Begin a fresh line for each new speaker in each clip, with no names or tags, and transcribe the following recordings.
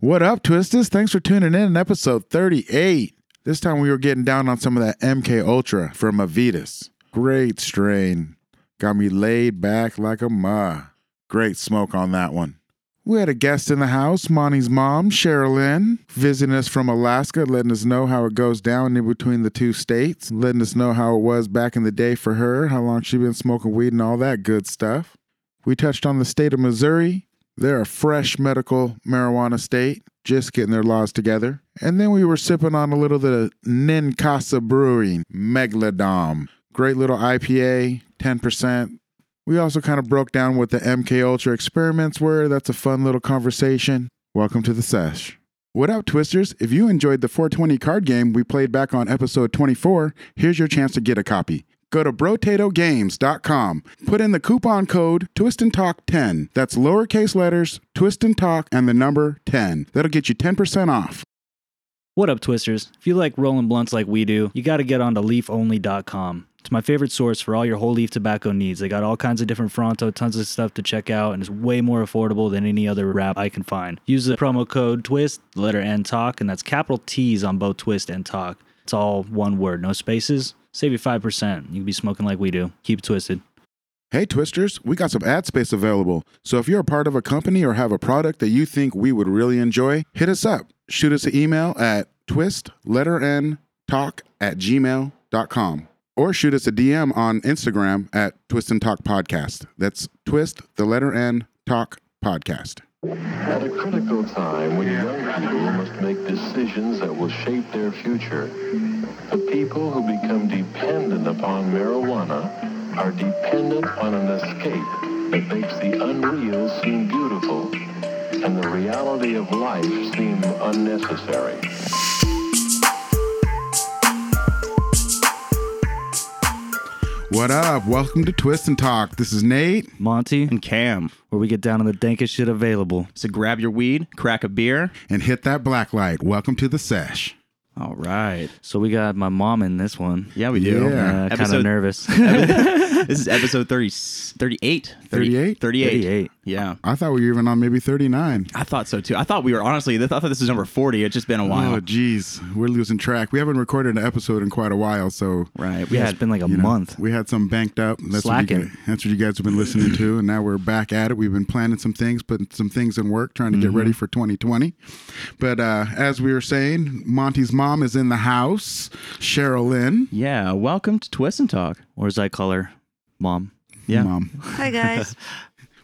What up, Twisters? Thanks for tuning in to episode 38. This time we were getting down on some of that MK Ultra from Avitas. Great strain. Got me laid back like a ma. Great smoke on that one. We had a guest in the house, Monty's mom, Sherilyn, visiting us from Alaska, letting us know how it goes down in between the two states, letting us know how it was back in the day for her, how long she been smoking weed and all that good stuff. We touched on the state of Missouri. They're a fresh medical marijuana state, just getting their laws together. And then we were sipping on a little of the Ninkasa Brewing, Megalodom. Great little IPA, 10%. We also kind of broke down what the MK Ultra experiments were. That's a fun little conversation. Welcome to the sesh. What up, Twisters? If you enjoyed the 420 card game we played back on episode 24, here's your chance to get a copy. Go to brotatogames.com, put in the coupon code TwistandTalk10. That's lowercase letters, twist and talk, and the number 10. That'll get you 10% off.
What up, Twisters? If you like rolling blunts like we do, you got to get onto leafonly.com. It's my favorite source for all your whole leaf tobacco needs. They got all kinds of different Fronto, tons of stuff to check out, and it's way more affordable than any other wrap I can find. Use the promo code TWIST, the letter N TALK, and that's capital T's on both TWIST and TALK. It's all one word, no spaces. Save you 5%. You can be smoking like we do. Keep twisted.
Hey, Twisters, we got some ad space available. So if you're a part of a company or have a product that you think we would really enjoy, hit us up. Shoot us an email at twist, letter N, talk at gmail.com. Or shoot us a DM on Instagram at Twist and Talk Podcast. That's twist, the letter N, talk podcast.
At a critical time when young people must make decisions that will shape their future, the people who become dependent upon marijuana are dependent on an escape that makes the unreal seem beautiful and the reality of life seem unnecessary.
What up? Welcome to Twist and Talk. This is Nate.
Monty,
and Cam.
where we get down to the dankest shit available.
So grab your weed, crack a beer.
And hit that black light. Welcome to the sesh.
All right.
So we got my mom in this one.
Yeah, we do.
Yeah.
Uh, kind
Episode-
of nervous.
This is episode 30, 38.
38?
38.
38.
Yeah.
I thought we were even on maybe 39.
I thought so too. I thought we were honestly, I thought this was number 40. It's just been a while.
Oh, geez. We're losing track. We haven't recorded an episode in quite a while, so
right. We
yeah,
had
it's been like a
you know,
month.
We had some banked up. That's What you
Slacking.
guys, that's what you guys have been listening to, and now we're back at it. We've been planning some things, putting some things in work, trying to get
Mm-hmm.
ready for 2020. But uh, as we were saying, Monty's mom is in the house, Cheryl Lynn.
Yeah. Welcome to Twist and Talk.
or as I call her, mom.
Yeah.
Mom,
Hi guys.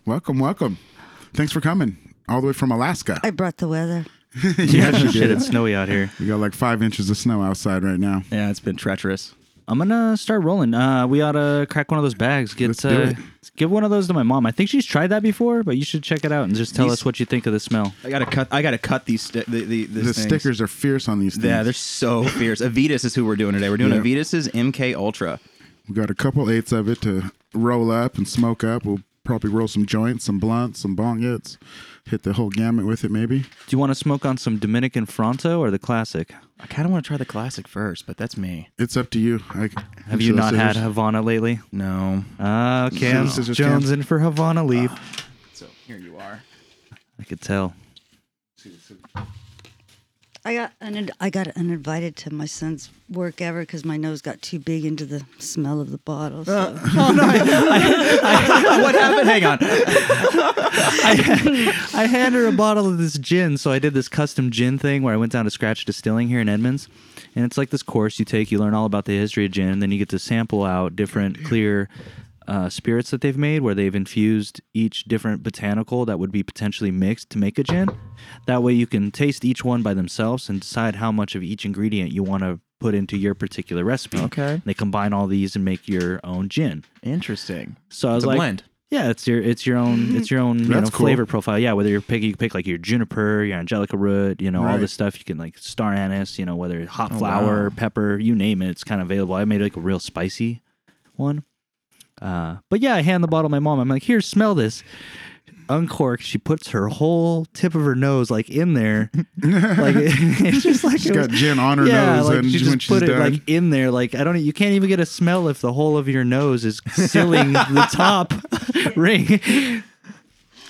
welcome, welcome. Thanks for coming all the way from Alaska.
I brought the weather.
Yeah, shit, it's snowy out here.
We got like five inches of snow outside right now.
Yeah, it's been treacherous.
I'm gonna start rolling. Uh, we ought to crack one of those bags. Get
Let's do
uh,
it.
give one of those to my mom. I think she's tried that before, but you should check it out and just tell
These-
us what you think of the smell.
I gotta cut. I gotta cut these. Sti- the the, these
the
things.
stickers are fierce on these things.
Yeah, they're so fierce. Avitas is who we're doing today. We're doing
Yeah.
Avitas's MK Ultra.
we got a couple eighths of it to roll up and smoke up. We'll probably roll some joints, some blunts, some bong hits, hit the whole gamut with it maybe.
Do you want to smoke on some Dominican Fronto or the classic?
I kind of want to try the classic first, but that's me.
It's up to you. I,
Have you not had Havana lately?
No.
Ah, Cam
Scissors, scissors,
Jones
Cam.
in for Havana leaf.
So here you are.
I could tell.
I got un- I got uninvited to my son's work ever because my nose got too big into the smell of the bottle. So.
what happened? Hang on.
I, I hand her a bottle of this gin. So I did this custom gin thing where I went down to Scratch Distilling here in Edmonds. And it's like this course you take, you learn all about the history of gin, and then you get to sample out different clear uh, spirits that they've made where they've infused each different botanical that would be potentially mixed to make a gin. That way you can taste each one by themselves and decide how much of each ingredient you want to put into your particular recipe.
Okay.
They combine all these and make your own gin.
Interesting.
So I was
It's a
like,
blend.
Yeah, it's your it's your own it's your own you know,
That's cool.
flavor profile. Yeah, whether you're pick you pick like your juniper, your angelica root, you know all
Right. Oh,
this stuff. You can like star anise, you know whether it's hot flour, pepper, you name it. It's kind of available. I made like a real spicy one. Uh, but yeah, I hand the bottle to my mom. I'm like, here, smell this. Uncorked. She puts her whole tip of her nose like in there, like it's just like
She's
it was-
got gin on her
yeah,
nose
like
and
she
when
just
she's
put it
done.
like in there. Like I don't, e, you can't even get a smell if the whole of your nose is sealing the top ring.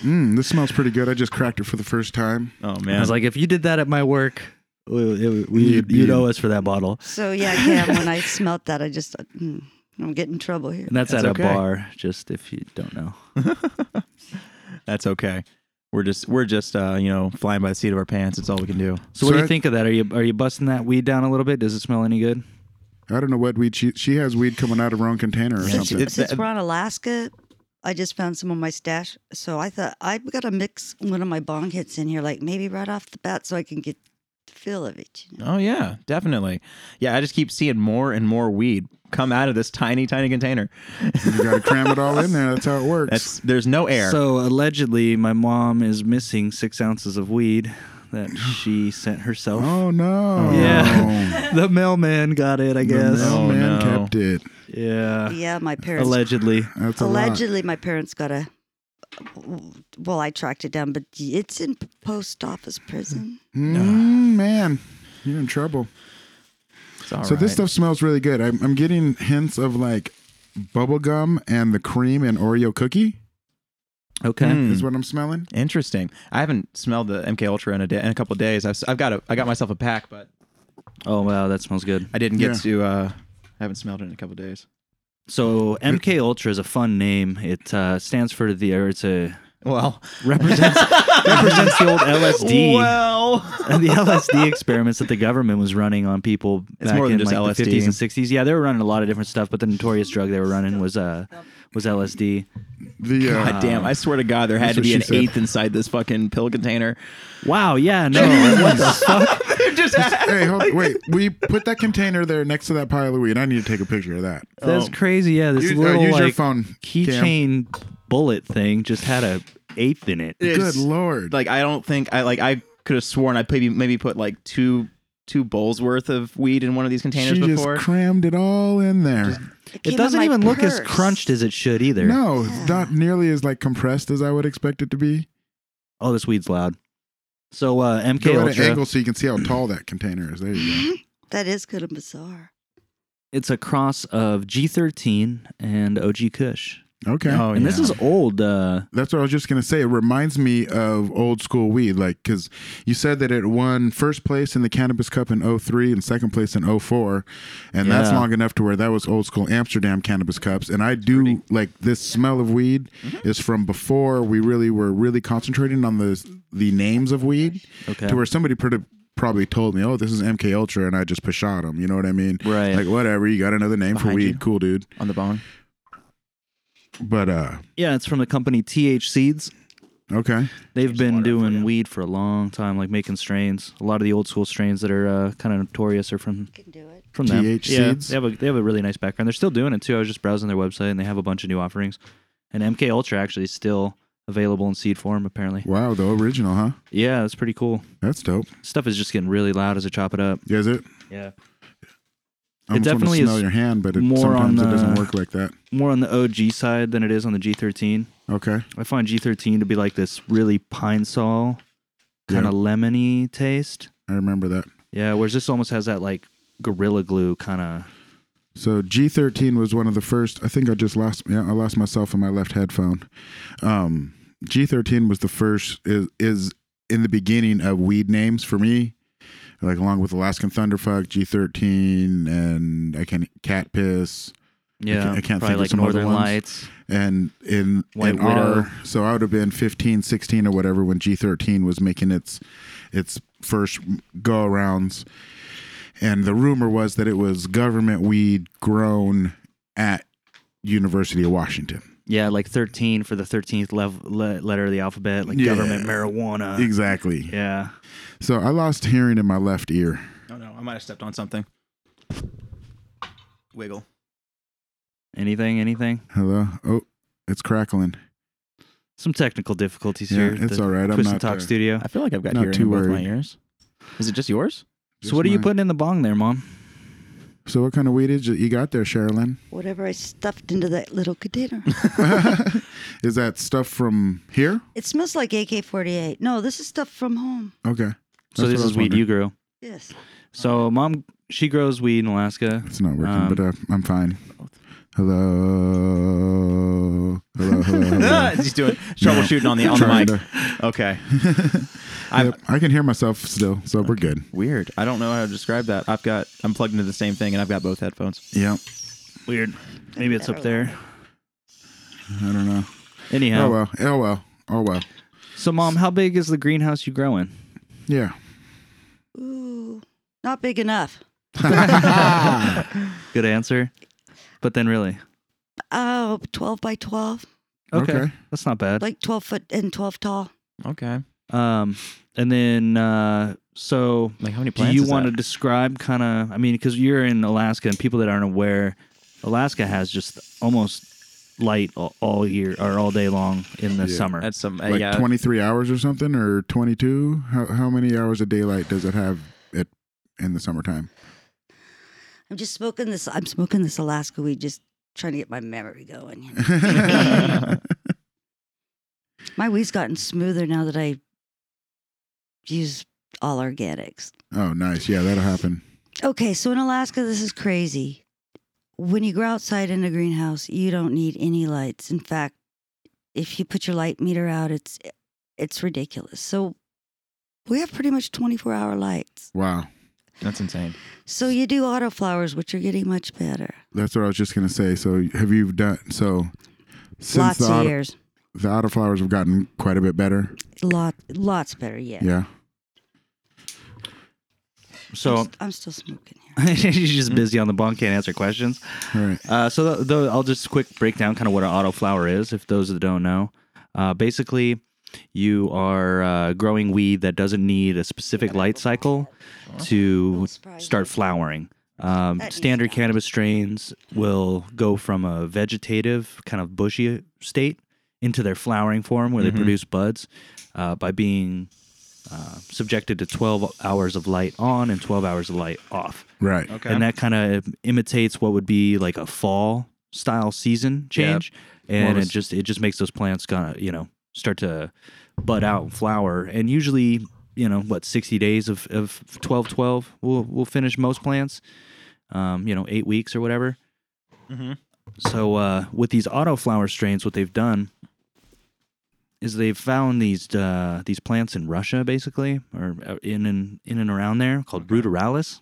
Mm, this smells pretty good. I just cracked it for the first time.
Oh
I
man,
was like, if you did that at my work, we, it- we,
You'd
you'd,
be-
owe us for that bottle.
So yeah, Cam, when I smelt that, I just thought, hmm, I'm getting in trouble here.
And that's,
That's
at
okay.
a bar, just if you don't know.
that's okay. We're just we're just uh, you know flying by the seat of our pants. It's all we can do.
So, what
So
do
I-
you think of that? Are you are you busting that weed down a little bit? Does it smell any good?
I don't know what weed she, she has weed coming out of her own container or
Yeah, she-
something.
it's-
Since we're on Alaska, I just found some of my stash, so I thought I've got to mix one of my bong hits in here, like maybe right off the bat, so I can get the feel of it. You know?
Oh yeah, definitely. Yeah, I just keep seeing more and more weed come out of this tiny tiny container.
you got to cram it all in there. That's how it works.
That's there's no air.
So allegedly, my mom is missing six ounces of weed that she sent herself.
oh no!
Yeah. the mailman got it, I
The
guess.
mailman
Oh, no.
kept it.
Yeah.
Yeah, my parents.
Allegedly.
That's a lot.
allegedly, my parents got a. Well, I tracked it down, but it's in post office prison.
Mm, man, you're in trouble.
It's all
so this
right.
stuff smells really good. I'm, I'm getting hints of like bubble gum and the cream and Oreo cookie
Okay.
Hmm.
is what I'm smelling.
Interesting. I haven't smelled the MK Ultra in a day in a couple days. I've, s- I've got a I got myself a pack, but
Oh wow, that smells good.
I didn't get
Yeah.
to. uh I haven't smelled it in a couple days.
So MK Ultra is a fun name. It uh, stands for the or it's a
Well,
represents represents the old LSD.
well,
and the LSD experiments that the government was running on people
It's
back
more
in
than just
like the
LSD.
50s and 60s. Yeah, they were running a lot of different stuff, but the notorious drug they were running was uh was LSD.
The uh,
God damn! I swear to God, there
That's
had to
what
be
she
an
said.
eighth inside this fucking pill container.
Wow, yeah, no. what the fuck?
Just
hey, hold, wait. We put that container there next to that pile of weed. I need to take a picture of that.
That's crazy. Yeah, this
Um, Use- uh,
little
use your
like,
phone,
keychain bullet thing just had a eighth in it.
Good lord!
Like I don't think I like I could have sworn I maybe maybe put like two two bowls worth of weed in one of these containers
she
before.
just crammed it all in there.
came
It
in
doesn't
my
even look as
purse.
crunched as it should either.
No, it's not nearly as like compressed as I would expect it to be.
Oh, this weed's loud. So uh, MK
Go at an
Ultra,
angle so you can see how tall that container is. There you
That is kind of bizarre.
it's a cross of G13 and OG Kush,
go. Okay.
Oh,
and this
yeah.
is old. Uh,
That's what I was just gonna say. It reminds me of old school weed, like because you said that it won first place in the Cannabis Cup in 03 and second place in 04, and that's
Yeah.
long enough to where that was old school Amsterdam Cannabis Cups. And I do like this smell of weed is from before we really were really concentrating on the the names of weed,
Okay.
to where somebody pretty probably told me, "Oh, this is MK Ultra," and I just pashot them. You know what I mean?
Right.
Like whatever. You got another name for
Behind
weed,
you.
cool dude.
on the bong.
But uh,
Yeah, it's from the company TH Seeds.
okay.
They've been doing weed for a long time, like making strains. A lot of the old school strains that are uh, kind of notorious are from
Can do it.
from them.
TH
yeah,
Seeds?
They have a they have a really nice background. They're still doing it too. I was just browsing their website, and they have a bunch of new offerings. And MK Ultra actually is still available in seed form, apparently.
Wow, the original, huh?
Yeah, it's pretty cool.
That's dope.
Stuff is just getting really loud as I chop it up.
Yeah, Is it?
Yeah,
I
It
almost want to
definitely
smell
is
your hand, but it,
more on
sometimes it doesn't
the-
work like that.
more on the OG side than it is on the G13.
Okay.
I find G13 to be like this really pine sol, kind of lemony taste.
I remember that.
Yeah, whereas this almost has that like gorilla glue kind of.
So G13 was one of the first. I think I just lost. Yeah, I lost myself in my left headphone. Um, G13 was the first. Is is in the beginning of weed names for me, like along with Alaskan Thunderfuck, G13, and I can cat piss,
Yeah,
I can't
probably
think of
like
some other
Northern
ones.
Lights.
and in
White
in
Widow.
R. So I would have been 15, 16 or whatever when G13 was making its its first go arounds. And the rumor was that it was government weed grown at University of Washington.
Yeah, like 13 for the 13th lev- le- letter of the alphabet, like
Yeah.
government marijuana.
exactly.
Uh, Yeah.
So I lost hearing in my left ear.
Oh no, I might have stepped on something. Wiggle.
Anything, anything?
Hello. Oh, it's crackling.
Some technical difficulties
Yeah,
here. at
it's
the
all right. I'm
Twist
not,
and Talk
uh,
Studio.
I feel like I've got
Not
hearing
too
in both my
worried.
ears. Is it just yours?
So, what are you
Just
putting in the bong there, Mom?
So what kind of weed is you got there, Sherilyn?
Whatever I stuffed into that little container.
is that stuff from here?
It smells like AK 48. No, this is stuff from home.
Okay.
So,
That's what
this
I
is
was wondering.
weed
Uh,
you grow.
Yes.
So, Mom, she grows weed in Alaska.
It's not working,
Um,
but uh, I'm fine. Hello. Hello. hello, hello.
He's doing troubleshooting Ah, on the on the
Trying
mic.
to-
Okay. I'm-
Yep, I can hear myself still, so we're good.
Weird. I don't know how to describe that. I've got I'm plugged into the same thing and I've got both headphones.
Yeah.
Weird. Maybe it's
Oh.
up there.
I don't know.
Anyhow,
Oh well. Oh well. Oh well.
so mom, how big is the greenhouse you grow in?
Yeah.
Ooh, not big enough.
Good answer. But then really,
Oh, 12 by 12,
okay,
Okay.
that's not bad.
like 12 foot and 12 tall.
Okay.
Um, and then uh, so
Like how many
do
plants?
you
is
want to
that?
describe kind of? I mean, because you're in Alaska, and people that aren't aware, Alaska has just almost light all, all year or all day long in the
Yeah.
summer.
That's some. Uh,
Like
yeah.
23 hours or something, or 22. How how many hours of daylight does it have at in the summertime?
I'm just smoking this. I'm smoking this Alaska weed, just trying to get my memory going. you know. my weed's gotten smoother now that I use all organics.
oh, nice. Yeah, that'll happen.
Okay, so in Alaska, this is crazy. When you grow outside in a greenhouse, you don't need any lights. In fact, if you put your light meter out, it's it's ridiculous. So we have pretty much 24 hour lights.
Wow.
That's insane.
So you do auto flowers, which are getting much better.
That's what I was just gonna say. So have you done so? Since
lots
the
of
auto,
years.
the auto flowers have gotten quite a bit better.
Lot, lots better, yeah.
Yeah.
so
I'm still smoking here.
she's just busy on the bunk, can't answer questions.
All right.
Uh, so th- th- I'll just quick break down kind of what an autoflower is, if those that don't know. Uh, basically, you are uh, growing weed that doesn't need a specific light cycle to
surprise.
start flowering. Um,
That needs
standard
to
cannabis strains will go from a vegetative, kind of bushy state into their flowering form where they produce buds uh, by being uh, subjected to 12 hours of light on and 12 hours of light off.
Right.
Okay.
And that kind of imitates what would be like a fall style season change,
More
and
of a
it
s-
just it just makes those plants kind of you know start to bud out and flower. And usually, you know, what sixty days of of twelve twelve will will finish most plants. Um, you know, eight weeks or whatever.
Mhm.
So uh, with these auto flower strains, what they've done is they've found these uh, these plants in Russia, basically, or uh, in and in and around there, called ruderalis.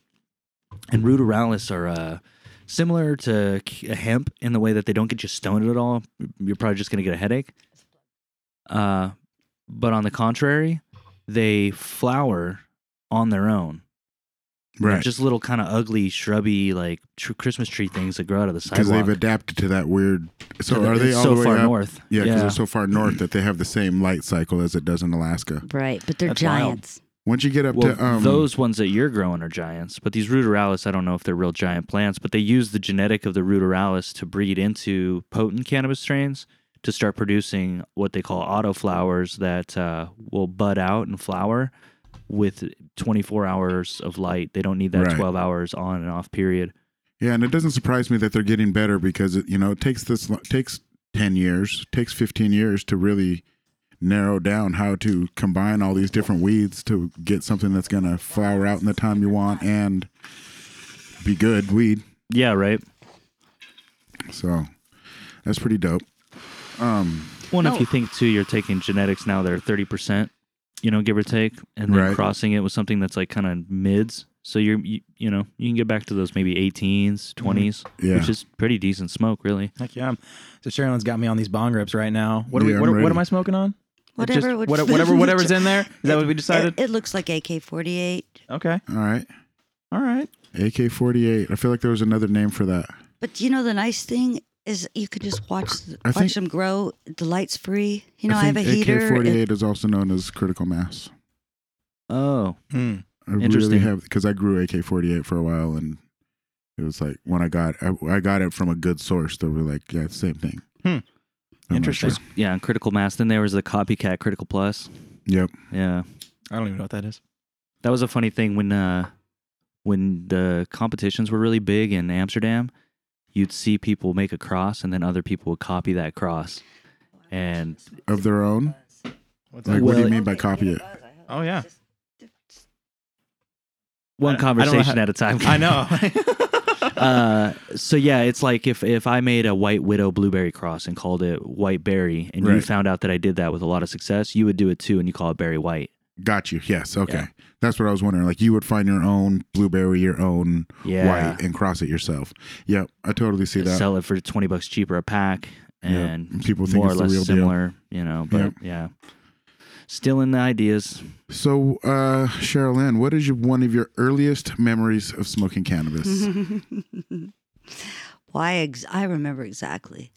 And ruderalis are uh, similar to k- hemp in the way that they don't get you stoned at all. You're probably just going to get a headache. Uh, but on the contrary, they flower on their own. They're
Right.
Just little kind of ugly, shrubby, like tr- Christmas tree things that grow out of the
Because
sidewalk.
they've adapted to that weird. So
So
are they
it's
all
so
the way
far
up?
north?
Yeah, because
Yeah.
they're so far north that they have the same light cycle as it does in Alaska.
Right, but they're
That's wild.
giants.
Once you get up
Well,
to um,
those ones that you're growing are giants, but these ruderalis, I don't know if they're real giant plants, but they use the genetic of the ruderalis to breed into potent cannabis strains to start producing what they call autoflowers that uh, will bud out and flower with 24 hours of light. They don't need that
Right.
12 hours on and off period.
Yeah, and it doesn't surprise me that they're getting better because it, you know it takes this lo- takes ten years, takes fifteen years to really narrow down how to combine all these different weeds to get something that's going to flower out in the time you want and be good weed.
Yeah, right.
So that's pretty dope. Um,
Well, and if you think too, you're taking genetics now that are 30%, you know, give or take, and then
Right.
crossing it with something that's like kind of mids. So you're, you, you know, you can get back to those maybe 18s, 20s,
Yeah.
which is pretty decent smoke, really.
Heck yeah. So Sherilyn's got me on these bong rips right now. What are
Yeah,
we? What,
I'm
are- what
ready.
am I smoking on? It
Whatever,
Just,
would
what,
fit
whatever.
in the
Whatever's
jar.
in there. Is that what we
It,
decided?
it looks like AK-48,
okay.
all right,
All right.
AK forty eight. I feel like there was another name for that.
but you know the nice thing is you can just watch th-
I
watch
think-
them grow. The light's free. You know, I,
I
have a
think
heater.
AK forty eight is also known as critical mass.
Oh,
Hmm.
I really
Interesting.
have because I grew AK forty eight for a while, and it was like when I got I, I got it from a good source. They were like, yeah, same thing.
Hmm.
I'm not
Interesting.
sure.
yeah. And Critical Mass. Then there was the Copycat Critical Plus.
Yep.
Yeah.
I don't even know what that is.
That was a funny thing when, uh, when the competitions were really big in Amsterdam, you'd see people make a cross and then other people would copy that cross. And
Of their own.
What's
Like, what do you
Well-
mean by copy it?
Oh yeah.
one
I don't know
conversation
how-
at a time.
I know.
uh, so yeah, it's like if if I made a White Widow blueberry cross and called it White Berry, and you
Right.
found out that I did that with a lot of success, you would do it too, and you call it Berry White.
Got you. Yes. Okay.
Yeah.
That's what I was wondering. Like you would find your own blueberry, your own
Yeah,
white, and cross it yourself. Yep. I totally see that.
sell it for twenty bucks cheaper a pack,
Yeah.
and
People think
more
it's
or
the
less
real deal.
similar. You know, but yeah, still in the ideas.
so, uh, Cheryl Ann, what is your, one of your earliest memories of smoking
Mm-hmm.
cannabis?
Why? Ex- I remember exactly.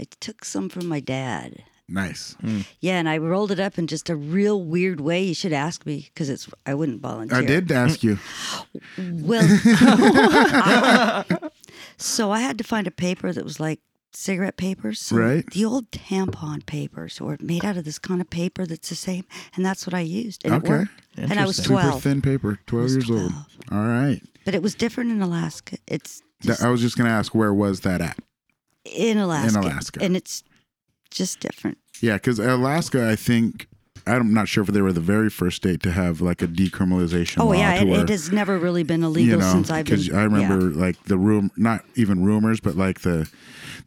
I took some from my dad.
nice.
Yeah, and I rolled it up in just a real weird way. You should ask me because it's I wouldn't volunteer.
I did ask you. Mm.
Well, I- so I had to find a paper that was like cigarette papers, so
Right.
The old tampon papers were made out of this kind of paper that's the same, and that's what I used. And
Okay.
it worked. And I was
Interesting.
Super
twelve,
thin paper, 12
was
years old.
12.
All right.
but it was different in Alaska. It's
That,
just
I was just going to ask, where was that at?
in Alaska,
Alaska.
and it's just different.
Yeah, because Alaska, I think, I'm not sure if they were the very first state to have like a decriminalization
Oh
law.
yeah,
to
it,
where,
it has never really been illegal since I've been.
'cause I remember
yeah.
like the room, not even rumors, but like the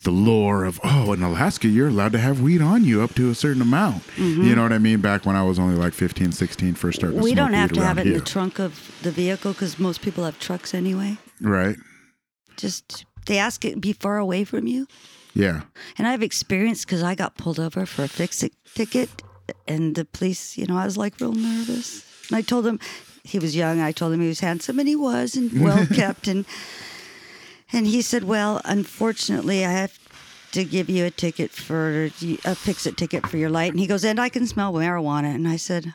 the lore of oh, in Alaska you're allowed to have weed on you up to a certain amount. You know what I mean? Back when I was only like 15, 16, first starting.
Mm-hmm. We
to
don't
smoke
have
weed
to have it
around
in the
here.
trunk of the vehicle because most people have trucks anyway.
right?
Just they ask it be far away from you.
Yeah,
And I've experienced because I got pulled over for a fix it ticket, and the police, you know, I was like real nervous. And I told him he was young. I told him he was handsome, and he was, and well kept. And and he said, "Well, unfortunately, I have to give you a ticket for a fix it ticket for your light." And he goes, "And I can smell marijuana." And I said,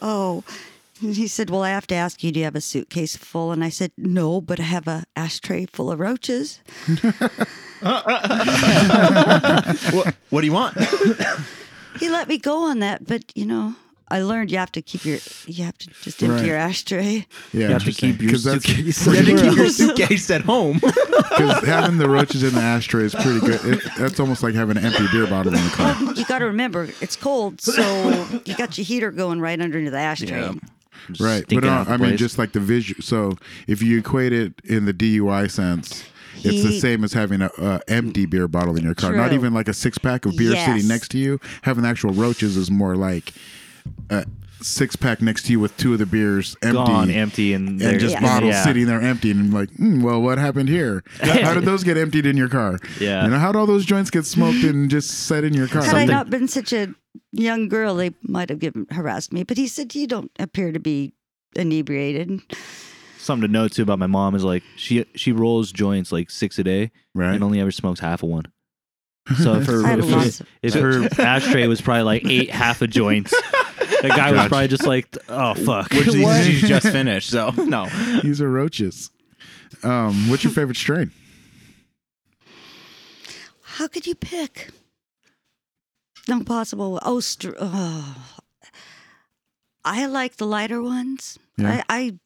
"Oh." And he said, Well, I have to ask you, do you have a suitcase full? And I said, No, but I have a ashtray full of roaches.
what, what do you want?
he let me go on that, but you know, I learned you have to keep your you have to just empty
Right.
your ashtray.
yeah.
You have to keep your
Because that's
suitcase.
you have to keep your
Sure.
suitcase at home.
because having the roaches in the ashtray is pretty good. It, that's almost like having an empty beer bottle in the car.
You got to remember it's cold, so you got your heater going right under the ashtray.
Yeah.
right but
stinking
uh,
out the
i mean
place.
just like the visual so if you equate it in the dui sense it's the
He-
same as having a uh, empty beer bottle in your car not
True.
even like a six-pack of beer
Yes.
sitting next to you having actual roaches is more like a six-pack next to you with two of the beers empty
Gone, empty, and,
and
there-
just
Yeah.
bottles
yeah.
sitting there empty and like hmm, well what happened here how did those get emptied in your car
Yeah.
you know how'd all those joints get smoked and just set in your car
Had I not been such a young girl, they might have given harassed me. But he said you don't appear to be inebriated.
Something to note too about my mom is like she she rolls joints like six a day
right
and only ever smokes half of one. So if her
I have
if,
lots
her,
of-
if her ashtray was probably like eight half of joints, the guy was
Gotcha.
probably just like, oh fuck.
Which
What?
she's just finished, so no.
these are roaches um, what's your favorite strain
How could you pick? No possible. Oh, str- oh. I like the lighter ones.
Yeah.
I,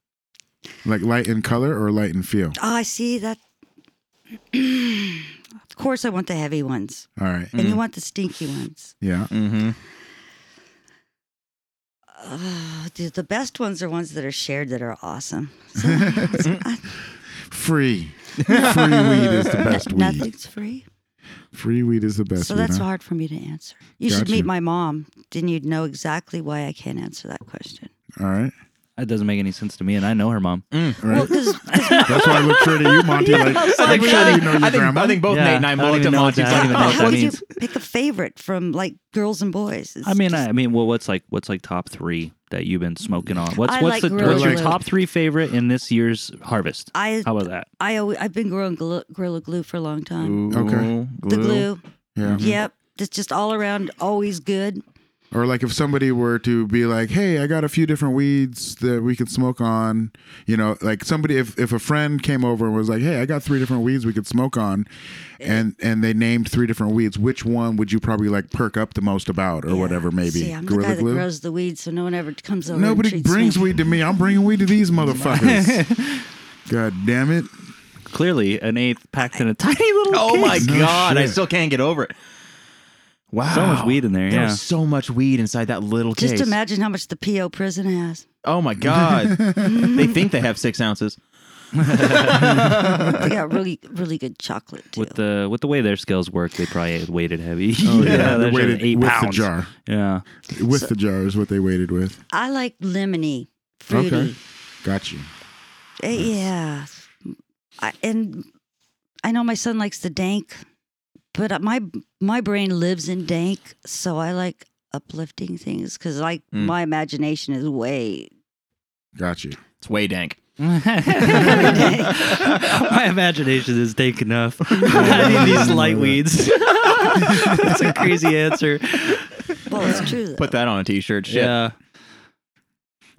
I
Like light in color or light in feel?
Oh, I see that. of course, I want the heavy ones,
All right.
and
Mm.
you want the stinky ones.
Yeah.
Mm-hmm.
Oh, the, the best ones are ones that are shared that are awesome.
Free. Free weed is the best weed.
Nothing's free,
Free weed is the best
so
weed.
that's
huh?
hard for me to answer. You should
Gotcha.
meet my mom, then you'd know exactly why I can't answer that question.
All right.
That doesn't make any sense to me, and I know her mom.
All right.
Well, because
that's why I look straight at you, Monty. like,
I
make
think,
sure
I,
you
think,
know your
I, think,
grandma.
I think both
Yeah,
Nate and I
I don't
looked
even
at
know what
Monty's
that- I don't
like,
even know what
how
that
would you
means.
pick a favorite from like girls and boys? It's
I mean,
just-
I, I mean, well, what's like what's like top three that you've been smoking on? What's
I
what's
like
the what's your
Gorilla Glue.
top three favorite in this year's harvest?
I
How about that?
I always, I've been growing glu- gorilla glue for a long time.
Okay.
The glue,
yeah.
yep, it's just all around, always good.
Or like if somebody were to be like, "Hey, I got a few different weeds that we could smoke on," you know, like somebody if if a friend came over and was like, "Hey, I got three different weeds we could smoke on," and and they named three different weeds, which one would you probably like perk up the most about or whatever? Maybe
See, I'm the guy that grows the weeds, so no one ever comes over.
Nobody
and treats
brings
me.
weed to me. I'm bringing weed to these motherfuckers. God damn it.
Clearly, an eighth packed in a tiny little.
Oh
case.
my
No
god, I
shit.
still can't get over it. Wow.
So much weed in there,
There
yeah.
was so much weed inside that little case.
Just imagine how much the PO prison has.
Oh my god. they think they have six ounces.
They got really, really good chocolate too.
With the with the way their scales work, they probably weighted heavy.
Oh yeah,
that's
they
like
waited
eight
with
pounds.
the jar.
Yeah,
With the jar is what they waited with.
I like lemony, fruity.
Okay, got you.
Uh, Yeah. I, and I know my son likes the dank, but uh, my my brain lives in dank, so I like uplifting things because like
Mm.
my imagination is way.
Got you.
It's way dank.
my imagination is dank enough. I need these light weeds. that's a crazy answer.
Well, it's true. Though.
Put that on a t-shirt. Shit.
Yeah.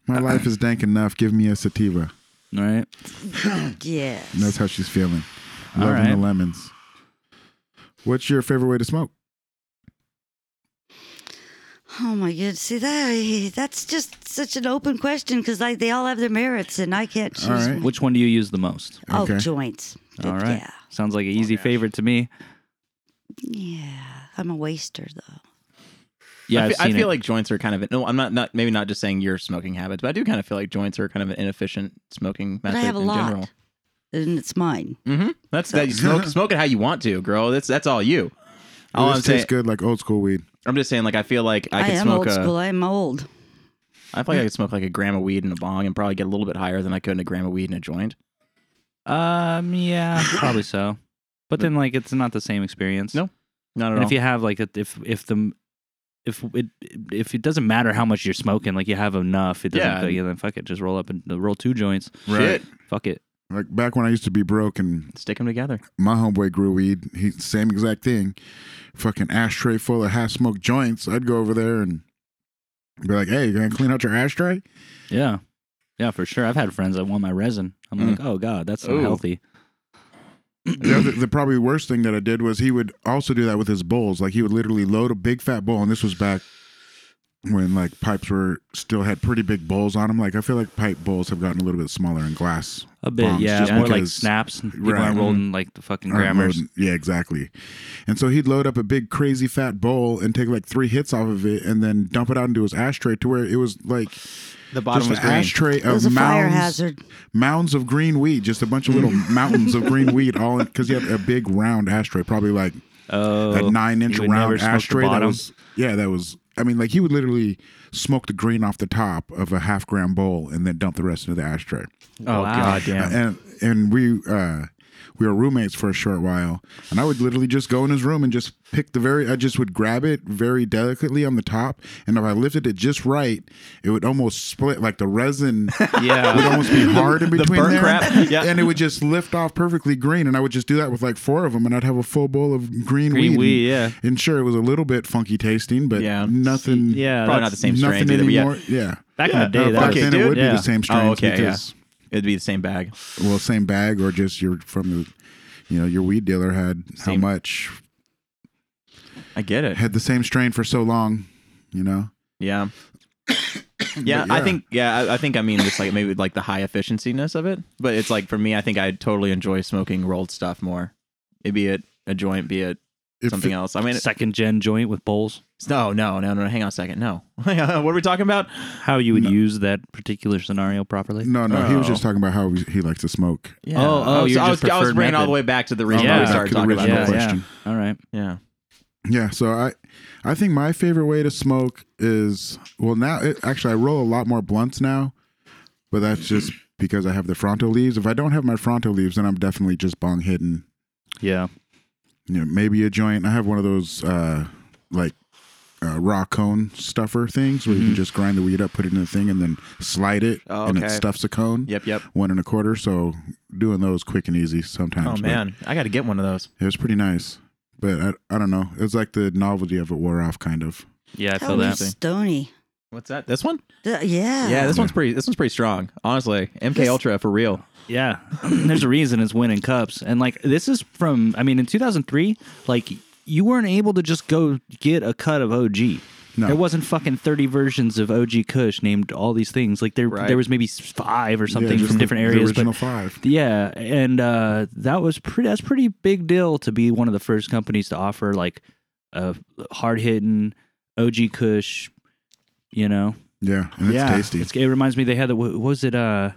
My
Uh-uh.
life is dank enough. Give me a sativa.
All right.
yeah.
And that's how she's feeling.
All
Loving the
right.
lemons. What's your favorite way to smoke?
Oh my goodness! See that? eh, That's just such an open question because like they all have their merits, and I can't choose.
All right.
one.
Which one do you use the most?
Oh,
Okay.
joints.
All right.
Yeah.
Sounds like an
Oh,
easy favorite to me.
Yeah. I'm a waster though.
Yeah,
I
I've
fe- I
seen
feel
it.
like joints are kind of no. I'm not not maybe not just saying your smoking habits, but I do kind of feel like joints are kind of an inefficient smoking method
But I have a
in
lot,
general.
and it's mine.
Mm-hmm. That's that you smoke smoke it how you want to, girl. That's that's all you. All
this
Oh, I'm
tastes
saying,
good like old school weed.
I'm just saying, like I feel like I
I,
could
am
smoke
old
a.
school. I am old.
I feel like I could smoke like a gram of weed in a bong and probably get a little bit higher than I could in a gram of weed in a joint.
Um, yeah, probably so. But then, like, it's not the same experience.
No, Not at
And
all.
if you have like a, if if the if it if it doesn't matter how much you're smoking, like you have enough, it doesn't.
Yeah.
Yeah. You then fuck it, just roll up and uh, roll two joints.
Shit,
Fuck it.
Like back when I used to be broke and
stick them together.
my homeboy grew weed, he same exact thing. Fucking ashtray full of half smoked joints. I'd go over there and be like, "Hey, you gonna clean out your ashtray?"
Yeah, yeah, for sure. I've had friends that want my resin. I'm
Mm.
like, oh god, that's not
Ooh.
healthy.
the, other, the probably worst thing that I did was he would also do that with his bowls. Like he would literally load a big fat bowl, and this was back when like pipes were still had pretty big bowls on them. Like I feel like pipe bowls have gotten a little bit smaller in glass.
A bit,
Bombs,
yeah.
just
More like
because-
snaps. People
Right.
aren't rolling like the fucking
aren't
grammars.
loading- Yeah, exactly. And so he'd load up a big crazy fat bowl and take like three hits off of it, and then dump it out into his ashtray to where it was like
The
just
bottom
an
was green.
ashtray
It was
of
a fire
mounds,
hazard.
mounds of green weed, just a bunch of little
Mm.
mountains of green weed, all because he had a big round ashtray, probably like
Oh,
that nine inch
you would never
round
smoke the
ashtray that
bottom.
was yeah that was i mean like he would literally smoke the green off the top of a half gram bowl and then dump the rest into the ashtray
Oh
Wow.
god
Uh,
damn.
and and we uh we were roommates for a short while and i would literally just go in his room and just pick the very i just would grab it very delicately on the top and if i lifted it just right it would almost split like the resin would
Yeah.
almost be hard in
The
between
burnt
there.
crap. Yeah.
And it would just lift off perfectly green. And I would just do that with like four of them, and I'd have a full bowl of green,
Green
weed.
weed, yeah.
And sure, it was a little bit funky tasting, but
Yeah.
nothing.
Yeah,
Probably
that's-
not the same strain
Nothing
either. But yeah,
anymore. Yeah.
Back
Yeah,
in the day,
uh,
that
Back
fuck
was,
it,
then it would
yeah.
be the same strains
okay, yeah.
because
it'd be the same bag.
well, same bag or just you're from the. You know, your weed dealer had how
Same.
much
I get it.
had the same strain for so long, you know.
Yeah. yeah, I
yeah.
think yeah, I, I think I mean just like maybe like the high efficienciness of it, but it's like for me, I think I totally enjoy smoking rolled stuff more. It be it a joint, be it
It
something
fe-
else. I mean, it-
second gen joint with bowls.
no, no, no, no. Hang on a second. No, what are we talking about?
How you would use that particular scenario properly?
No, no, he was
Oh.
just talking about how he likes to smoke.
Yeah.
Oh, oh,
I was,
you're
I was,
just
I was
preferred
bringing all the
method.
way back to the reason
Yeah.
why we
Back
started
to the
talking about
original
it.
question.
Yeah,
All right.
yeah.
Yeah, so I I think my favorite way to smoke is well now it, actually I roll a lot more blunts now, but that's just because I have the fronto leaves. If I don't have my fronto leaves, then I'm definitely just bong hidden.
Yeah.
You know, maybe a joint. I have one of those uh like uh, raw cone stuffer things where you
Mm-hmm.
can just grind the weed up, put it in a thing, and then slide it,
Oh,
and it
okay.
stuffs a cone.
Yep, yep.
One and a quarter. So doing those quick and easy sometimes.
Oh
but
man, I got to get one of those.
it was pretty nice. But I, I don't know. It was like the novelty of it wore off, kind of.
Yeah, I
That
feel
was
that.
stony.
What's that? This one?
The- yeah.
Yeah, this one's pretty. This one's pretty strong, honestly. MK
This-
Ultra for real.
Yeah. There's a reason it's winning cups. And like this is from I mean in 2003, like you weren't able to just go get a cut of OG.
No.
There wasn't fucking 30 versions of OG Kush named all these things. Like there
Right.
there was maybe 5 or something
just
from
the-
different
the
areas but
original five.
Yeah, and uh, that was pretty. That's pretty big deal to be one of the first companies to offer like a hard hitting OG Kush. You know,
Yeah, and it's
yeah,
tasty.
It's, it reminds me they had the what was it? Uh,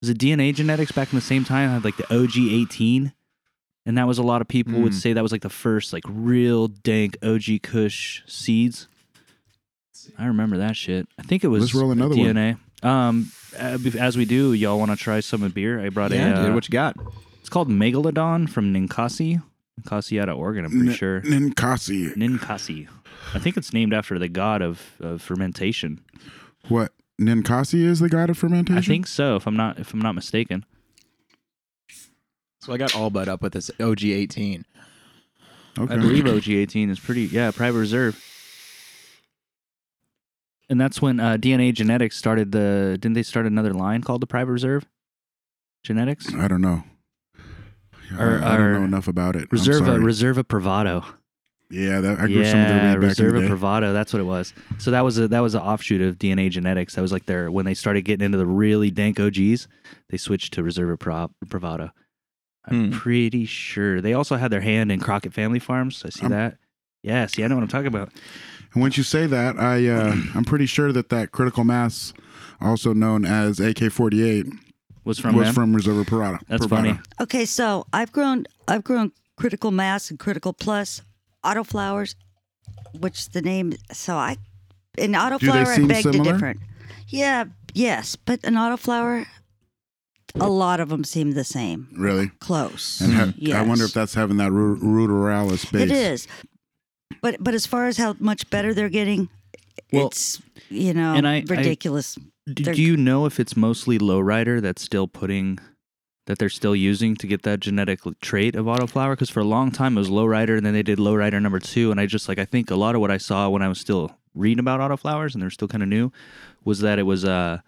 was it DNA genetics back in the same time? had like the OG 18. And that was a lot of people would
Hmm.
Mm.
say that was like the first like real dank OG Kush seeds. I remember that shit. I think it was
Let's roll another one.
DNA. Um, uh, bef- as we do, y'all want to try some of beer? I brought
yeah,
a. uh,
dude, what you got?
it's called Megalodon from Ninkasi, Ninkasi out of Oregon. I'm pretty sure.
Ninkasi.
Ninkasi. I think it's named after the god of, of fermentation.
What? Ninkasi is the god of fermentation?
I think so. If I'm not if I'm not mistaken.
So I got all but up with this OG eighteen.
Okay.
I believe OG18 is pretty, yeah, private reserve. And that's when uh, DNA Genetics started the, didn't they start another line called the private reserve? Genetics?
I don't know.
Or- uh,
I, I don't
or-
know enough about it. I'm
Reserva,
sorry.
Reserva Privado.
yeah, that, I grew some of
Yeah,
their weed back in the
Reserva
day.
Privado. That's what it was. So that was a that was an offshoot of DNA Genetics. That was like their when they started getting into the really dank OGs, they switched to Reserva Pro, Privado. I'm
Hmm.
pretty sure they also had their hand in Crockett Family Farms. I see
I'm-
that. Yeah, see, I know what I'm talking about.
and once you say that, I uh, I'm pretty sure that that critical mass, also known as AK-48,
Was from
was
them.
from Reserva Parada.
That's
Privada.
funny.
Okay, so I've grown I've grown critical mass and critical plus autoflowers, which the name so I an autoflower
seem
and begged are
similar?
different. Yeah, yes, but an autoflower a lot of them seem the same.
Really?
Close.
And ha- I
Yes.
wonder if that's having that ru- ruderalis base.
It is. But but as far as how much better they're getting,
Well,
it's you know
and I- I-
ridiculous.
Do,
They're-
do you know if it's mostly lowrider that's still putting that they're still using to get that genetic trait of autoflower? Because for a long time it was lowrider, and then they did lowrider number two, and I just like I think a lot of what I saw when I was still reading about autoflowers and they're still kind of new was that it was uh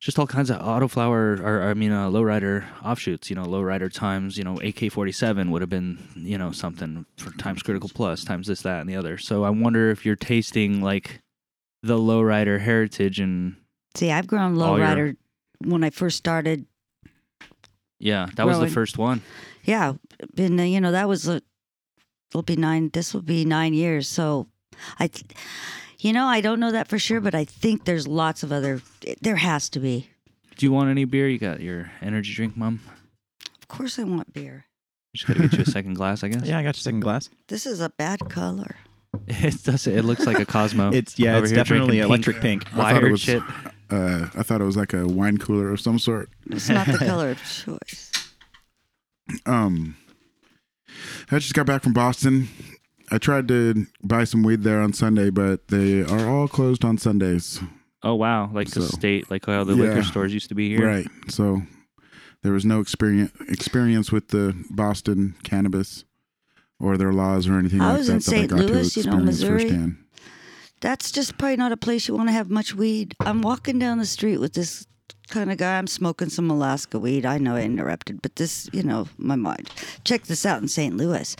just all kinds of autoflower or I mean uh, lowrider offshoots. You know, lowrider times you know AK forty seven would have been you know something for times critical plus times this that and the other. So I wonder if you're tasting like the lowrider heritage and
See, I've grown
All your-
lowrider when I first started.
yeah, that was
Rowan.
the first one.
Yeah, been uh, you know that was a. It'll be nine. This will be nine years. So, I, th- you know, I don't know that for sure, but I think there's lots of other. eh, There has to be.
Do you want any beer? You got your energy drink, mom.
Of course, I want beer.
Just gotta get you a second glass, I guess.
Yeah, I got your second glass.
This is a bad color.
it does. It looks like a Cosmo.
It's yeah,
Over
it's
here
definitely
drinking
electric pink.
I thought it
Wired
was-
shit.
Uh, I thought it was like a wine cooler of some sort.
It's not the color of choice.
Um, I just got back from Boston. I tried to buy some weed there on Sunday, but they are all closed on Sundays.
Oh wow, like the
So-
state, like how the
Yeah.
liquor stores used to be here.
Right. So there was no experience experience with the Boston cannabis or their laws or anything
I
like
was
that
in
that I
St.
got to
Louis, you know,
experience
Missouri.
firsthand.
That's just probably not a place you want to have much weed. I'm walking down the street with this kind of guy. I'm smoking some Alaska weed. I know I interrupted, but this, you know, my mind. Check this out in St. Louis.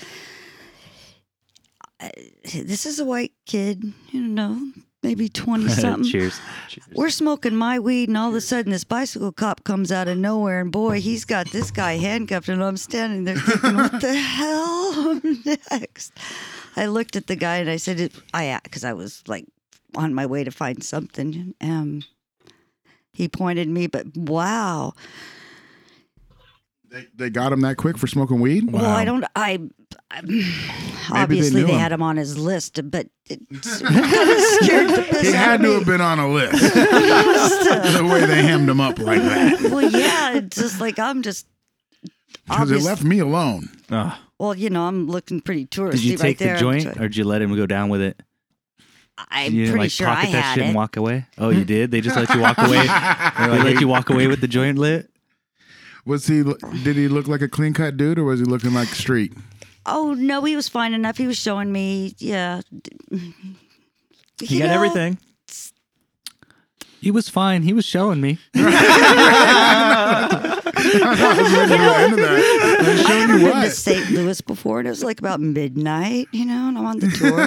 I- This is a white kid, you know, maybe 20 something.
Cheers. Cheers.
We're smoking my weed, and all of a sudden, this bicycle cop comes out of nowhere, and boy, he's got this guy handcuffed, and I'm standing there thinking, "What the hell next?" I looked at the guy and I said, it, "I," because I was like on my way to find something. Um, he pointed me, but wow.
They, they got him that quick for smoking weed?
Well, I don't. I, I obviously
knew
they
him.
had him on his list, but it kind of scared the piss
He
out
had
of
to
me.
have been on a list. the way they hemmed him up like that.
Well, yeah, it's just like I'm just.
Because it
obvious-
left me alone.
Ugh.
Well, you know, I'm looking pretty touristy
Ah, Did you
right
take
there.
the joint, or did you let him go down with it?
I'm
you didn't,
pretty
like
sure I
pocket that
had
shit
it.
and walk away. Oh, you did. They just let you walk away. they let you walk away with the joint lit.
Was he? Did he look like a clean cut dude, or was he looking like street?
oh no, he was fine enough. He was showing me, yeah.
You got everything.
He was fine. He was showing me.
I know, I was waiting for the end of that. Like,
I've
show
never
you
been to
what.
St. Louis before, and it was like about midnight, you know, and I'm on the tour.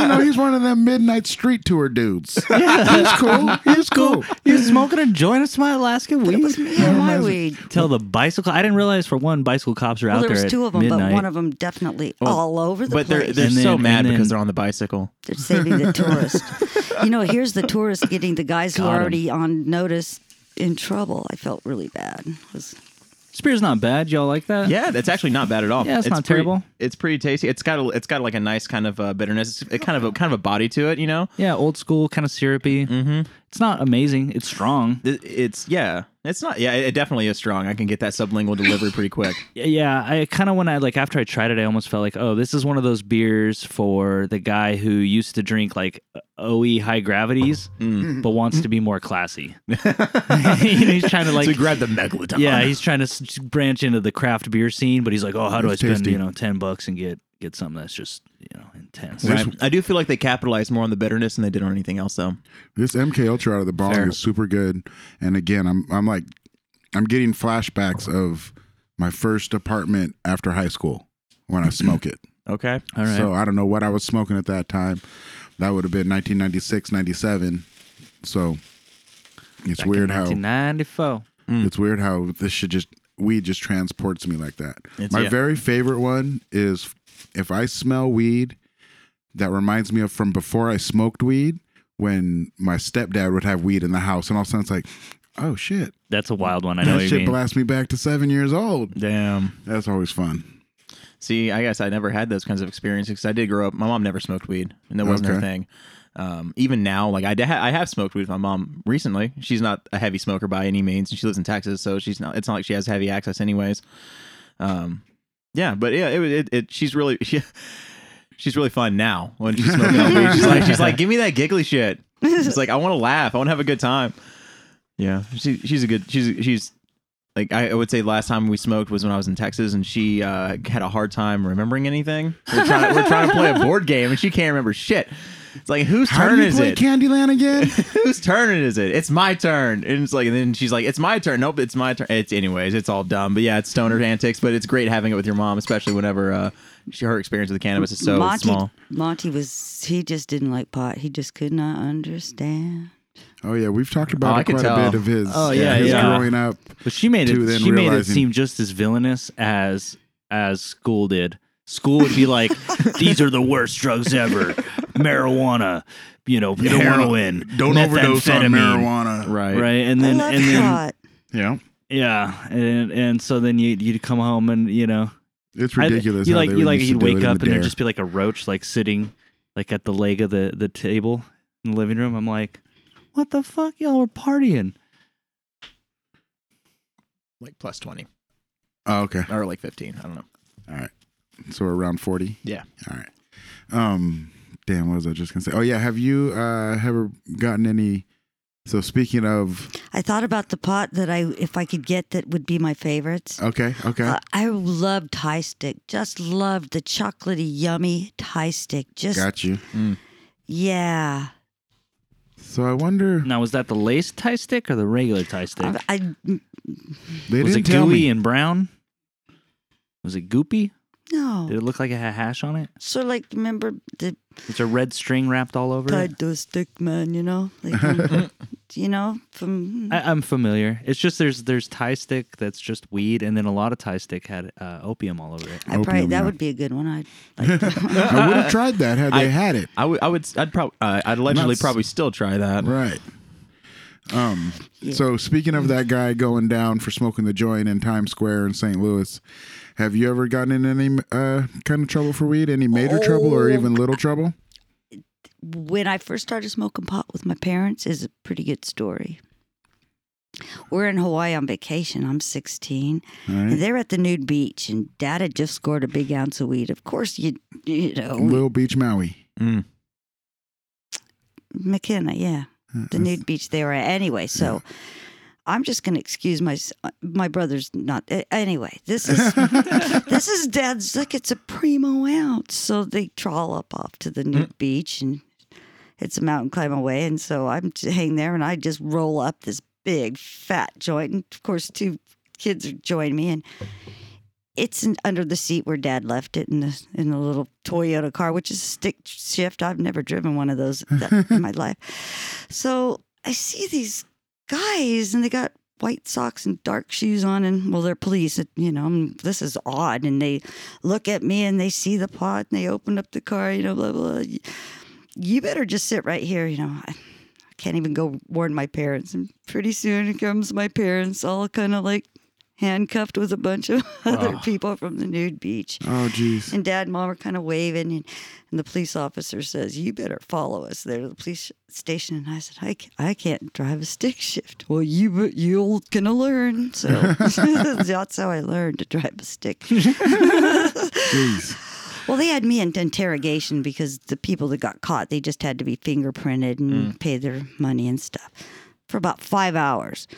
you know, he's one of them midnight street tour dudes. He's cool. He's cool.
You smoking a joint of my Alaska
it was
weed?
me and my weed.
Tell the bicycle. I didn't realize for one, bicycle cops are
Well,
out
there
there
was
at
two of them,
midnight. Oh,
but one of them definitely
Well,
all over the
but they're
place.
they're
And
so
then-
mad
and then-
because they're on the bicycle.
They're saving the tourist. you know, here's the tourist getting the guys who
Got
are
'em.
already on notice in trouble. I felt really bad. It was-
Spear's not bad. Y'all like that?
Yeah, that's actually not bad at all.
Yeah, it's not
pretty-
terrible.
It's pretty tasty. It's got a, it's got like a nice kind of uh, bitterness. It's it kind of a kind of a body to it, you know.
Yeah, old school, kind of syrupy. Mm-hmm. It's not amazing. It's strong.
It- It's yeah, it's not yeah. It definitely is strong. I can get that sublingual delivery pretty quick.
Yeah, I kind of when I like after I tried it, I almost felt like, oh, this is one of those beers for the guy who used to drink like OE high gravities,
Mm-hmm.
but wants to be more classy. You know, he's trying to like
grab the megalodon.
Yeah, he's trying to s- branch into the craft beer scene, but he's like, oh, how do I
It's
spend
tasty.
you know ten bucks and get get something that's just you know intense?
Right. I do feel like they capitalized more on the bitterness than they did on anything else, though.
This MK Ultra out of the bong
Fair.
is super good. And again, I'm I'm like I'm getting flashbacks of my first apartment after high school when I smoke it.
Okay.
Mm-hmm. All right,
So I don't know what I was smoking at that time. That would have been 1996, 97. So it's weird how
1994.
It's weird how this shit just weed just transports me like that.
It's-
My
yeah.
very favorite one is if I smell weed that reminds me of from before I smoked weed when my stepdad would have weed in the house and all of a sudden it's like, oh shit.
That's a wild one. I know
That
what you
shit
mean.
blasts me back to seven years old.
Damn.
That's always fun.
See, I guess I never had those kinds of experiences because I did grow up. My mom never smoked weed, and that wasn't her
Okay.
thing. Um, even now, like I, da- I have smoked weed with my mom recently. She's not a heavy smoker by any means, and she lives in Texas, so she's not. It's not like she has heavy access, anyways. Um, yeah, but yeah, it, it, it she's really she, she's really fun now when she's smoking on weed. She's like, she's like, give me that giggly shit. She's like, I want to laugh. I want to have a good time. Yeah, she, she's a good. She's she's like I I would say last time we smoked was when I was in Texas, and she uh, had a hard time remembering anything. We're trying, we're trying to play a board game, and she can't remember shit. It's like whose
How
turn
do you
is
play
it?
Candyland again?
whose turn is it? It's my turn. And it's like, and then she's like, it's my turn. Nope, it's my turn. It's anyways, it's all dumb. But yeah, it's stoner antics. But it's great having it with your mom, especially whenever uh, she, her experience with cannabis is so
Monty,
small.
Monty was, he just didn't like pot. He just could not understand.
oh yeah, we've talked
Oh,
about
I
it
can
quite
tell.
a bit of his,
Oh, yeah,
his
yeah.
growing up.
But she made
to
it.
then
She made it
realizing-
seem just as villainous as as school did. School would be like, "These are the worst drugs ever: marijuana, you know,
You don't wanna-
heroin,
Don't overdose on
methamphetamine."
marijuana.
Right.
right? And then,
I love
and then,
pot.
Yeah.
yeah, and and so then you you'd come home and you know,
It's
I-
ridiculous.
you
how
like
they
you
would
like
used to
you'd
do it
wake
in
up
the
and
dare.
there'd just be like a roach like sitting like at the leg of the the table in the living room. I'm like, what the fuck, y'all were partying?
Like plus 20
oh, okay.
or like 15. I don't know.
All right. So we're around 40.
Yeah.
All right. Um, damn, what was I just gonna say? Oh yeah, have you uh ever gotten any? So speaking of,
I thought about the pot that I, if I could get, that would be my favorites.
okay, okay,
Uh, I loved Thai stick. Just loved the chocolatey, yummy Thai stick. Just
got you.
yeah.
So I wonder.
Now was that the lace tie stick or the regular tie stick?
I, I-
They
was it
didn't tell
gooey
me.
and brown? Was it goopy?
Oh.
Did
no.
it look like it had hash on it?
So like, remember the
It's a red string wrapped all over
Thai
it.
do stick man? You know, like, um, you know, from
I, I'm familiar. It's just there's there's Thai stick that's just weed, and then a lot of Thai stick had uh, opium all over it.
I probably
opium,
that
yeah.
would be a good one. I like that.
I would have tried that had
I-
they had it.
I would, I would, I'd probably, uh, I'd allegedly
Nuts.
probably still try that.
Right. Um. So speaking of that guy going down for smoking the joint in Times Square in St. Louis, have you ever gotten in any uh kind of trouble for weed? Any major trouble
Oh.
or even little trouble?
when I first started smoking pot with my parents is a pretty good story. We're in Hawaii on vacation. I'm 16.
All right.
They're at the nude beach, and Dad had just scored a big ounce of weed. Of course, you you know
Little Beach, Maui.
Mm.
McKenna,
Uh-uh.
yeah,
Mm-hmm.
the nude beach they were at. Anyway, so I'm just going to excuse my s- my brother's not. a- Anyway, this is this is Dad's like it's a primo ounce. So they trawl up off to the nude beach and it's a mountain climb away, and so I'm j- hang there and I just roll up this big fat joint. And of course, two kids joined me, and it's in, under the seat where Dad left it in the in the little Toyota car, which is a stick shift. I've never driven one of those that- in my life. So I see these guys, and they got white socks and dark shoes on, and well, they're police. and, You know, I'm- this is odd. And they look at me, and they see the pot, and they open up the car. You know, blah blah. You better just sit right here. You know. I, I can't even go warn my parents. And pretty soon it comes my parents, all kind of like handcuffed with a bunch of other people from the nude beach.
Oh, jeez.
And dad and mom are kind of waving, and, and the police officer says, You better follow us there to the police station. And I said, I, ca- I can't drive a stick shift. Well, you, be- you're going to learn. So that's how I learned to drive a stick.
Jeez.
Well, they had me in interrogation because the people that got caught, they just had to be fingerprinted and pay their money and stuff for about five hours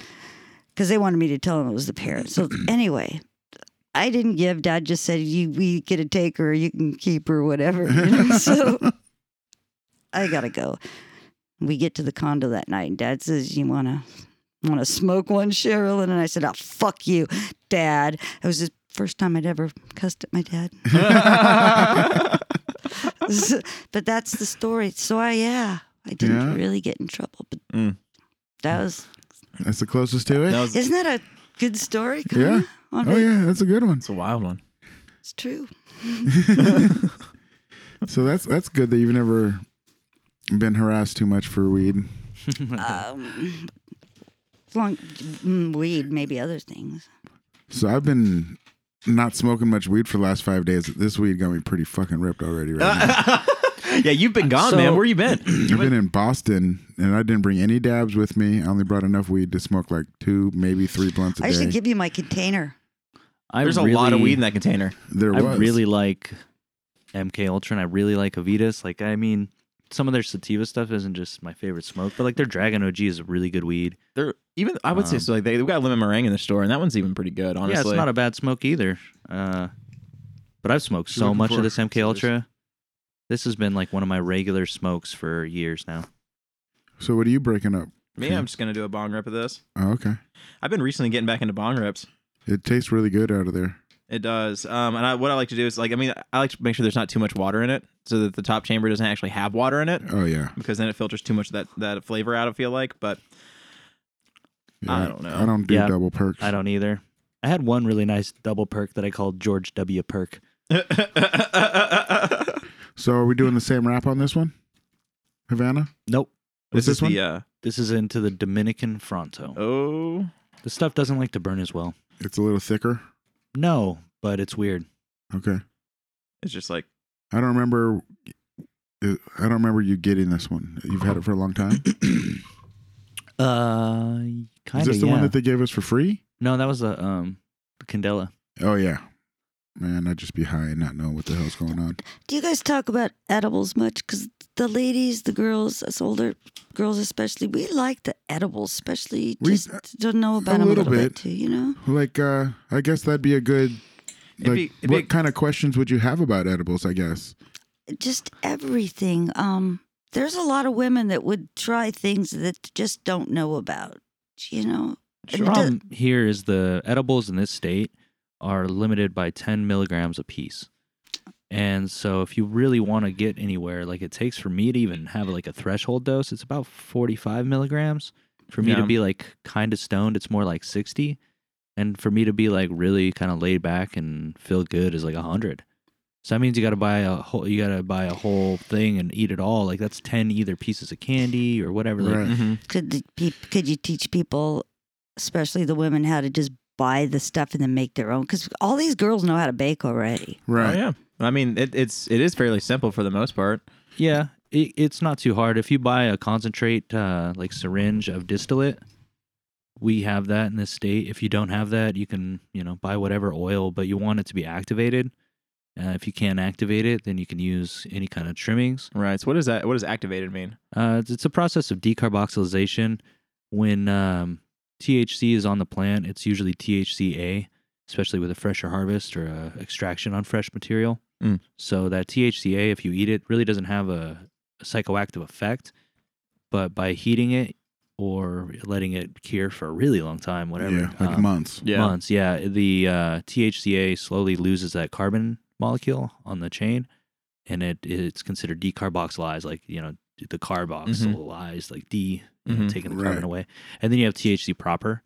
because they wanted me to tell them it was the parents. So anyway, I didn't give. Dad just said, "You, we get to take her. You can keep her, whatever." You know? so I gotta go. We get to the condo that night, and Dad says, "You wanna wanna smoke one, Sherilyn?" And I said, "Oh, fuck you, Dad." It was the first time I'd ever cussed at my dad but that's the story. So I yeah, I didn't
Yeah.
really get in trouble, but
Mm.
that was
That's the closest to it.
That was,
isn't that a good story?
Yeah.
Karma? On
Oh,
it?
yeah. That's a good one.
it's a wild one.
It's true.
So that's that's good that you've never been harassed too much for weed.
Um, long mm, weed, maybe other things.
So I've been not smoking much weed for the last five days. This weed got me pretty fucking ripped already. Right now.
Yeah, you've been gone,
So-
man. Where you been?
I've been in Boston and I didn't bring any dabs with me. I only brought enough weed to smoke like two, maybe three blunts a
I
day.
should give you my container.
I
There's a lot of weed in that container.
there
I
was
really like MK Ultra and I really like Avitas. Like I mean, some of their sativa stuff isn't just my favorite smoke, but like their Dragon OG is a really good weed.
They're even. I would say
Um,
so. Like they, they've got lemon meringue in the store, and that one's even pretty good. Honestly,
Yeah, it's not a bad smoke either. Uh, but I've smoked so
looking
much
for?
of this MK
So
Ultra. This has been like one of my regular smokes for years now.
So what are you breaking up?
me. I'm just gonna do a bong rip of this.
Oh, okay.
I've been recently getting back into bong rips.
It tastes really good out of there.
It does. Um, and I, what I like to do is like I mean I like to make sure there's not too much water in it, so that the top chamber doesn't actually have water in it,
Oh yeah.
because then it filters too much of that that flavor out. I feel like, but
yeah.
I don't know.
I don't do
Yeah.
double perks.
I don't either. I had one really nice double perk that I called George W. Perk.
So are we doing the same rap on this one? Havana?
Nope.
What's
this is
this one?
the uh,
This is into the Dominican Fronto.
oh
The stuff doesn't like to burn as well.
It's a little thicker.
No, but it's weird.
Okay.
it's just like
I don't remember. uh, I don't remember you getting this one. You've had it for a long time.
Uh,
Is
kind of.
this the
Yeah.
one that they gave us for free?
no, that was a um, Candela.
Oh yeah, man, I'd just be high and not knowing what the hell's going on.
Do you guys talk about edibles much? Because the ladies, the girls, us older girls especially, we like the edibles, especially
We-
just don't know about them
little
a little bit.
bit.
too. You know,
Like, uh, I guess that'd be a good.
It'd
Like,
be- it'd be
what
a-
kind of questions would you have about edibles? I guess.
Oh,
just everything. Um, there's a lot of women that would try things that just don't know about. You know,
The
Sure.
problem Um, here is the edibles in this state are limited by 10 milligrams apiece. And so if you really want to get anywhere, like it takes for me to even have like a threshold dose, it's about 45 milligrams. For me
Yeah.
to be like kind of stoned, it's more like 60. And for me to be like really kind of laid back and feel good is like 100. So that means you got to buy a whole you got to buy a whole thing and eat it all. Like that's 10 either pieces of candy or whatever. Like,
Right.
mhm.
could the peop- could you teach people, especially the women, how to just buy the stuff and then make their own? Because all these girls know how to bake already.
Right.
oh yeah. I mean it, it's it is fairly simple for the most part.
Yeah, it, it's not too hard. If you buy a concentrate, uh, like syringe of distillate, we have that in this state. If you don't have that, you can, you know, buy whatever oil, but you want it to be activated. Uh, if you can't activate it, then you can use any kind of trimmings.
Right. So what does that? What does activated mean?
Uh, it's, it's a process of decarboxylation. When um, THC is on the plant, it's usually THCA, especially with a fresher harvest or a extraction on fresh material.
Mm.
So that THCA, if you eat it, really doesn't have a, a psychoactive effect. But by heating it or letting it cure for a really long time, whatever.
Yeah, like
um,
months.
Yeah.
months. Yeah, the uh, THCA slowly loses that carbon molecule on the chain, and it it's considered decarboxylized, like you know the carboxylized, like D you know,
Mhm.
taking the
Mm-hmm. Right.
carbon away. And then you have THC proper.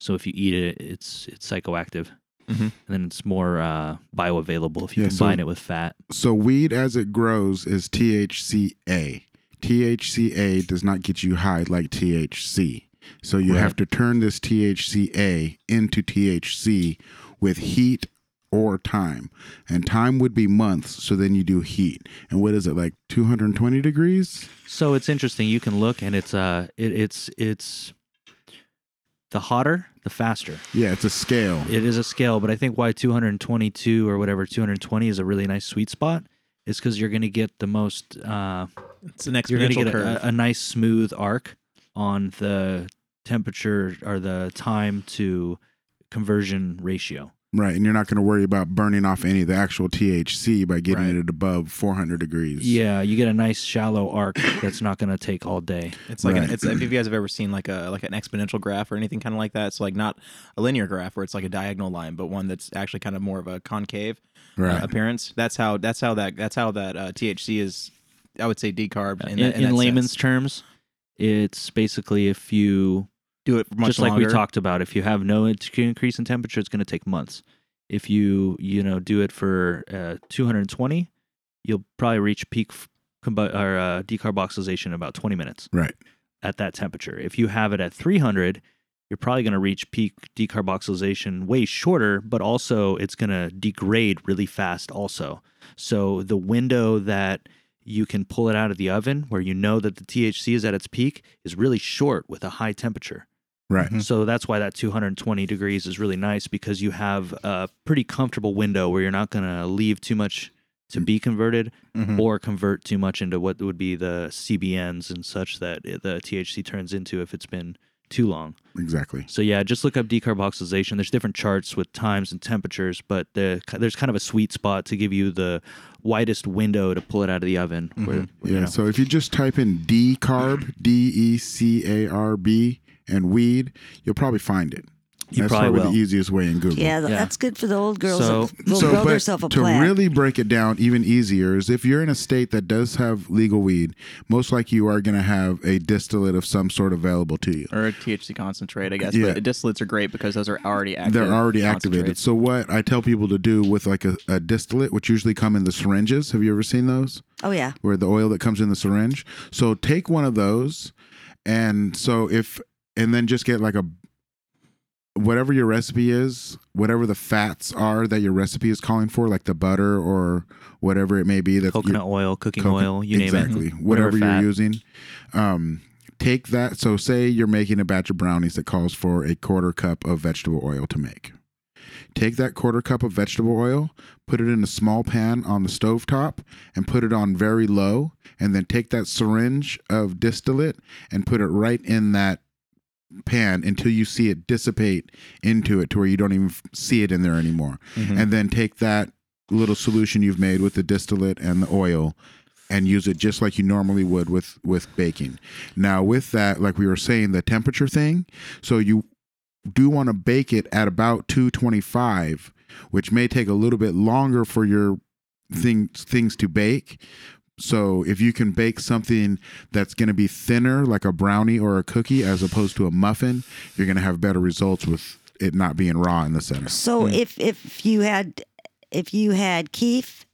So if you eat it, it's it's psychoactive,
Mhm.
and then it's more uh, bioavailable if
Mm-hmm.
you
Yeah, so-
combine it with fat.
So weed as it grows is THCA. THCA does not get you high like THC. So you
Right.
have to turn this THCA into THC with heat or time. And time would be months, so then you do heat. And what is it like 220 degrees?
So it's interesting. You can look, and it's uh, it, it's it's the hotter, the faster.
Yeah, it's a scale.
It is a scale, but I think why 222 or whatever 220 is a really nice sweet spot is because you're going to get the most. Uh,
It's an
you're going to
exponential
get
curve.
a, a, a nice smooth arc on the temperature or the time to conversion ratio.
Right. And you're not going to worry about burning off any of the actual THC by getting
Right.
it above 400 degrees.
Yeah, you get a nice shallow arc that's not going to take all day.
It's like
Right.
an, it's if you guys have ever seen like a like an exponential graph or anything kind of like that. It's like not a linear graph where it's like a diagonal line, but one that's actually kind of more of a concave uh,
Right.
appearance. That's how that's how that that's how that uh, THC is. I would say decarb in,
In,
that- in,
in
that
layman's
sense.
terms, it's basically if you
do it for much
just like
longer.
we talked about if you have no in- increase in temperature it's going to take months if you you know do it for uh, 220 you'll probably reach peak f- combu- or uh, decarboxylation in about 20 minutes
Right.
at that temperature if you have it at 300 you're probably going to reach peak decarboxylation way shorter but also it's going to degrade really fast also so the window that you can pull it out of the oven where you know that the THC is at its peak is really short with a high temperature.
Right.
So that's why that 220 degrees is really nice because you have a pretty comfortable window where you're not going to leave too much to
Hmm.
be converted
Mm-hmm.
Mhm.
or convert too much into what would be the CBNs and such that it- the THC turns into if it's been too long.
Exactly.
So yeah, just look up decarboxylation. There's different charts with times and temperatures, but the, there's kind of a sweet spot to give you the widest window to pull it out of the oven. Where, you
Mm-hmm. Yeah.
know.
So if you just type in decarb, D E C A R B, and weed, you'll probably find it.
You
That's
probably
probably
will.
the easiest way in Google.
Yeah, th-
Yeah.
that's good for the old girls.
So-
that will
So,
grow
but
herself a
to
plant.
really break it down even easier is if you're in a state that does have legal weed, most likely you are going to have a distillate of some sort available to you.
or a THC concentrate, I guess.
Yeah.
But distillates are great because those are already active.
They're already activated.
concentrates.
So what I tell people to do with like a, a distillate, which usually come in the syringes. Have you ever seen those?
oh yeah,
where the oil that comes in the syringe. So take one of those, and so if and then just get like a whatever your recipe is, whatever the fats are that your recipe is calling for, like the butter or whatever it may be. That you're-
coconut oil, cooking
coco-
oil, you name it.
exactly whatever,
fat.
you're using. Um, take that. So say you're making a batch of brownies that calls for a quarter cup of vegetable oil to make. Take that quarter cup of vegetable oil, put it in a small pan on the stove top, and put it on very low. And then take that syringe of distillate and put it right in that pan until you see it dissipate into it to where you don't even f- see it in there anymore.
Mm-hmm.
And then take that little solution you've made with the distillate and the oil and use it just like you normally would with with baking. Now with that like we were saying the temperature thing, so you do want to bake it at about 225, which may take a little bit longer for your things things to bake. So if you can bake something that's going to be thinner, like a brownie or a cookie, as opposed to a muffin, you're going to have better results with it not being raw in the center.
So if if you had if you had keef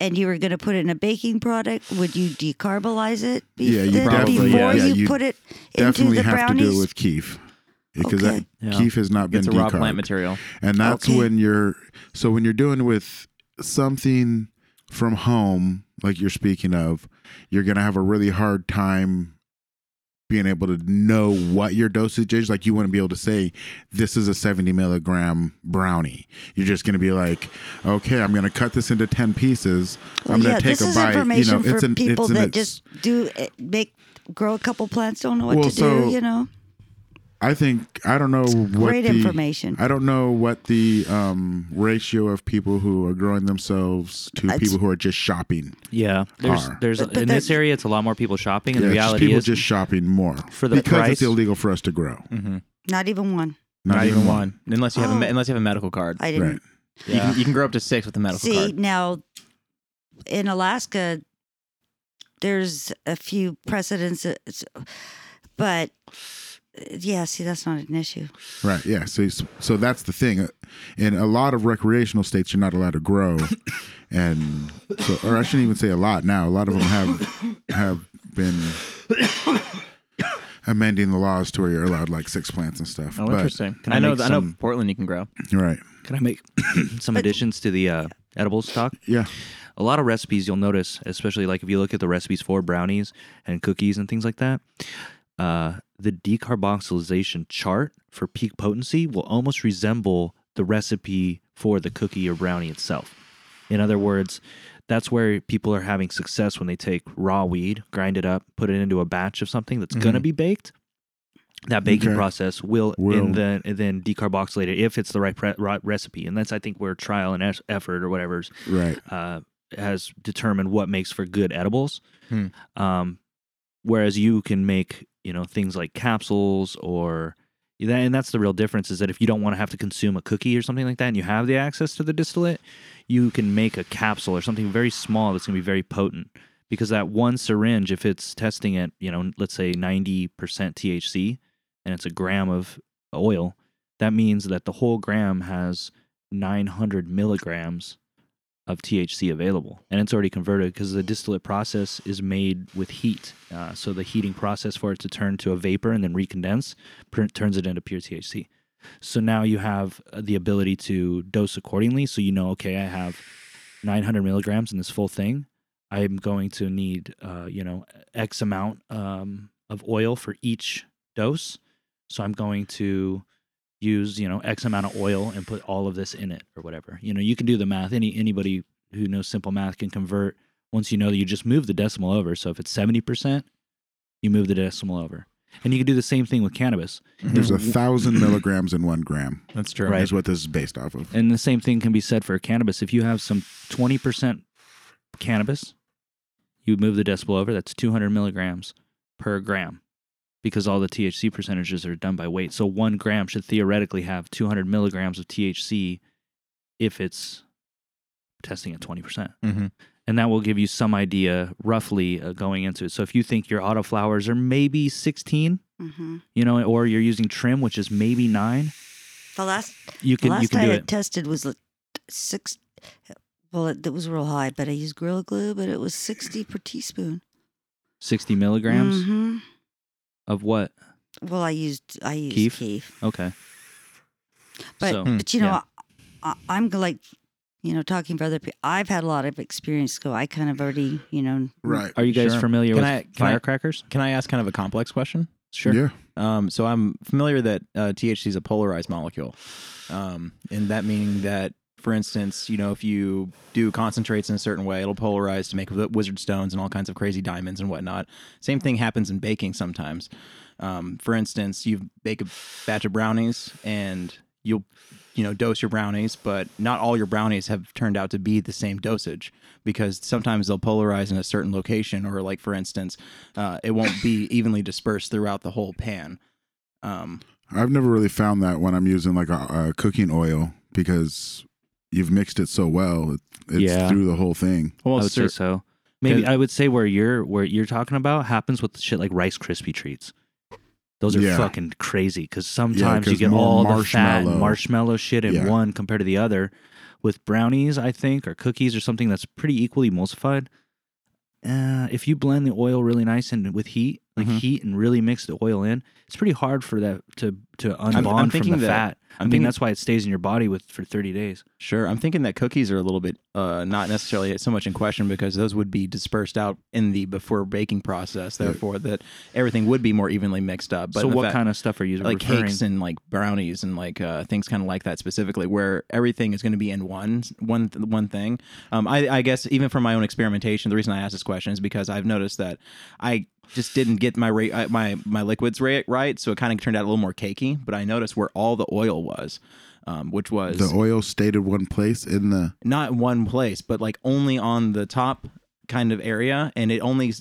and you were going to put it in a baking product, would you decarbolize it? bef-
Yeah, you
then
probably-
before
yeah.
you
Yeah, you
put it into
Definitely
the
have to
brownies.
do it with keef because that,
Okay.
Yeah.
keef has not been
it's a raw plant
decarbed.
material.
and that's
Okay.
when you're so when you're doing with something from home like you're speaking of you're gonna have a really hard time being able to know what your dosage is like you wouldn't be able to say this is a 70 milligram brownie you're just gonna be like okay i'm gonna cut this into 10 pieces i'm
Well,
gonna
yeah,
take
this
a
is
bite
information
you know
for
it's an
people
it's an
that eh,
ex-
just do it, make grow a couple plants, don't know what
Well,
to
so-
do. You know,
I think I don't know what
Great
the,
information.
I don't know what the um, ratio of people who are growing themselves to
It's-
people who are just shopping.
Yeah, there's
Are.
there's
But- but
in this
that-
area it's a lot more people shopping, and
Yeah,
the
it's just
reality
people
is
just shopping more
For the
because it's
price?
illegal for us to grow.
Mm-hmm.
Not even one.
Not, even one, unless you have a
Oh.
me- unless you have a medical card.
I didn't
Right.
You can you can grow up to six with a medical
see
card.
now. In Alaska, there's a few precedents, uh, s- but uh, yeah, see, that's not an issue.
Right. Yeah. So so that's the thing. In a lot of recreational states, you're not allowed to grow, and so, or I shouldn't even say a lot now. A lot of them have have been amending the laws to where you're allowed like six plants and stuff.
Oh,
But-
interesting.
Can
I,
I
know.
make
I know.
some-
Portland, you can grow.
Right.
Can I make some additions to the uh, edibles talk?
Yeah.
A lot of recipes you'll notice, especially like if you look at the recipes for brownies and cookies and things like that, uh, the decarboxylation chart for peak potency will almost resemble the recipe for the cookie or brownie itself. In other words, that's where people are having success when they take raw weed, grind it up, put it into a batch of something that's going to be baked. That baking
Mm-hmm. Okay.
process will,
Will.
and then and then decarboxylate it if it's the right, pre- right recipe, and that's I think where trial and es- effort or whatever's
Right.
uh, has determined what makes for good edibles.
Hmm.
Um, whereas you can make you know things like capsules or that, and that's the real difference is that if you don't want to have to consume a cookie or something like that, and you have the access to the distillate, you can make a capsule or something very small that's going to be very potent. Because that one syringe, if it's testing at you know let's say ninety percent THC, and it's a gram of oil, that means that the whole gram has nine hundred milligrams of THC available, and it's already converted because the distillate process is made with heat. Uh, so the heating process for it to turn to a vapor and then recondense pr- turns it into pure THC. So now you have uh, the ability to dose accordingly. So you know, okay, I have 900 milligrams in this full thing. I'm going to need, uh, you know, X amount um, of oil for each dose. So I'm going to use you know x amount of oil and put all of this in it or whatever you know you can do the math any anybody who knows simple math can convert once you know that you just move the decimal over so if it's 70% you move the decimal over and you can do the same thing with cannabis
There's a thousand milligrams in one gram.
That's true.
Mm-hmm. Right. Mm-hmm.
Is what this is based off of.
and the same thing can be said for cannabis if you have some 20% cannabis you move the decimal over that's 200 milligrams per gram because all the THC percentages are done by weight. So one gram should theoretically have 200 milligrams of THC if it's testing at 20%.
Mhm.
And that will give you some idea roughly uh, going into it. So if you think your auto flowers are maybe 16,
hmm
you know, or you're using trim, which is maybe nine,
The last
you
the
can, you
last
can do it.
I had tested was like six. Well, it, it was real high, but I used Gorilla Glue, but it was sixty per teaspoon.
60 milligrams
hmm
of what?
Well, I used I used
Keef?
Keef,
Okay.
but
Hmm.
so, hmm,
but you know,
yeah.
I, I, I'm like, you know, talking for other people. I've had a lot of experience, so I kind of already, you know,
Right.
are you guys
Sure.
familiar
Can
with
I- can I-
firecrackers?
Can I ask kind of a complex question?
sure.
Yeah.
Um, so I'm familiar that uh, THC is a polarized molecule, um, and that meaning that, for instance, you know, if you do concentrates in a certain way, it'll polarize to make wi- wizard stones and all kinds of crazy diamonds and whatnot. Same thing happens in baking sometimes. Um, for instance, you bake a batch of brownies and you'll you know dose your brownies but not all your brownies have turned out to be the same dosage because sometimes they'll polarize in a certain location or like for instance uh, it won't be evenly dispersed throughout the whole pan um,
I've never really found that when I'm using like a, a cooking oil because you've mixed it so well, it, it's
Yeah.
through the whole thing.
well
I would say
cer-
so. Maybe
Yeah.
I would say where you're where you're talking about happens with shit like Rice Krispie treats. Those are
Yeah.
fucking crazy because sometimes
'cause
you get
more
all the fat
marshmallow.
and marshmallow shit in
Yeah.
one compared to the other. With brownies, I think, or cookies or something that's pretty equally emulsified. Uh, if you blend the oil really nice and with heat, like
Mhm.
heat, and really mix the oil in, it's pretty hard for that to to
I'm
unbond from
thinking
the
that-
fat. i
I'm
mean,
thinking-
that's why it stays in your body with for thirty days.
sure i'm thinking that cookies are a little bit uh, not necessarily so much in question because those would be dispersed out in the before baking process therefore that everything would be more evenly mixed up but
so,
in
what
fact-
kind of stuff are you
like
referring?
cakes and like brownies and like uh, things kind of like that specifically, where everything is going to be in one one one thing. Um, I, I guess even from my own experimentation, the reason I asked this question is because I've noticed that I just didn't get my rate uh, my my liquids rate right, so it kind of turned out a little more cakey. But I noticed where all the oil was, um, which was
The oil stayed in one place in the
not in one place, but like only on the top kind of area, and it only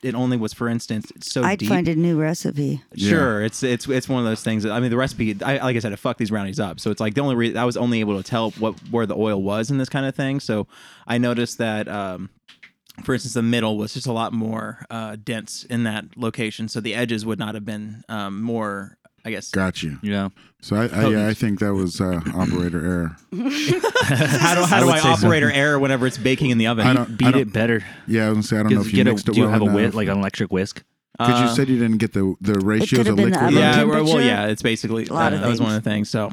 it only was, for instance, it's so
I'd
deep.
find a new recipe.
Sure, it's it's it's one of those things. That, I mean, the recipe. I, like I said, I fucked these brownies up. So it's like the only reason I was only able to tell what where the oil was in this kind of thing. So I noticed that, um, for instance, the middle was just a lot more uh, dense in that location. So the edges would not have been um, more. I guess.
got you.
Yeah.
So I,
Oh,
I yeah, I think that was uh, operator error.
How do, how do
would
I,
say so.
operator error whenever it's baking in the oven?
I don't. I
Beat
don't
it better.
yeah, I was gonna say I don't know
Get,
if you
get a,
mixed it
do you
well
have a
enough.
whiz, like uh, an electric whisk?
Because you said you didn't get the the ratios
have
of
been the
liquid. and-
oven
Uh, yeah, well, well,
temperature?
yeah. It's basically
A lot
that,
of
that was
things.
one of the things. So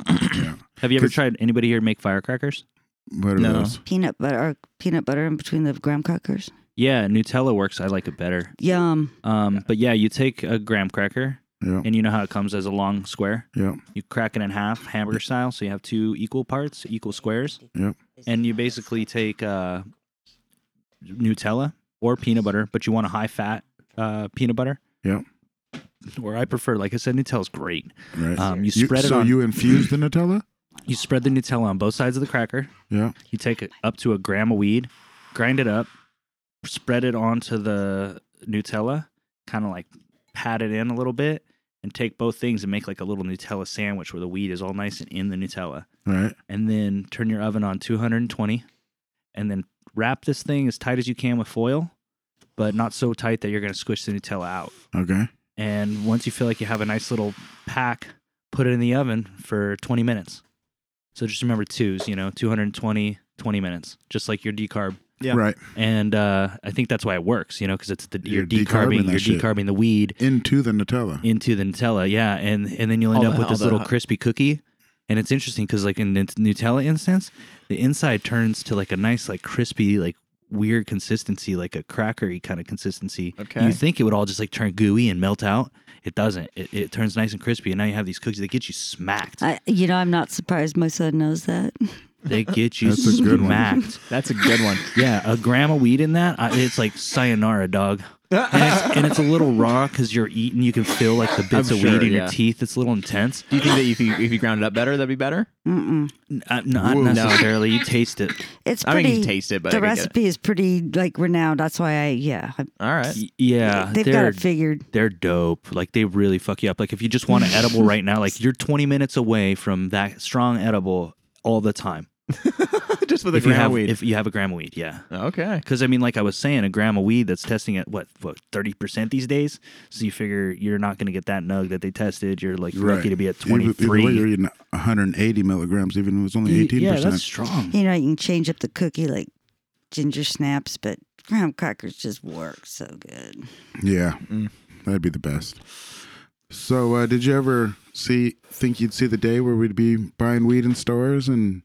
Have you ever
'Cause-
tried anybody here make firecrackers?
What are
No.
those?
Peanut butter, or peanut butter in between the graham crackers.
Yeah, Nutella works. I like it better.
Yum.
Um, but yeah, you take a graham cracker,
Yeah,
and you know how it comes as a long square.
yeah,
You crack it in half, hamburger style, so you have two equal parts, equal squares.
Yep.
And you basically take uh, Nutella or peanut butter, but you want a high fat uh, peanut butter.
Yep.
Or I prefer, like I said, Nutella's great.
right.
Um, you spread it
so
on. You,
you infuse the Nutella.
spread the Nutella on both sides of the cracker.
Yeah,
You take it up to a gram of weed, grind it up, spread it onto the Nutella, kind of like pat it in a little bit, and take both things and make like a little Nutella sandwich where the weed is all nice and in the Nutella.
right.
And then turn your oven on 220, and then wrap this thing as tight as you can with foil, but not so tight that you're going to squish the Nutella out.
Okay.
And once you feel like you have a nice little pack, put it in the oven for 20 minutes. So just remember twos, you know, 220, 20 minutes, just like your decarb.
Yeah.
Right
And uh, I think that's why it works, you know, because it's the, you're,
You're
decarbing,
decarbing that
you're
shit.
decarbing the weed
into the Nutella.
into the Nutella, yeah, and and then you'll end up
All the-
with
all
this
the
little
hot-
crispy cookie. And it's interesting because like in the Nutella instance, the inside turns to like a nice like crispy like weird consistency, like a crackery kind of consistency.
Okay.
You think it would all just like turn gooey and melt out. It doesn't. It, it turns nice and crispy, and now you have these cookies that get you smacked.
I, you know, I'm not surprised my son knows that.
They get you
That's a good one.
smacked.
that's a good one.
Yeah, a gram of weed in that, I, it's like sayonara, dog. And it's, and it's a little raw because you're eating. You can feel like the bits
I'm
of
sure,
weed in
yeah.
your teeth. It's a little intense.
Do you think that if you if you ground it up better, that'd be better?
Mm-mm.
Uh, not
Whoa.
necessarily. You taste it.
It's
I mean,
pretty.
you can taste it, but I
the
could get it.
recipe is pretty like renowned. That's why I yeah. I,
All right.
Y-
Uh,
Yeah,
they've got
they're
it figured.
they're dope. Like they really fuck you up. Like if you just want an edible right now, like you're 20 minutes away from that strong edible all the time.
Just with a
if you
gram
have
of weed.
if you have a gram of weed, yeah.
okay.
Because I mean, like I was saying, a gram of weed that's testing at what what 30 percent these days. So you figure you're not going to get that nug that they tested. You're like
Right.
lucky to be at
Even- either
23.
way, you're eating 180 milligrams, even if it's only 18.
yeah, that's
percent
strong.
You know, you can change up the cookie like ginger snaps, but graham crackers just work so good.
Yeah,
Mm.
that'd be the best. So, uh, did you ever see think you'd see the day where we'd be buying weed in stores and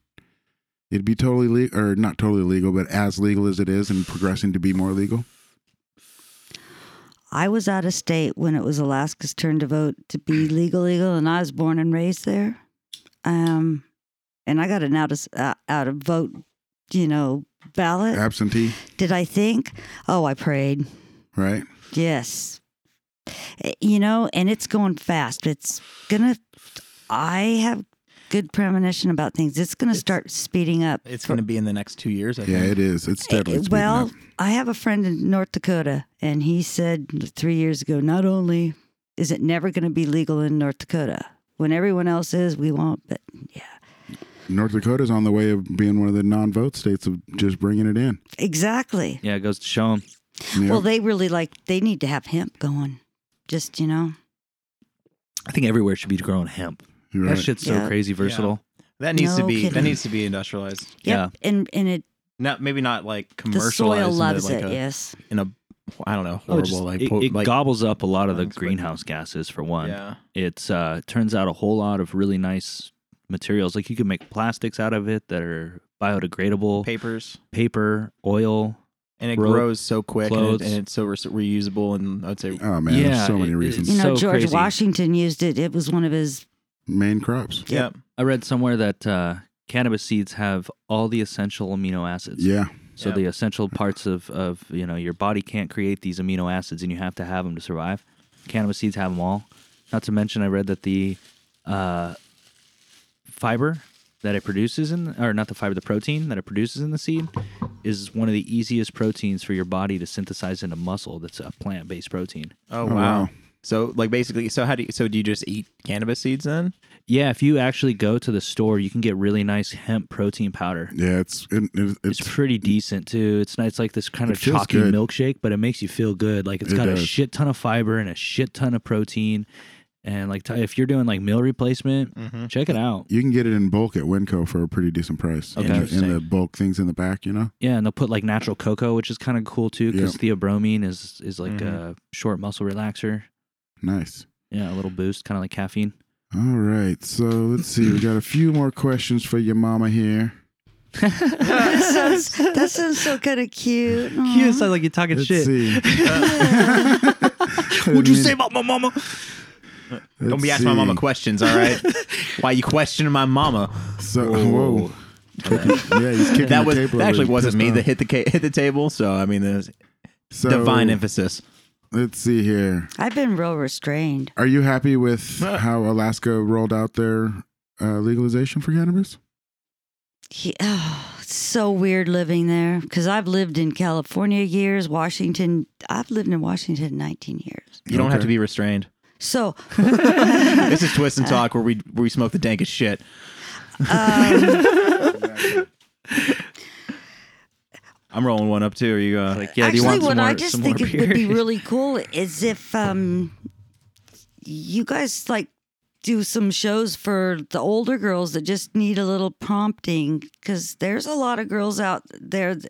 it'd be totally legal, or not totally legal, but as legal as it is, and progressing to be more legal?
I was out of state when it was Alaska's turn to vote to be legal, legal, and I was born and raised there. Um, and I got an out of uh, out of vote, you know, ballot.
Absentee,
Did I think? Oh, I prayed.
right?
Yes. Eh, You know, and it's going fast. It's going to, I have good premonition about things. It's going to start speeding up.
It's
for-
going to be in the next two years. I
Yeah,
think.
it is. It's
Eh,
steadily. speeding
Well,
up.
I have a friend in North Dakota, and he said three years ago not only is it never going to be legal in North Dakota, when everyone else is, we won't. But yeah,
North Dakota's on the way of being one of the non-vote states of just bringing it in.
exactly.
Yeah, it goes to show them.
Yeah.
Well, they really like, they need to have hemp going. Just, you know,
I think everywhere should be growing hemp.
You're
That
right.
shit's so
Yeah.
crazy versatile.
That needs to
No
be that
kidding.
needs to be industrialized.
Yep. And, and it,
Not maybe not like
the
commercialized.
soil
into,
loves
like
it.
a,
yes.
In a I don't know
Oh,
horrible
it just-
like,
it,
po-
it
like
gobbles up a lot of the
lungs, but-
greenhouse gases for one.
yeah.
It's uh turns out a whole lot of really nice materials. Like you can make plastics out of it that are biodegradable,
papers
paper, oil.
and it
Rope,
grows so quick and,
clothes.
it, and it's so re- reusable and I'd say
Oh man,
Yeah,
there's so many
it-
reasons.
You
So
know, George
crazy.
Washington used it. It was one of his.
Main crops.
yeah.
I read somewhere that uh cannabis seeds have all the essential amino acids.
Yeah,
So
Yeah.
the essential parts of, of you know your body can't create these amino acids, and you have to have them to survive. Cannabis seeds have them all. Not to mention, I read that the uh, fiber that it produces in, or not the fiber, the protein that it produces in the seed, is one of the easiest proteins for your body to synthesize into muscle. That's a plant-based protein.
Oh,
wow.
So like basically, so how do you, so do you just eat cannabis seeds then?
Yeah, if you actually go to the store, you can get really nice hemp protein powder.
Yeah, it's it, it,
It's,
it's
pretty decent too. It's not, it's like this kind
It
of
feels
chalky
good.
milkshake, but it makes you feel good. Like it's
It
got a
does.
shit ton of fiber and a shit ton of protein. And like t- if you're doing like meal replacement,
Mm-hmm.
Mm-hmm.
check it out.
you can get it in bulk at Winco for a pretty decent price.
Okay.
And, the, and the bulk things in the back, you know.
Yeah, and they'll put like natural cocoa, which is kind of cool too, because theobromine is is like
Mhm.
Mm-hmm.
a short muscle relaxer.
Nice.
Yeah, a little boost, kind of like caffeine.
All right, so let's see. We got a few more questions for your mama here.
that, sounds, that sounds so kind of cute.
You
Aw.
sound like you're talking
Let's
shit.
see.
What'd you
mean-
say about my mama?
Don't be
Let's
asking my mama
see.
questions, all right? Why you questioning my mama?
So, whoa. yeah, he's kicking
That
the
was
table.
that
over.
actually
He's
wasn't
pissed
me
off.
that hit the ca- hit the table. So I mean, there's
So,
divine emphasis.
Let's see here.
I've been real restrained.
Are you happy with how Alaska rolled out their uh, legalization for cannabis?
He, oh, it's so weird living there because I've lived in California years, Washington. I've lived in Washington 19 years.
You don't have
Okay.
to be restrained.
So
this is twist and talk where we where we smoke the dankest shit. I'm rolling one up too. Are you? Uh,
Like, yeah, do
Actually,
you want
what
some more,
I just
some
think
more
it would be
beer?
really cool is if um, you guys like do some shows for the older girls that just need a little prompting because there's a lot of girls out there. th-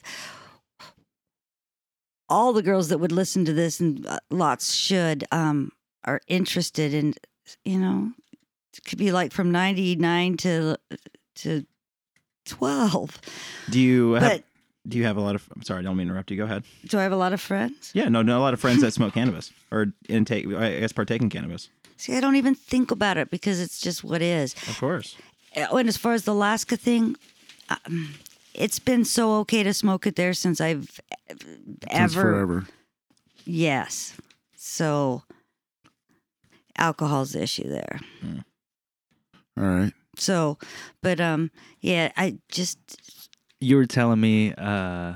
all the girls that would listen to this and uh, lots should um, are interested in you know it could be like from 99 to uh, to 12
do you? Have,
but
do you have a lot of? I'm sorry, I don't mean to interrupt you. Go ahead.
do i have a lot of friends
Yeah, no, no, a lot of friends that smoke cannabis or intake. I guess partake in cannabis.
See, I don't even think about it because it's just what is.
Of course.
Oh, And as far as the Alaska thing, um, it's been so okay to smoke it there since I've
Since
ever.
forever.
Yes. So alcohol's the issue there.
All right.
So, but um, yeah, I just
you were telling me uh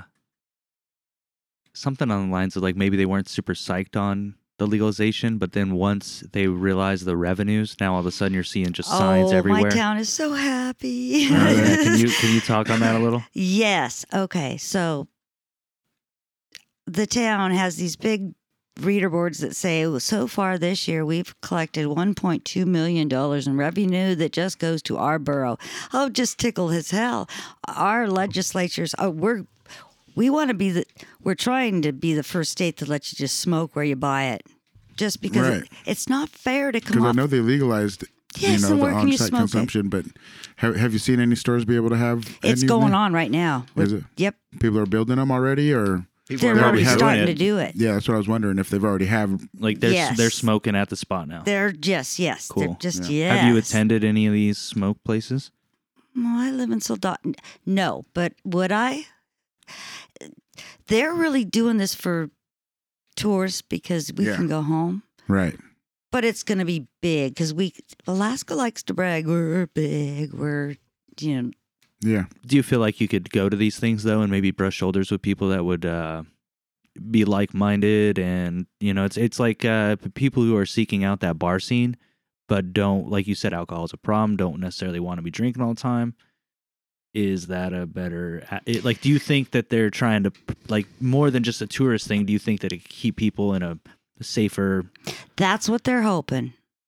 something on the lines of like maybe they weren't super psyched on the legalization, but then once they realized the revenues, now all of a sudden you're seeing just signs
oh,
everywhere.
my town is so happy.
Oh, yeah. Can you can you talk on that a little?
Yes. Okay. So the town has these big reader boards that say "Oh, so far this year we've collected 1.2 million dollars in revenue that just goes to our borough. Oh, just tickle his hell. Our legislatures oh, we're we want to be the we're trying to be the first state that lets you just smoke where you buy it. Just because it-
Right.
it's not fair to come
Because I
off
know they legalized, you
Yes,
know,
and
the
where can you
on-site
smoke it?
consumption. But have, have you seen any stores be able to have?
it's
any
going
now?
on right now.
Is it?
Yep.
People are building them already, or
They're
already
already
doing
starting
it.
to do it.
yeah, that's what I was wondering if they've already have.
Like they're
Yes.
they're smoking at the spot now.
They're just yes. They're
Cool.
just yes.
Have you attended any of these smoke places?
Well, I live in Soldotna. No, but would I? They're really doing this for tours because we
Yeah.
can go home.
Right.
But it's going to be big because we Alaska likes to brag we're big. We're you know
Yeah.
Do you feel like you could go to these things though and maybe brush shoulders with people that would uh be like-minded and you know it's it's like uh p- people who are seeking out that bar scene but don't like you said alcohol is a problem don't necessarily want to be drinking all the time is that a better a- it, like do you think that they're trying to p- like more than just a tourist thing do you think that it could keep people in a safer
that's what they're hoping.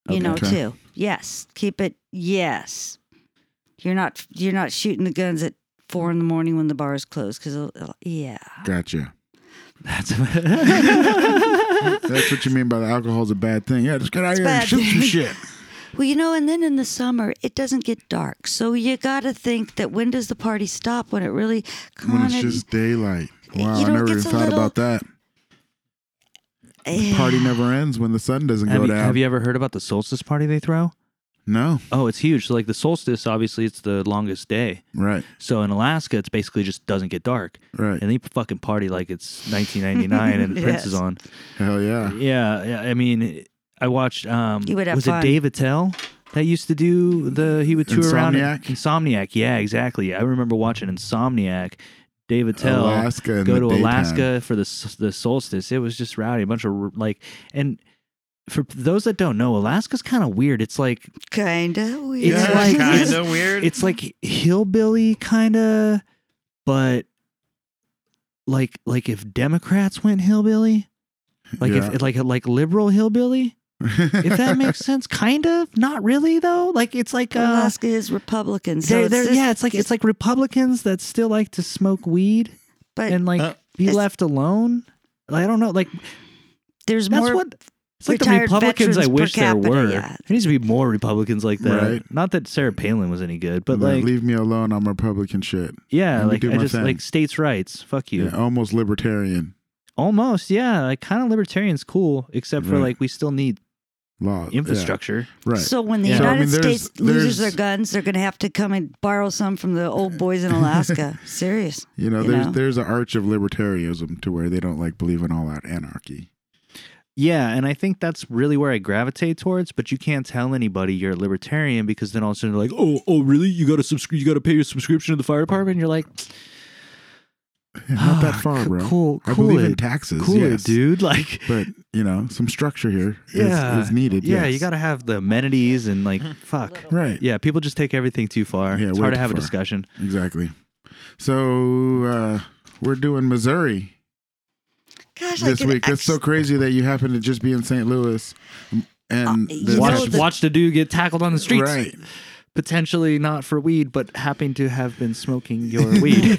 You
Okay.
know
Okay.
too. Yes, keep it. Yes, you're not you're not shooting the guns at four in the morning when the bar is closed because yeah.
Gotcha.
that's
That's what you mean by the alcohol's a bad thing. Yeah, just get out here and
bad.
shoot some shit.
Well, you know, and then in the summer it doesn't get dark, so you got to think that when does the party stop? When it really
when it's
kinda-
just daylight. Wow,
you
I
know, it
never even
gets a
thought
little-
about that.
Eh,
Party never ends when the sun doesn't
have
go
you,
down.
have you ever heard about the solstice party they throw
No.
Oh, it's huge. So like the solstice, obviously, it's the longest day.
Right.
So in Alaska, it's basically just doesn't get dark,
Right.
and they fucking party like it's 1999 and Prince is
Yes.
on.
Hell yeah.
Yeah, yeah. I mean, I watched. Um,
You would have
was
fun.
it Dave Attell that used to do the? He would tour around. and-
Insomniac?
Insomniac. Yeah, exactly. I remember watching Insomniac. Dave Attell
Oh, Alaska in
go
the
to
daytime.
Alaska for the s- the solstice. It was just rowdy, a bunch of r- like and. For those that don't know, Alaska's kind of weird. It's like
Kinda weird.
It's
Yeah,
like-
kinda.
it's-
weird.
it's like hillbilly kind of, but like like if Democrats went hillbilly, like
Yeah.
if like like liberal hillbilly, if that makes sense, kind of, not really though. Like it's like uh,
Alaska is Republican, so
they're,
it's
they're-
just-
yeah, it's like it's like Republicans that still like to smoke weed
but
and like
Uh,
be
it's-
left alone. I don't know, like
there's
that's
more.
what. It's like the
retired
Republicans
veterans
I
per
wish there
capita,
were.
yeah.
There needs to be more Republicans like that.
Right.
Not that Sarah Palin was any good, but
Yeah,
like,
leave me alone. I'm Republican shit.
yeah,
let me
like
do
I
my
just
thing.
like states' rights. Fuck you.
Yeah, almost libertarian
Almost, yeah. Like kind of libertarian's cool, except for
Right.
like we still need
law. Yeah,
infrastructure.
right.
So when the
Yeah. So, I
United
mean, there's-
States loses their
there's-
guns, they're going to have to come and borrow some from the old boys in Alaska. Serious.
you know,
you
there's
know.
there's an arch of libertarianism to where they don't like believe in all out anarchy.
Yeah, and I think that's really where I gravitate towards. But you can't tell anybody you're a libertarian because then all of a sudden they're like, "Oh, oh, really? You got to subscribe? You got to pay your subscription to the fire department?" And you're like,
Not that
"Ah,
far,
c-
bro.
Cool,
I
cool
believe in
it,
taxes.
cool
yes.
it, dude. Like,
But you know, some structure here is,
yeah,
is needed.
Yeah,
yes.
you got to have the amenities and like, fuck.
right.
Yeah, people just take everything too far.
Yeah,
it's
way
hard
too
to have a
far.
discussion.
Exactly. So uh, we're doing Missouri
Gosh, I
this
could
week. That's so
act-
crazy that you happen to just be in St. Louis um, and
Uh, you
this
know
Watch,
happened-
the-
watch the dude get tackled on the streets.
Right.
potentially not for weed, but happen to have been smoking your weed.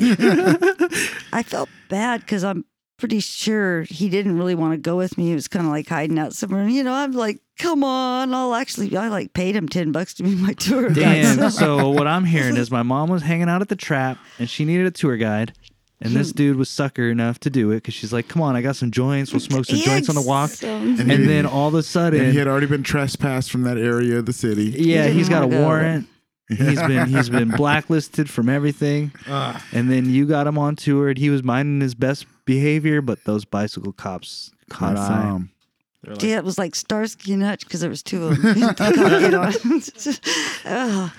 I felt bad because I'm pretty sure he didn't really want to go with me. He was kind of like hiding out somewhere. You know, I'm like, come on, I'll actually, I like paid him 10 bucks to be my tour guide.
Damn. so what I'm hearing is my mom was hanging out at the trap and she needed a tour guide. And this dude was sucker enough to do it because she's like, come on, I got some joints. We'll smoke some
Yeah,
joints on the walk.
so-
And he-
And then all of a
And he had
sudden,
already been trespassed from that area of the city.
yeah,
He
he's got a
didn't wanna go.
warrant. He's been he's been blacklisted from everything.
Ah.
And then you got him on tour and he was minding his best behavior, but those bicycle cops caught
That's,
eye.
um,
Yeah, it was like Starsky and Hutch because there was two of them. You know? Oh, Ugh.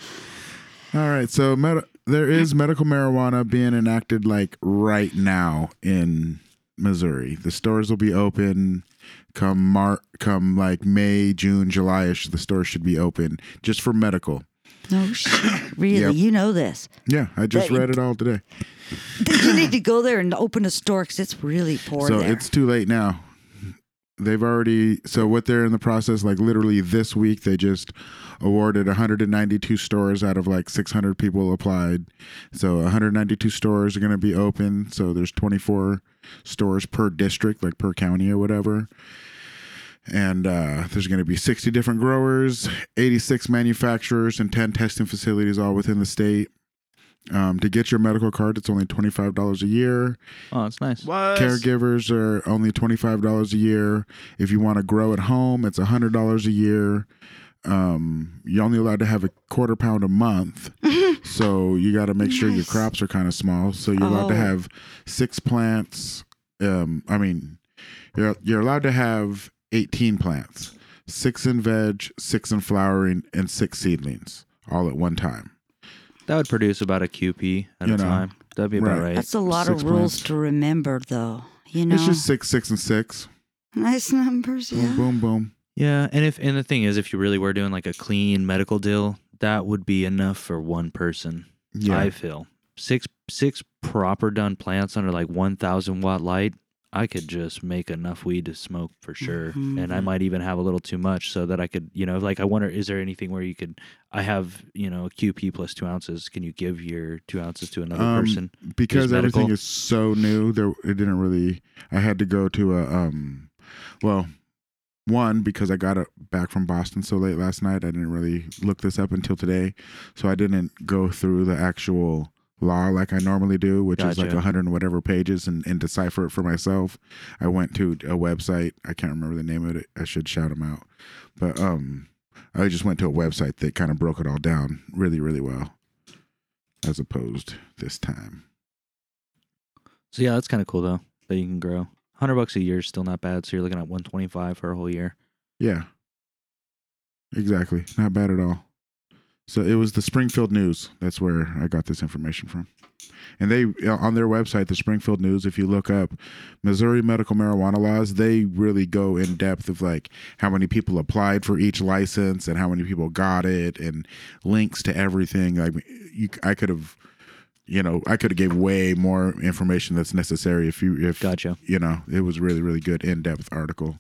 all right. So med- there is medical marijuana being enacted like right now in Missouri. The stores will be open come Mar- come like May, June, July ish. The stores should be open just for medical.
no shit. Really,
Yep.
you know this.
Yeah, I just
That-
read it all today.
You need to go there and open a store because it's really poor
so
there.
it's too late now they've already so what they're in the process like literally this week they just awarded 192 stores out of like 600 people applied so 192 stores are going to be open so there's 24 stores per district like per county or whatever and uh, there's going to be 60 different growers 86 manufacturers and 10 testing facilities all within the state um, to get your medical card it's only $25 a year
Oh, it's nice.
What?
caregivers are only $25 a year if you want to grow at home it's $100 a year um, you're only allowed to have a quarter pound a month so you got to make sure your
Nice.
crops are kind of small so you're allowed to
Oh.
have six plants um, i mean you're, you're allowed to have 18 plants six in veg six in flowering and six seedlings all at one time
That would produce about a QP at
You
a
know.
time. That'd be about
Right.
right.
That's a lot
six
of rules
plants.
to remember, though. You know,
it's just Oh, six six and six
nice numbers.
boom
Yeah.
boom boom
Yeah, and if and the thing is, if you really were doing like a clean medical deal, that would be enough for one person.
yeah
I feel six six proper done plants under like one thousand watt light. I could just make enough weed to smoke for sure,
Mm-hmm.
and I
Mhm.
might even have a little too much so that I could, you know, like I wonder, is there anything where you could? I have, you know, a QP plus two ounces. Can you give your two ounces to another
Um,
person?
because
Just medical?
everything is so new there it didn't really i had to go to a um well one because i got it back from boston so late last night i didn't really look this up until today so i didn't go through the actual law like i normally do which is like
Gotcha.
100 and whatever pages and, and decipher it for myself i went to a website i can't remember the name of it i should shout them out but um I just went to a website that kind of broke it all down really, really well, as opposed this time.
So yeah, that's kind of cool though that you can grow. Hundred bucks a year is still not bad. So you're looking at one twenty five for a whole year.
Yeah. Exactly. Not bad at all. So it was the Springfield News. That's where I got this information from. And they uh, on their website, the Springfield News, if you look up Missouri medical marijuana laws, they really go in depth of like how many people applied for each license and how many people got it and links to everything. Like you I could have you know, I could have gave way more information that's necessary if you if
Gotcha.
you know, it was really really good in-depth article.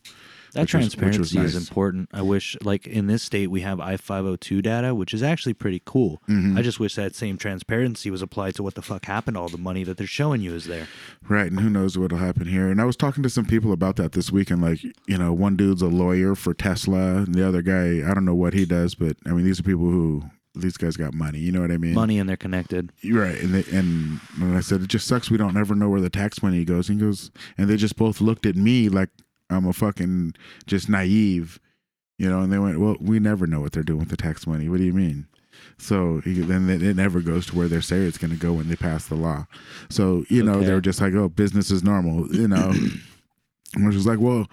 That
Which was- which was
transparency is
nice.
important. I wish, like in this state, we have I five hundred two data, which is actually pretty cool.
Mm-hmm.
I just wish that same transparency was applied to what the fuck happened. to All the money that they're showing you is there.
Right, and who knows what'll happen here. And I was talking to some people about that this week, and like, you know, one dude's a lawyer for Tesla, and the other guy, I don't know what he does, but I mean, these are people who these guys got money. You know what I mean?
Money and they're connected.
You're right. And they, and, and I said, it just sucks. We don't ever know where the tax money goes. And he goes, and they just both looked at me like I'm a fucking just naive, you know. And they went, well, we never know what they're doing with the tax money. What do you mean? So he- then it it never goes to where they say it's going to go when they pass the law. So you know
Okay.
they were just like, oh, business is normal, you know. Which was like, well,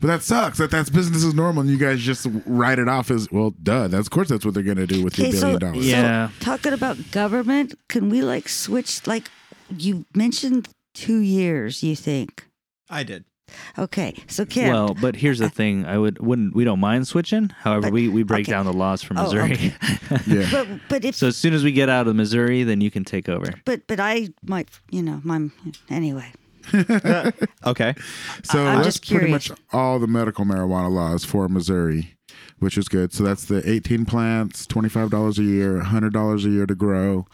but that sucks. That that's business is normal, and you guys just write it off as well. Duh. That's of course that's what they're going to do with your
Okay,
billion
so,
dollars.
Yeah.
so talking about government, can we like switch? Like you mentioned, two years. You think?
I did.
Okay, so Kim.
Well, but here's the thing: I would wouldn't we don't mind switching. However,
But-
we we break
okay.
down the laws for
Oh,
Missouri.
Yeah.
but but if
so as soon as we get out of Missouri, then you can take over.
but but I might you know my anyway.
Okay.
So
I- I'm
that's
just
pretty
curious.
much all the medical marijuana laws for Missouri, which is good. So that's the 18 plants, $25 a year, $100 a year to grow.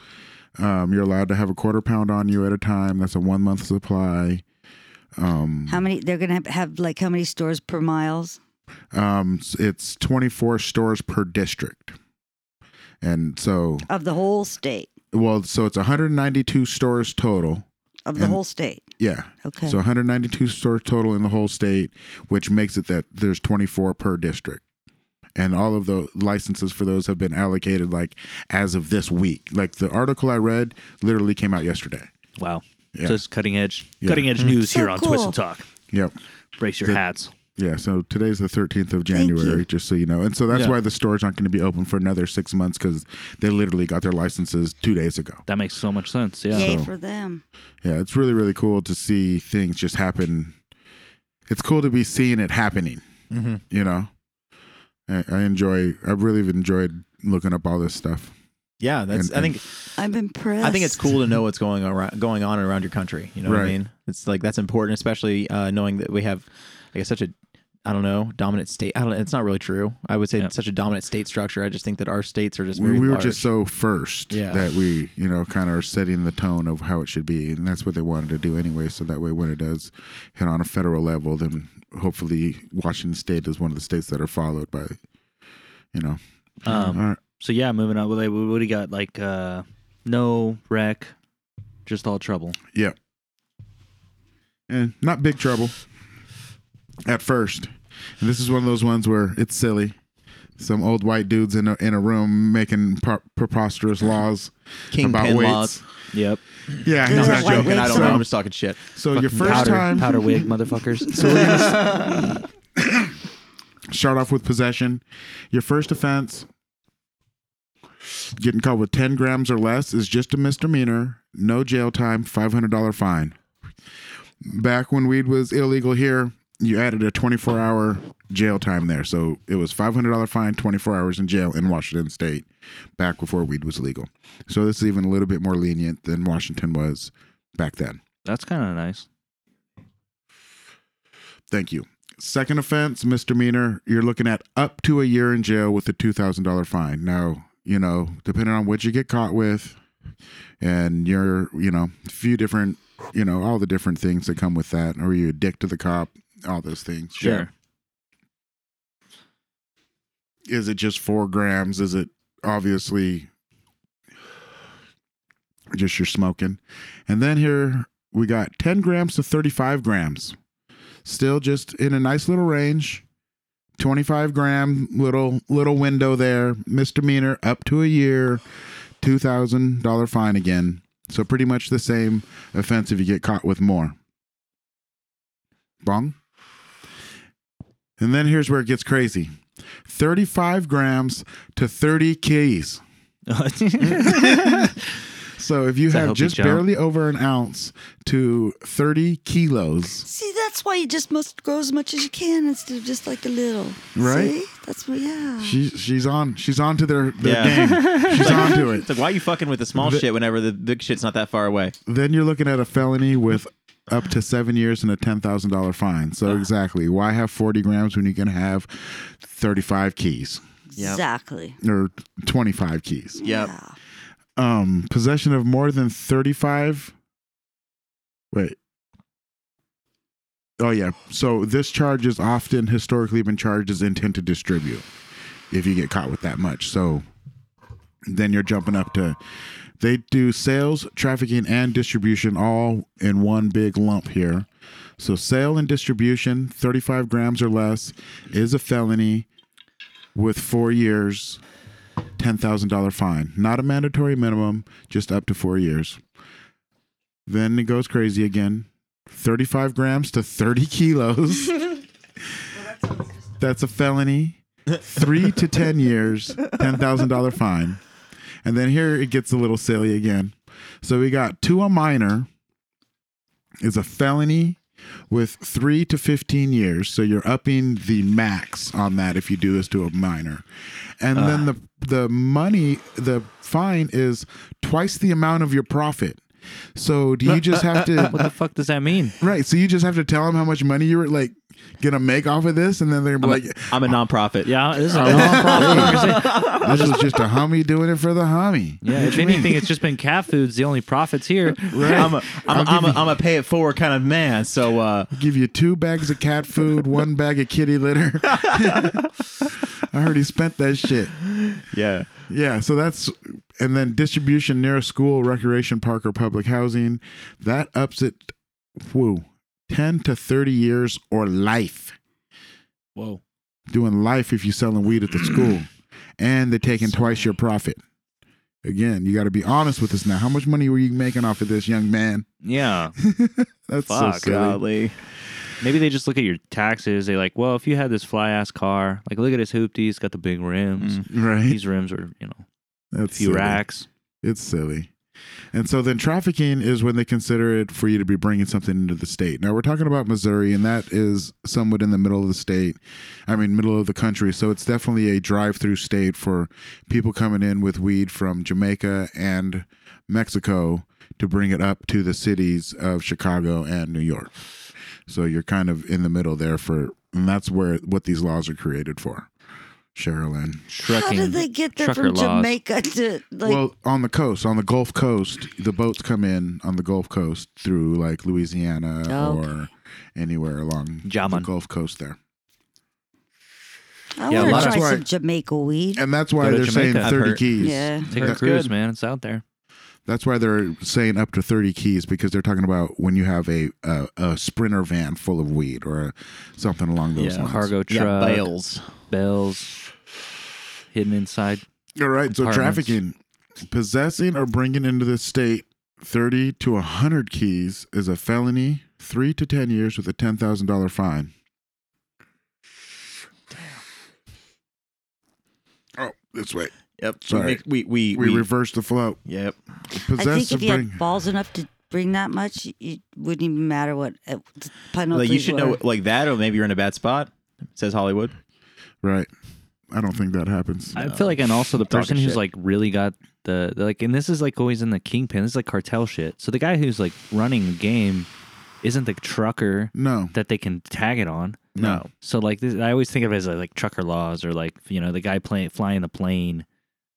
Um, you're allowed to have a quarter pound on you at a time. That's a one month supply.
How many they're gonna have, have like how many stores per miles?
Um, s- it's 24 stores per district. And so,
Of the whole state.
well, so it's 192 stores total.
Of the
And-
whole state.
Yeah.
Okay.
So 192 stores total in the whole state, which makes it that there's 24 per district. And all of the licenses for those have been allocated like as of this week. Like the article I read literally came out yesterday.
Wow.
Yeah.
So it's cutting edge,
Yeah.
cutting edge news
Mm-hmm. So
here on Twist
cool.
and Talk.
Yep.
Brace your
The-
hats.
Yeah, so today's the 13th of
Thank you.
January, just so you know. And so that's
Yeah.
why the stores aren't going to be open for another six months because they literally got their licenses two days ago.
That makes so much sense. Yeah.
Yay
so-
for them.
Yeah, it's really, really cool to see things just happen. It's cool to be seeing it happening.
Mm-hmm.
you know I, I enjoy i really enjoyed looking up all this stuff
Yeah, that's.
And-
I think.
I'm impressed.
I think it's cool to know what's going around, going on around your country. You know what I
Right.
mean? It's like that's important, especially uh, knowing that we have, I guess, such a, I don't know, dominant state. I don't. It's not really true. I would say
Yeah.
such a dominant state structure. I just think that our states are just
we,
very
we were
large.
just so first
Yeah.
that we you know kind of are setting the tone of how it should be and that's what they wanted to do anyway so that way when it does hit on a federal level then hopefully washington state is one of the states that are followed by you know
Um,
all right.
So yeah, moving on. Well, they- What do you got? Like uh, no wreck, just all trouble.
yeah and not big trouble at first and this is one of those ones where it's silly some old white dudes in a in a room making pro- preposterous laws about
kingpin
weights.
laws.
Yep.
Yeah,
No,
he's not
I'm
that's
not
white
joking.
joking. I don't know. I'm
So,
just talking shit.
so your
Fucking
first
powder,
time,
powder wig, motherfuckers.
so we're gonna s- start off with possession. Your first offense, getting caught with 10 grams or less, is just a misdemeanor. No jail time, $500 fine. Back when weed was illegal here, you added a 24 hour jail time there. So it was $500 fine, 24 hours in jail in Washington state back before weed was legal. So this is even a little bit more lenient than Washington was back then.
That's kind of nice.
Thank you. Second offense, misdemeanor, you're looking at up to a year in jail with a $2,000 fine. Now, you know, depending on what you get caught with and you're, you know, a few different, you know, all the different things that come with that, or you a dick to the cop, all those things.
Sure.
Is it just four grams? Is it obviously just your smoking? And then here we got 10 grams to 35 grams still just in a nice little range, 25 gram little little window there, misdemeanor up to a year, two thousand dollar fine again. So pretty much the same offense if you get caught with more. Bong. And then here's where it gets crazy. 35 grams to 30 Ks. So if you
Does that
have
help you
just
jump?
barely over an ounce to 30 kilos,
See, that's why you just must grow as much as you can instead of just like a little.
Right?
See? That's what, yeah.
she, she's on she's on to their, their
Yeah.
game. She's on to it.
It's like, why are you fucking with the small
The-
shit whenever the big shit's not that far away?
Then you're looking at a felony with up to seven years and a $10,000 fine. So exactly. Why have 40 grams when you can have 35 keys
Exactly.
or 25 keys?
Yep.
Yeah.
Um, possession of more than 35. Wait. Oh, yeah. So this charge has often historically been charged as intent to distribute if you get caught with that much. So then you're jumping up to. They do sales, trafficking, and distribution all in one big lump here. So sale and distribution, 35 grams or less, is a felony with four years, $10,000 fine. Not a mandatory minimum, just up to four years. Then it goes crazy again 35 grams to 30 kilos. That's a felony. Three to 10 years, $10,000 fine. And then here it gets a little silly again. So we got to a minor is a felony with three to 15 years. So you're upping the max on that if you do this to a minor. And then the, the money, the fine is twice the amount of your profit. So do you just have to
what the fuck does that mean?
Right. So you just have to tell them how much money you were like gonna make off of this, and then they're gonna be like,
I'm a nonprofit.
Yeah, this is a
"Oh, hey, this is just a homie doing it for the homie.
Yeah, if anything, it's just been cat food's the only profits here.
I'm a I'm, I'm, a, I'm a pay it forward kind of man. So uh,
Give you two bags of cat food, one bag of kitty litter. I already spent that shit.
yeah,
Yeah. So that's and then distribution near a school, recreation park, or public housing, that ups it. Woo. 10 to 30 years or life.
Whoa.
doing life if you're selling weed at the school and they're taking twice your profit. Again, you got to be honest with us now. How much money were you making off of this, young man?
Yeah.
That's so
Fuck, uh,
silly.
golly.
Maybe they just look at your taxes. They like, well, if you had this fly ass car, like look at his hoopty, it's got the big rims.
Right?
These rims are, you know, a
That's
few
silly.
racks.
It's silly. And so then trafficking is when they consider it for you to be bringing something into the state. Now we're talking about Missouri, and that is somewhat in the middle of the state. I mean, middle of the country. So it's definitely a drive-through state for people coming in with weed from Jamaica and Mexico to bring it up to the cities of Chicago and New York. So you're kind of in the middle there for, and that's where what these laws are created for. Sherilyn.
How did they get there
trucker
from
laws.
Jamaica to like?
well, on the coast, on the Gulf Coast, the boats come in on the Gulf Coast through like Louisiana
Oh,
or anywhere along
Jaman.
the Gulf Coast there.
I
yeah,
want
lots
to
of-
try
That's why-
some Jamaica weed.
And that's why
Go to
they're saying
Jamaica. I've
30
heard.
keys.
Yeah.
Take a
That's
cruise,
good.
man. It's out there.
That's why they're saying up to 30 keys because they're talking about when you have a a, a sprinter van full of weed or something along those
Yeah,
lines.
Cargo
Yeah,
truck,
bales.
bells hidden inside.
All right, so
Apartments.
trafficking, possessing or bringing into the state thirty to hundred keys is a felony, three to ten years with a ten thousand dollar fine. Damn. Oh, this way.
Yep.
Sorry.
We, make- we, we,
We
we-
reverse the flow.
Yep.
I
Possess
think
or
if you
bring.
had balls enough to bring that much, it wouldn't even matter what uh, the penalties
Like you should
were.
know like that, or maybe you're in a bad spot. Says Hollywood.
right. I don't think that happens.
I feel like, and also the
Talking
person who's
shit.
like really got the like, and this is like always in the kingpin. This is like cartel shit. So the guy who's like running the game isn't the trucker
no.
that they can tag it on.
No.
So like, this, I always think of it as like, trucker laws or like you know the guy playing flying the plane,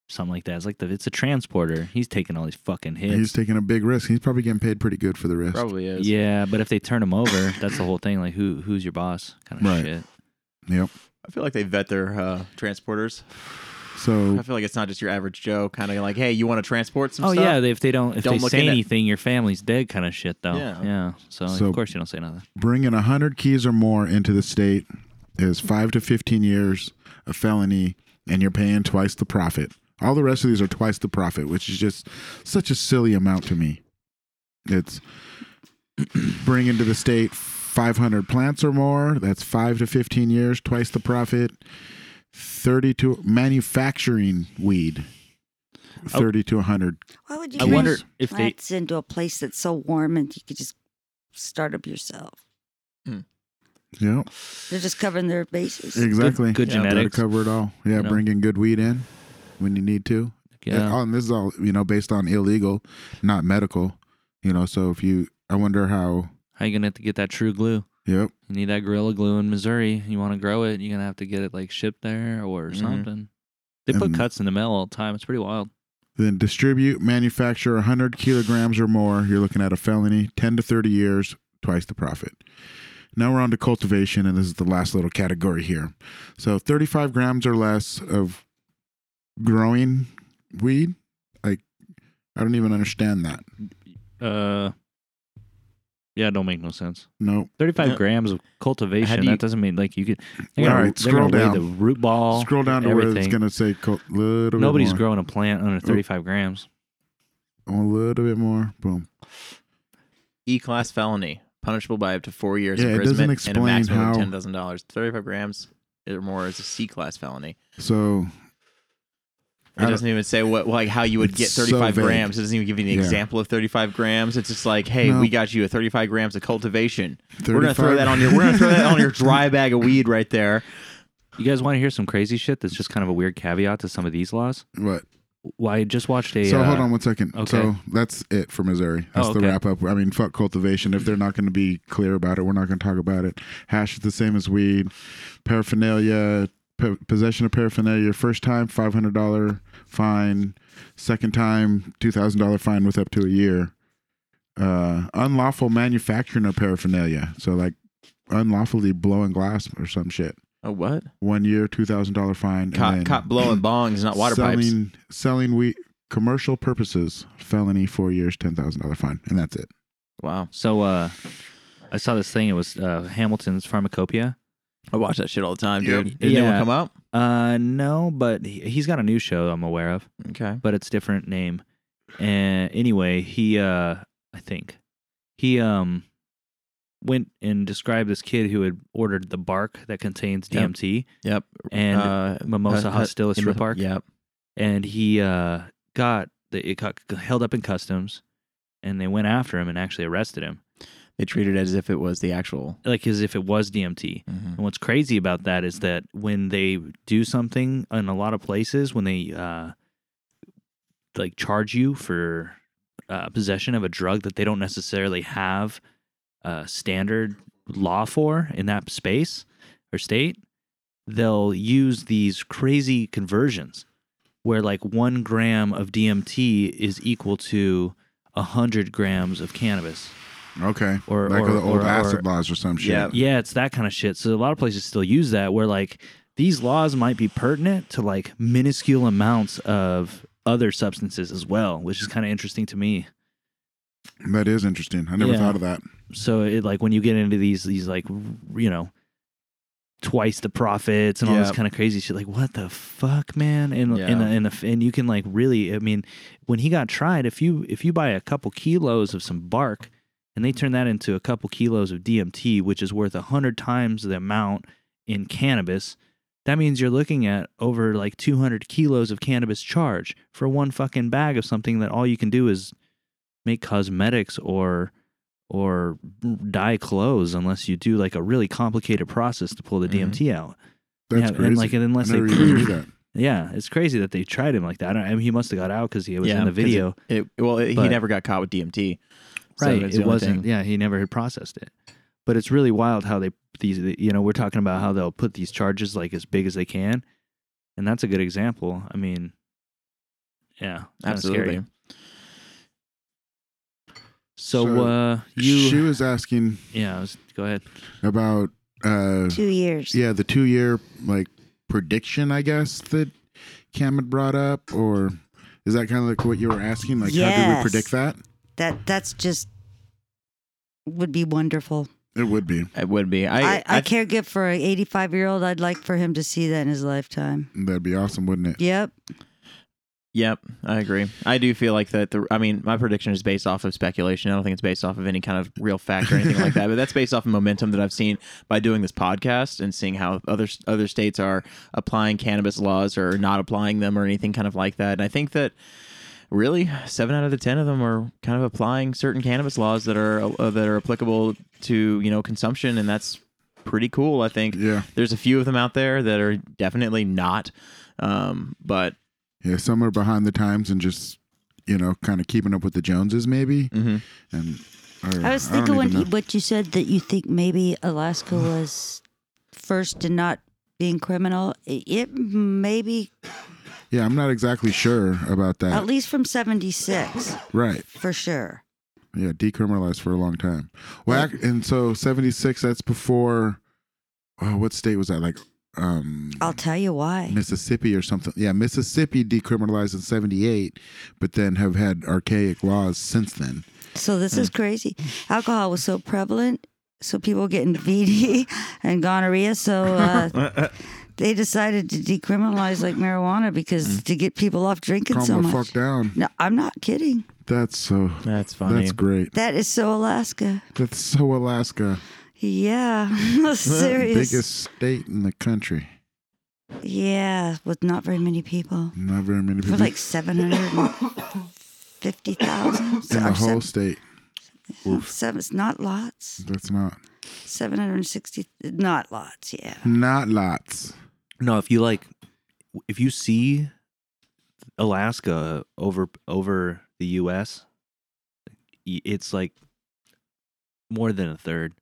something like that. It's like the it's a transporter. He's taking all these fucking
He's
hits.
taking a big risk. He's probably getting paid pretty good for the risk.
Probably is.
Yeah, but if they turn him over, that's the whole thing. Like who who's your boss? Kind of
Right.
shit.
Yep.
I feel like they vet their uh, transporters. I
So
feel like it's not just your average Joe kind of like, hey, you want to transport some
Oh
stuff?
yeah, they- if they don't if
Don't
they
look
say
in it.
anything, your family's dead. Kind of shit though.
Yeah.
Yeah. So,
So-
of course you don't say nothing.
bringing 100 keys or more into the state is five to 15 years, a felony, and you're paying twice the profit. All the rest of these are twice the profit, which is just such a silly amount to me. It's bring into the state 500 plants or more. That's five to 15 years, twice the profit. 30 to manufacturing weed,
Oh.
30 to 100.
Why would you
I
bring
wonder if they
plants into a place that's so warm and you could just start up yourself?
Yep,
They're just covering their bases.
exactly.
good
Gotta
genetics.
cover it all. Yeah,
You know?
bringing good weed in when you need to.
Yeah.
Oh, and this is all you know based on illegal, not medical. You know, so if you, I wonder how.
How you gonna have to get that true glue?
Yep.
You need that gorilla glue in Missouri. You want to grow it, you're gonna have to get it like shipped there or
Mhm.
Mm-hmm.
something. They put
And-
cuts in the mail all the time. It's pretty wild.
Then distribute, manufacture 100 kilograms or more. You're looking at a felony, 10 to 30 years, twice the profit. Now we're on to cultivation, and this is the last little category here. So 35 grams or less of growing weed. Like, I don't even understand that.
Uh, yeah, don't make no sense.
Nope.
Thirty-five
Yeah.
grams of
How
cultivation.
do you-
that doesn't mean like you could.
All
They're gonna,
right,
they're
scroll
gonna weigh
down.
the root ball.
Scroll down to where it's
everything.
going to say co- little
Nobody's
bit more.
growing a plant under thirty-five grams.
A little bit more. Boom.
E class felony, punishable by up to four years
Yeah, it doesn't
imprisonment and a
explain
maximum of
how-
ten thousand dollars. Thirty five grams or more is a C class felony.
So I
It
don't-
doesn't even say what like how you would
It's
get
so
thirty five
vague.
grams. It doesn't even give you an
Yeah.
example of thirty five grams. It's just like, hey,
No.
we got you a thirty five grams of cultivation. We're gonna throw
35
that on your we're gonna throw that on your dry bag of weed right there.
You guys want to hear some crazy shit? That's just kind of a weird caveat to some of these laws.
what?
Well, I just watched a.
So
uh,
hold on one second.
okay.
So that's it for Missouri. That's
Oh,
the
okay.
wrap up. I mean, fuck cultivation. If they're not going to be clear about it, we're not going to talk about it. Hash is the same as weed. Paraphernalia, po- possession of paraphernalia. First time, five hundred dollar fine. Second time, two thousand dollar fine with up to a year. Uh, unlawful manufacturing of paraphernalia. So like unlawfully blowing glass or some shit.
Oh what?
One year, two thousand dollar fine.
Cop,
and then-
cop blowing bongs, not water pipes.
selling, Selling wheat commercial purposes, felony four years, ten thousand dollar fine, and that's it.
Wow.
So uh, I saw this thing. It was uh, Hamilton's Pharmacopoeia.
I watch that shit all the time,
Yep.
dude. Did anyone
Yeah.
come out?
Uh, no, but he, he's got a new show I'm aware of,
Okay.
but it's different name. And anyway, he uh, I think he um went and described this kid who had ordered the bark that contains
Yep.
DMT
Yep.
and
uh,
Mimosa
uh, uh,
hostilis
in-
strip park.
Yep.
and he uh, got the, it got held up in customs, and they went after him and actually arrested him,
They treated it as if it was the actual
like as if it was DMT.
Mhm.
And what's crazy about that is that when they do something in a lot of places, when they uh, like charge you for uh, possession of a drug that they don't necessarily have a standard law for in that space or state, they'll use these crazy conversions where like one gram of DMT is equal to a hundred grams of cannabis.
Okay,
Or-
like
or-
the old
or-
acid
or-
laws or some shit.
Yeah.
Yeah, it's that kind of shit. So a lot of places still use that where like these laws might be pertinent to like minuscule amounts of other substances as well, which is kind of interesting to me.
that is interesting. I never
Yeah.
thought of that.
So it like when you get into these these like r- you know twice the profits and all this
Yeah.
kind of crazy shit like what the fuck man and
Yeah.
and and, the, and you can like really I mean when he got tried if you if you buy a couple kilos of some bark and they turn that into a couple kilos of DMT which is worth a hundred times the amount in cannabis that means you're looking at over like 200 kilos of cannabis charge for one fucking bag of something that all you can do is make cosmetics or or dye clothes unless you do like a really complicated process to pull the
Mhm.
DMT out.
Mm-hmm. That's
yeah,
crazy.
and like and
I
unless they
never even knew
prove,
that.
yeah, it's crazy that they tried him like that. I, don't, I mean, he must have got out because he was
Yeah,
in the
'cause
video,
It, well, it, he
But-
never got caught with DMT. So
right?
that's the
it
only
wasn't.
thing.
Yeah, he never had processed it. But it's really wild how they these. You know, we're talking about how they'll put these charges like as big as they can, and that's a good example. I mean, yeah, kinda scary.
Absolutely.
So,
So,
uh, you,
she was asking
yeah, I was- go ahead.
about uh,
Two years.
yeah, the two year like prediction, I guess that Cam had brought up, or is that kind of like what you were asking? Like, how do we
Yes.
predict that?
That that's just would be wonderful.
It would be.
It would be. I,
I, I, care give for an 85 year old. I'd like for him to see that in his lifetime.
That'd be awesome, wouldn't it?
Yep.
Yep, I agree. I do feel like that. The, I mean, my prediction is based off of speculation. I don't think it's based off of any kind of real fact or anything like that. But that's based off of momentum that I've seen by doing this podcast and seeing how other other states are applying cannabis laws or not applying them or anything kind of like that. And I think that really seven out of the ten of them are kind of applying certain cannabis laws that are uh, that are applicable to you know consumption, and that's pretty cool. I think.
Yeah.
There's a few of them out there that are definitely not, um, but
Yeah, some are behind the times and just, you know, kind of keeping up with the Joneses, maybe. Mm-hmm. And or-
I was
don't
thinking when
even
you,
know.
what you said that you think maybe Alaska was first in not being criminal. It, it maybe
yeah, I'm not exactly sure about that.
at least from 76
right.
for sure.
Yeah, decriminalized for a long time. Well, ac- and so 76, that's before, oh, what state was that? Like um,
I'll tell you why.
Mississippi or something. Yeah, Mississippi decriminalized in 78, but then have had archaic laws since then.
So this is crazy. Alcohol was so prevalent, so people were getting VD and gonorrhea. So uh, they decided to decriminalize like marijuana
Mm.
because to get people off drinking
Calm
so
the
much.
fuck down.
No, I'm not kidding.
That's so,
that's funny.
that's great.
That is so Alaska.
That's so Alaska.
Yeah, serious.
Biggest state in the country.
Yeah, with not very many people.
Not very many
We're
people.
like seven hundred fifty thousand.
Mm-hmm. in the whole state.
seven, it's not lots.
That's not.
Seven hundred sixty, not lots. Yeah.
Not lots.
No, if you like, if you see Alaska over over the U.S., y- it's like more than a third.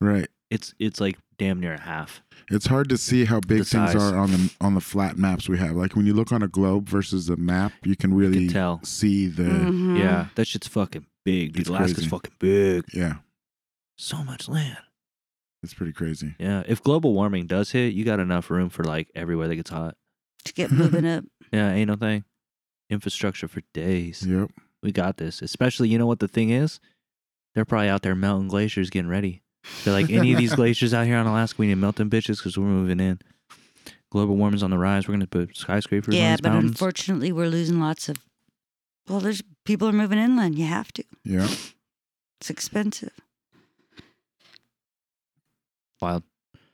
Right.
It's it's like damn near a half.
It's hard to see how big
The
things
size.
are on the on the flat maps we have. Like when you look on a globe versus a map, you can really
tell.
see the
Mm-hmm.
Mhm.
Yeah, Mm-hmm. that shit's fucking big, dude.
It's
Alaska's
crazy.
fucking big.
yeah.
So much land.
It's pretty crazy.
Yeah, if global warming does hit, you got enough room for like everywhere that gets hot.
To get moving up.
Yeah, ain't no thing. Infrastructure for days.
Yep.
We got this. Especially, you know what the thing is? They're probably out there melting glaciers, getting ready. They're like, any of these glaciers out here on Alaska, we need to melt them bitches because we're moving in. Global warming's on the rise. We're going to put skyscrapers on
Yeah,
these
but
mountains.
unfortunately, we're losing lots of. Well, there's people are moving inland. You have to.
Yeah.
Mm-hmm.
It's expensive.
Wild.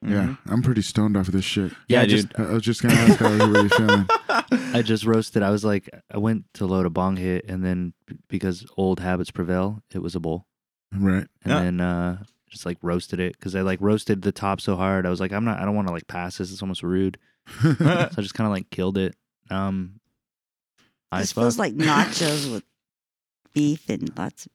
Yeah. I'm pretty stoned off of this shit.
Yeah,
I just I I was just gonna
Mm-hmm.
ask how you were feeling.
I just roasted. I was like, I went to load a bong hit, and then b- because old habits prevail, it was a bowl.
Right.
and
Yeah.
then uh just like roasted it because I like roasted the top so hard. I was like, I'm not, I don't want to like pass this. It's almost rude. so I just kind of like killed it. Um, I
this feels
suppose
like nachos with beef and lots of.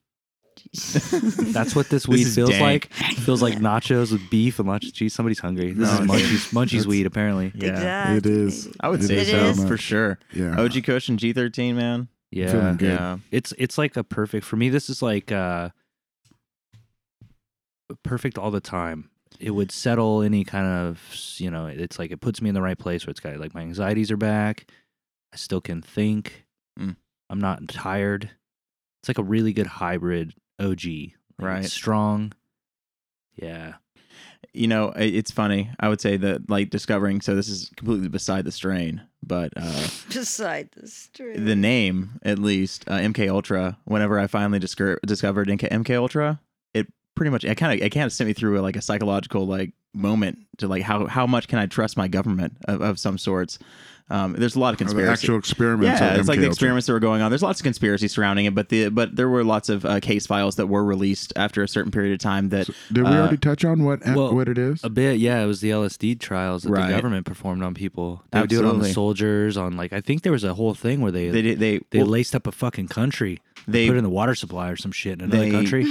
that's what this
This
weed
is
feels
dank.
like. feels like nachos with beef and lots of cheese. Somebody's hungry. This
No,
is
it's-
munchies, munchies
that's-
weed apparently.
Yeah.
Exactly.
It is.
I would
It
say
is
so
so much.
for sure.
Yeah.
OG Kush and G13, man.
Yeah,
Feeling good.
Yeah.
it's it's like a perfect for me. This is like uh perfect all the time. It would settle any kind of you know. It's like it puts me in the right place where it's got like my anxieties are back. I still can think.
Mm.
I'm not tired. It's like a really good hybrid OG. Like,
Right.
it's strong. Yeah.
you know i- it's funny i would say that like discovering so this is completely beside the strain but uh
Beside the street.
the name at least uh, mk ultra whenever i finally discover discovered MK, MK ultra it pretty much it kind of it kind of sent me through a, like a psychological like moment to like how how much can i trust my government of, of some sorts um there's a lot
Or Oh,
of
the
conspiracy
actual experiments.
yeah,
of
it's like the
MKUltra.
experiments that were going on. There's lots of conspiracy surrounding it, but the but there were lots of uh, case files that were released after a certain period of time that
Did we
uh,
already touch on what
well,
what it is?
A bit, yeah. It was the LSD trials that
Right.
the government performed on people. They would do it on the
Absolutely.
soldiers, on like I think there was a whole thing where they
they did- they
they
well,
laced up a fucking country.
they-
They put it in the water supply or some shit in another
they-
country.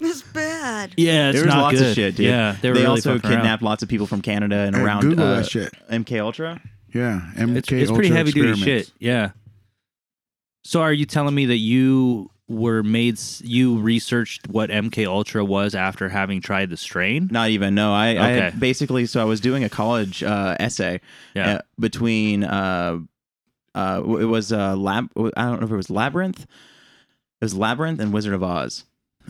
It's bad.
Yeah, it's
there was
not
lots
good.
of shit, dude.
Yeah, they, were really
also
fucking around.
kidnapped lots of people from Canada and
Hey,
around
Google
uh,
that shit.
MK Ultra.
Yeah. MK
It's, it's pretty
Ultra
heavy duty
experiments.
shit. Yeah. So are you telling me that you were made s- you researched what MK Ultra was after having tried the strain?
Not even. No, I, I
Okay.
had basically so I was doing a college uh, essay
Yeah.
uh, between uh, uh, w- it was uh, lab. I don't know if it was Labyrinth. It was Labyrinth and Wizard of Oz.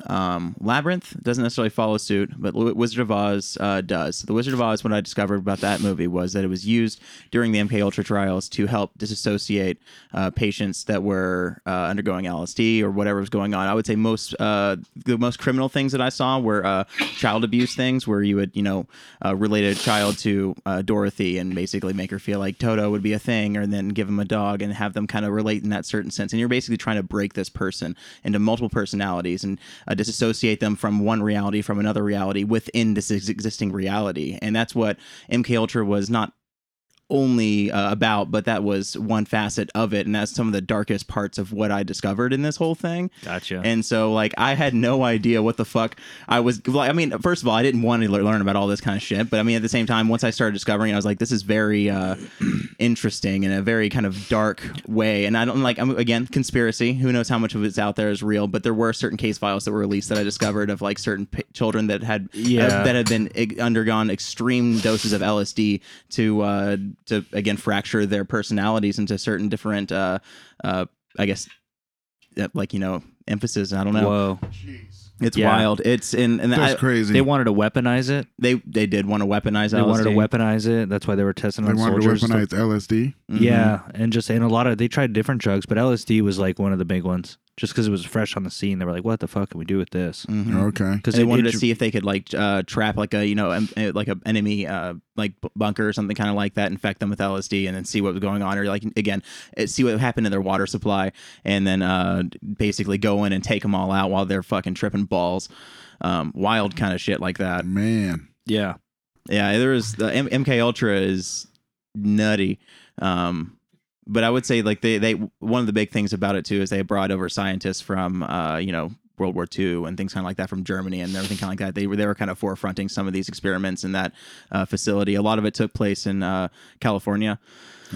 Um, Labyrinth doesn't necessarily follow suit, but Lu- Wizard of Oz uh, does. The Wizard of Oz, what I discovered about that movie was that it was used during the MK Ultra trials to help disassociate uh, patients that were uh, undergoing LSD or whatever was going on. I would say most uh, the most criminal things that I saw were uh, child abuse things, where you would you know uh, relate a child to uh, Dorothy and basically make her feel like Toto would be a thing, or then give them a dog and have them kind of relate in that certain sense. And you're basically trying to break this person into multiple personalities and uh, disassociate them from one reality from another reality within this ex- existing reality. And that's what MK Ultra was not only uh, about, but that was one facet of it, and that's some of the darkest parts of what I discovered in this whole thing.
Gotcha.
And so, like, I had no idea what the fuck I was. Like, I mean, first of all, I didn't want to le- learn about all this kind of shit, but I mean, at the same time, once I started discovering, it, I was like, this is very uh, interesting in a very kind of dark way. And I don't like, I'm, again, conspiracy. Who knows how much of it's out there is real? But there were certain case files that were released that I discovered of like certain p- children that had
Yeah.
that had been ig- undergone extreme doses of LSD to uh, to again fracture their personalities into certain different uh, uh, I guess uh, like you know emphasis. I don't know. Hmm.
Whoa.
It's
Yeah.
wild. It's in and
That's
I,
crazy.
They wanted to weaponize it.
they they did want to weaponize.
They wanted to
LSD.
weaponize it. That's why they were testing
They
on
wanted
soldiers.
to weaponize LSD.
Mhm.
Yeah, and just and a lot of they tried different drugs, but LSD was like one of the big ones, just because it was fresh on the scene. They were like, "What the fuck can we do with this?"
Mhm.
Okay.
Because
they wanted to see if they could like uh, trap like a you know em- eh, like a enemy uh, like b- bunker or something kind of like that, infect them with LSD, and then see what was going on, or like again eh, see what happened to their water supply, and then uh, basically go in and take them all out while they're fucking tripping balls, um, wild kind of shit like that.
Man.
Yeah,
Yeah, there is the M- MK Ultra is nutty. Um, but I would say like they they one of the big things about it too is they brought over scientists from uh, you know World War II and things kind of like that from Germany and everything kind of like that. They were they were kind of forefronting some of these experiments in that uh, facility. A lot of it took place in uh, California.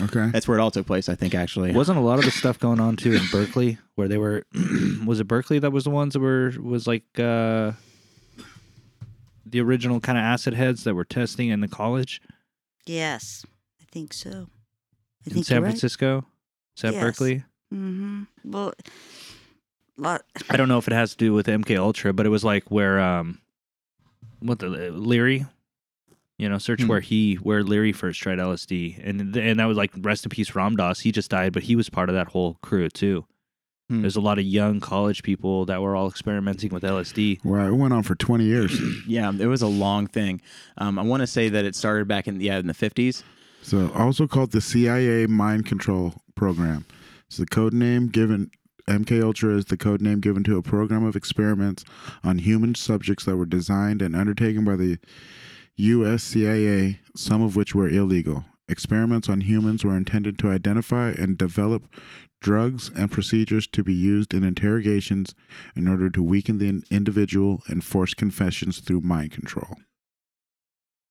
Okay.
That's where it all took place, I think. Actually,
wasn't a lot of the stuff going on too in Berkeley where they were? was it Berkeley that was the ones that were was like uh the original kind of acid heads that were testing in the college
Yes, I think so. I
in
think
San
you're right.
Francisco? Is that
Yes.
Berkeley?
Mm-hmm. Well, lot.
I don't know if it has to do with MK Ultra, but it was like where um what the Leary you know, search
Hmm.
where he where Leary first tried LSD, and th- and that was like rest in peace Ram Dass. He just died, but he was part of that whole crew too.
Hmm.
There's a lot of young college people that were all experimenting with LSD.
Wow. It went on for 20 years.
yeah, it was a long thing. Um, I want to say that it started back in yeah in the fifties.
So, also called the CIA Mind Control Program. It's the code name given. MK Ultra is the code name given to a program of experiments on human subjects that were designed and undertaken by the U.S. CIA, some of which were illegal. Experiments on humans were intended to identify and develop drugs and procedures to be used in interrogations in order to weaken the in- individual and force confessions through mind control.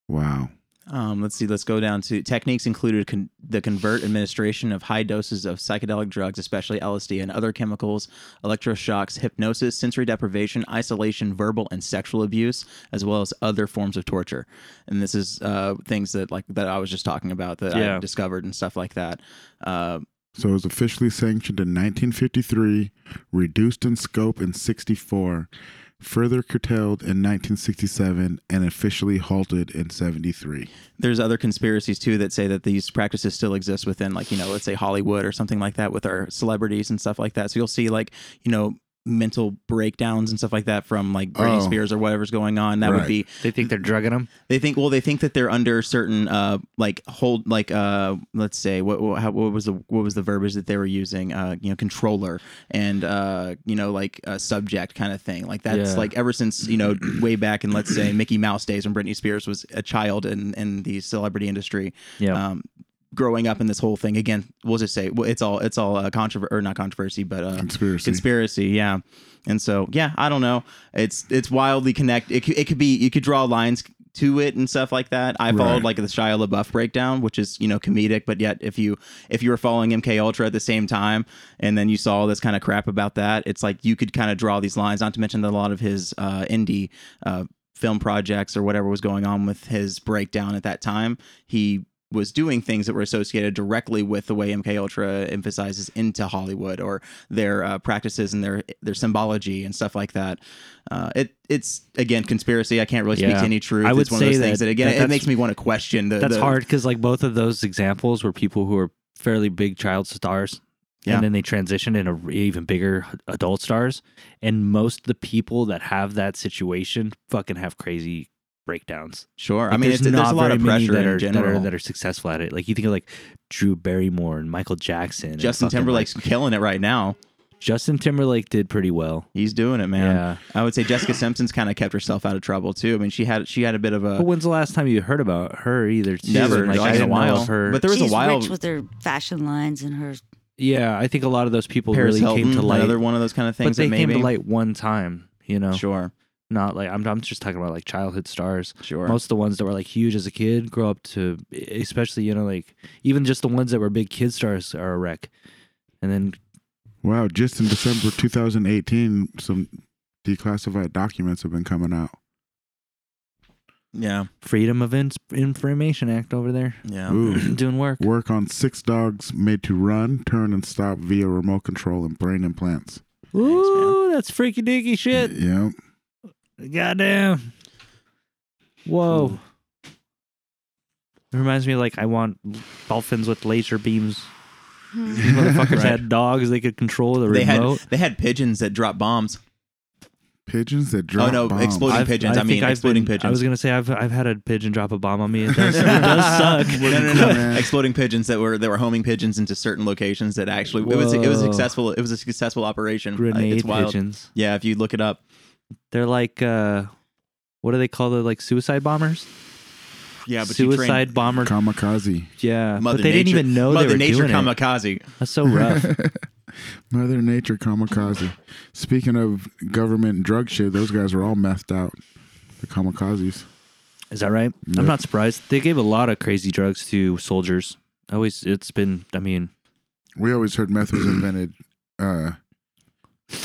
Wow.
Um, let's see. Let's go down to techniques included con- the convert administration of high doses of psychedelic drugs, especially LSD and other chemicals, electroshocks, hypnosis, sensory deprivation, isolation, verbal and sexual abuse, as well as other forms of torture. And this is uh, things that like that I was just talking about that I
Yeah.
discovered and stuff like that. Uh,
So it was officially sanctioned in 1953, reduced in scope in 64, further curtailed in 1967, and officially halted in 73.
there's other conspiracies too that say that these practices still exist within like you know let's say hollywood or something like that with our celebrities and stuff like that so you'll see like you know mental breakdowns and stuff like that from like britney
Oh.
spears or whatever's going on that would
Right.
be
They think they're drugging them.
they think well they think that they're under certain uh like hold like uh let's say what what, how, what was the what was the verbiage that they were using uh you know controller and uh you know like uh, subject kind of thing like that's
Yeah.
like ever since you know way back in let's say Mickey Mouse days when Britney Spears was a child in in the celebrity industry
Yeah,
um growing up in this whole thing again we'll just say well, it's all it's all uh, controversy or not controversy but uh
Conspiracy.
conspiracy yeah and so yeah i don't know it's it's wildly connect it, could- it could be you could draw lines to it and stuff like that i
Right.
followed like the shia labeouf breakdown which is you know comedic but yet if you if you were following mk ultra at the same time and then you saw all this kind of crap about that it's like you could kind of draw these lines not to mention that a lot of his uh indie uh film projects or whatever was going on with his breakdown at that time he was doing things that were associated directly with the way MK Ultra emphasizes into Hollywood or their uh, practices and their their symbology and stuff like that. Uh, it it's again conspiracy. I can't really speak
Yeah.
to any truth.
I would
it's one of those
say
things
that-
that again
that
it
that's-
makes me want to question the.
That's
the-
hard because like both of those examples were people who were fairly big child stars,
Yeah.
and then they transitioned into re- even bigger adult stars. And most of the people that have that situation fucking have crazy breakdowns.
Sure, I
Like,
mean it's, there's a lot
very
of
many
pressure
that
in
are, that
general.
are that are successful at it. Like you think of like Drew Barrymore and Michael Jackson. and
Justin
fucking,
Timberlake's
like-
killing it right now.
Justin Timberlake did pretty well.
He's doing it, man.
Yeah.
I would say Jessica Simpson's kind of kept herself out of trouble too. I mean, she had she had a bit of
But
a
when's the last time you heard about her either? too?
Uh, Never.
Like,
Like,
I
in a
didn't
while.
know of her.
But there was a
She's
while-
rich with her fashion lines and her.
yeah, I think a lot of those people
Paris
really
Hilton,
came to light.
another one of those kind of
but
things.
they
that maybe,
came to light one time. You know,
Sure,
not like I'm. I'm just talking about like childhood stars.
sure.
Most of the ones that were like huge as a kid grow up to, e, especially you know like even just the ones that were big kid stars are a wreck. And then
Wow, just in December 2018, some declassified documents have been coming out.
yeah,
Freedom of In- Information Act over there
yeah.
Ooh.
doing work.
Work on six dogs made to run, turn, and stop via remote control and brain implants.
Ooh, that's freaky dicky shit.
Yep.
Goddamn. Whoa. It reminds me like I want dolphins with laser beams. These motherfuckers
Right.
had dogs they could control the
They
remote.
had they had pigeons that dropped bombs.
Pigeons that drop.
Oh, no,
bombs.
exploding- pigeons, I
think
mean,
I've
exploding
been- I
pigeons.
was gonna say I've I've had a pigeon drop a bomb on me. It does, it does suck.
No, no,
Cool,
no.
man.
Exploding pigeons that were that were homing pigeons into certain locations that actually it was it was
Whoa.
successful. It was a successful operation. Like,
Grenade
it's wild.
pigeons.
Yeah, if you look it up.
They're like uh, what do they call the like suicide bombers?
Yeah, but you train-
suicide bomber.
Kamikaze.
yeah,
Mother
but they
Nature,
didn't even know
Mother
they were
Nature
doing it.
kamikaze.
That's so rough.
Mother Nature kamikaze. Speaking of government and drug shit, those guys were all methed out. The kamikazes.
Is that right? I'm not surprised. They gave a lot of crazy drugs to soldiers. Always, it's been. I mean,
We always heard meth was invented uh,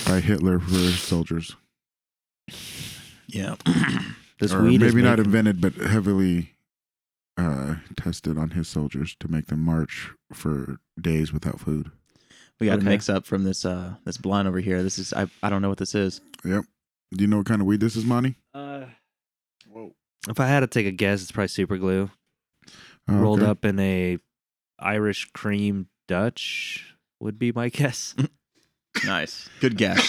by Hitler for soldiers.
Yeah,
this
or
weed
maybe
is
not
making-
invented, but heavily uh, tested on his soldiers to make them march for days without food.
we got
Okay.
a mix up from this uh this blunt over here. This is I I don't know what this is.
Yep. Do you know what kind of weed this is, Monty?
Uh, If I had to take a guess, it's probably super glue
Oh,
rolled
okay.
up in a Irish cream Dutch would be my guess.
Mm.
Nice, good guess.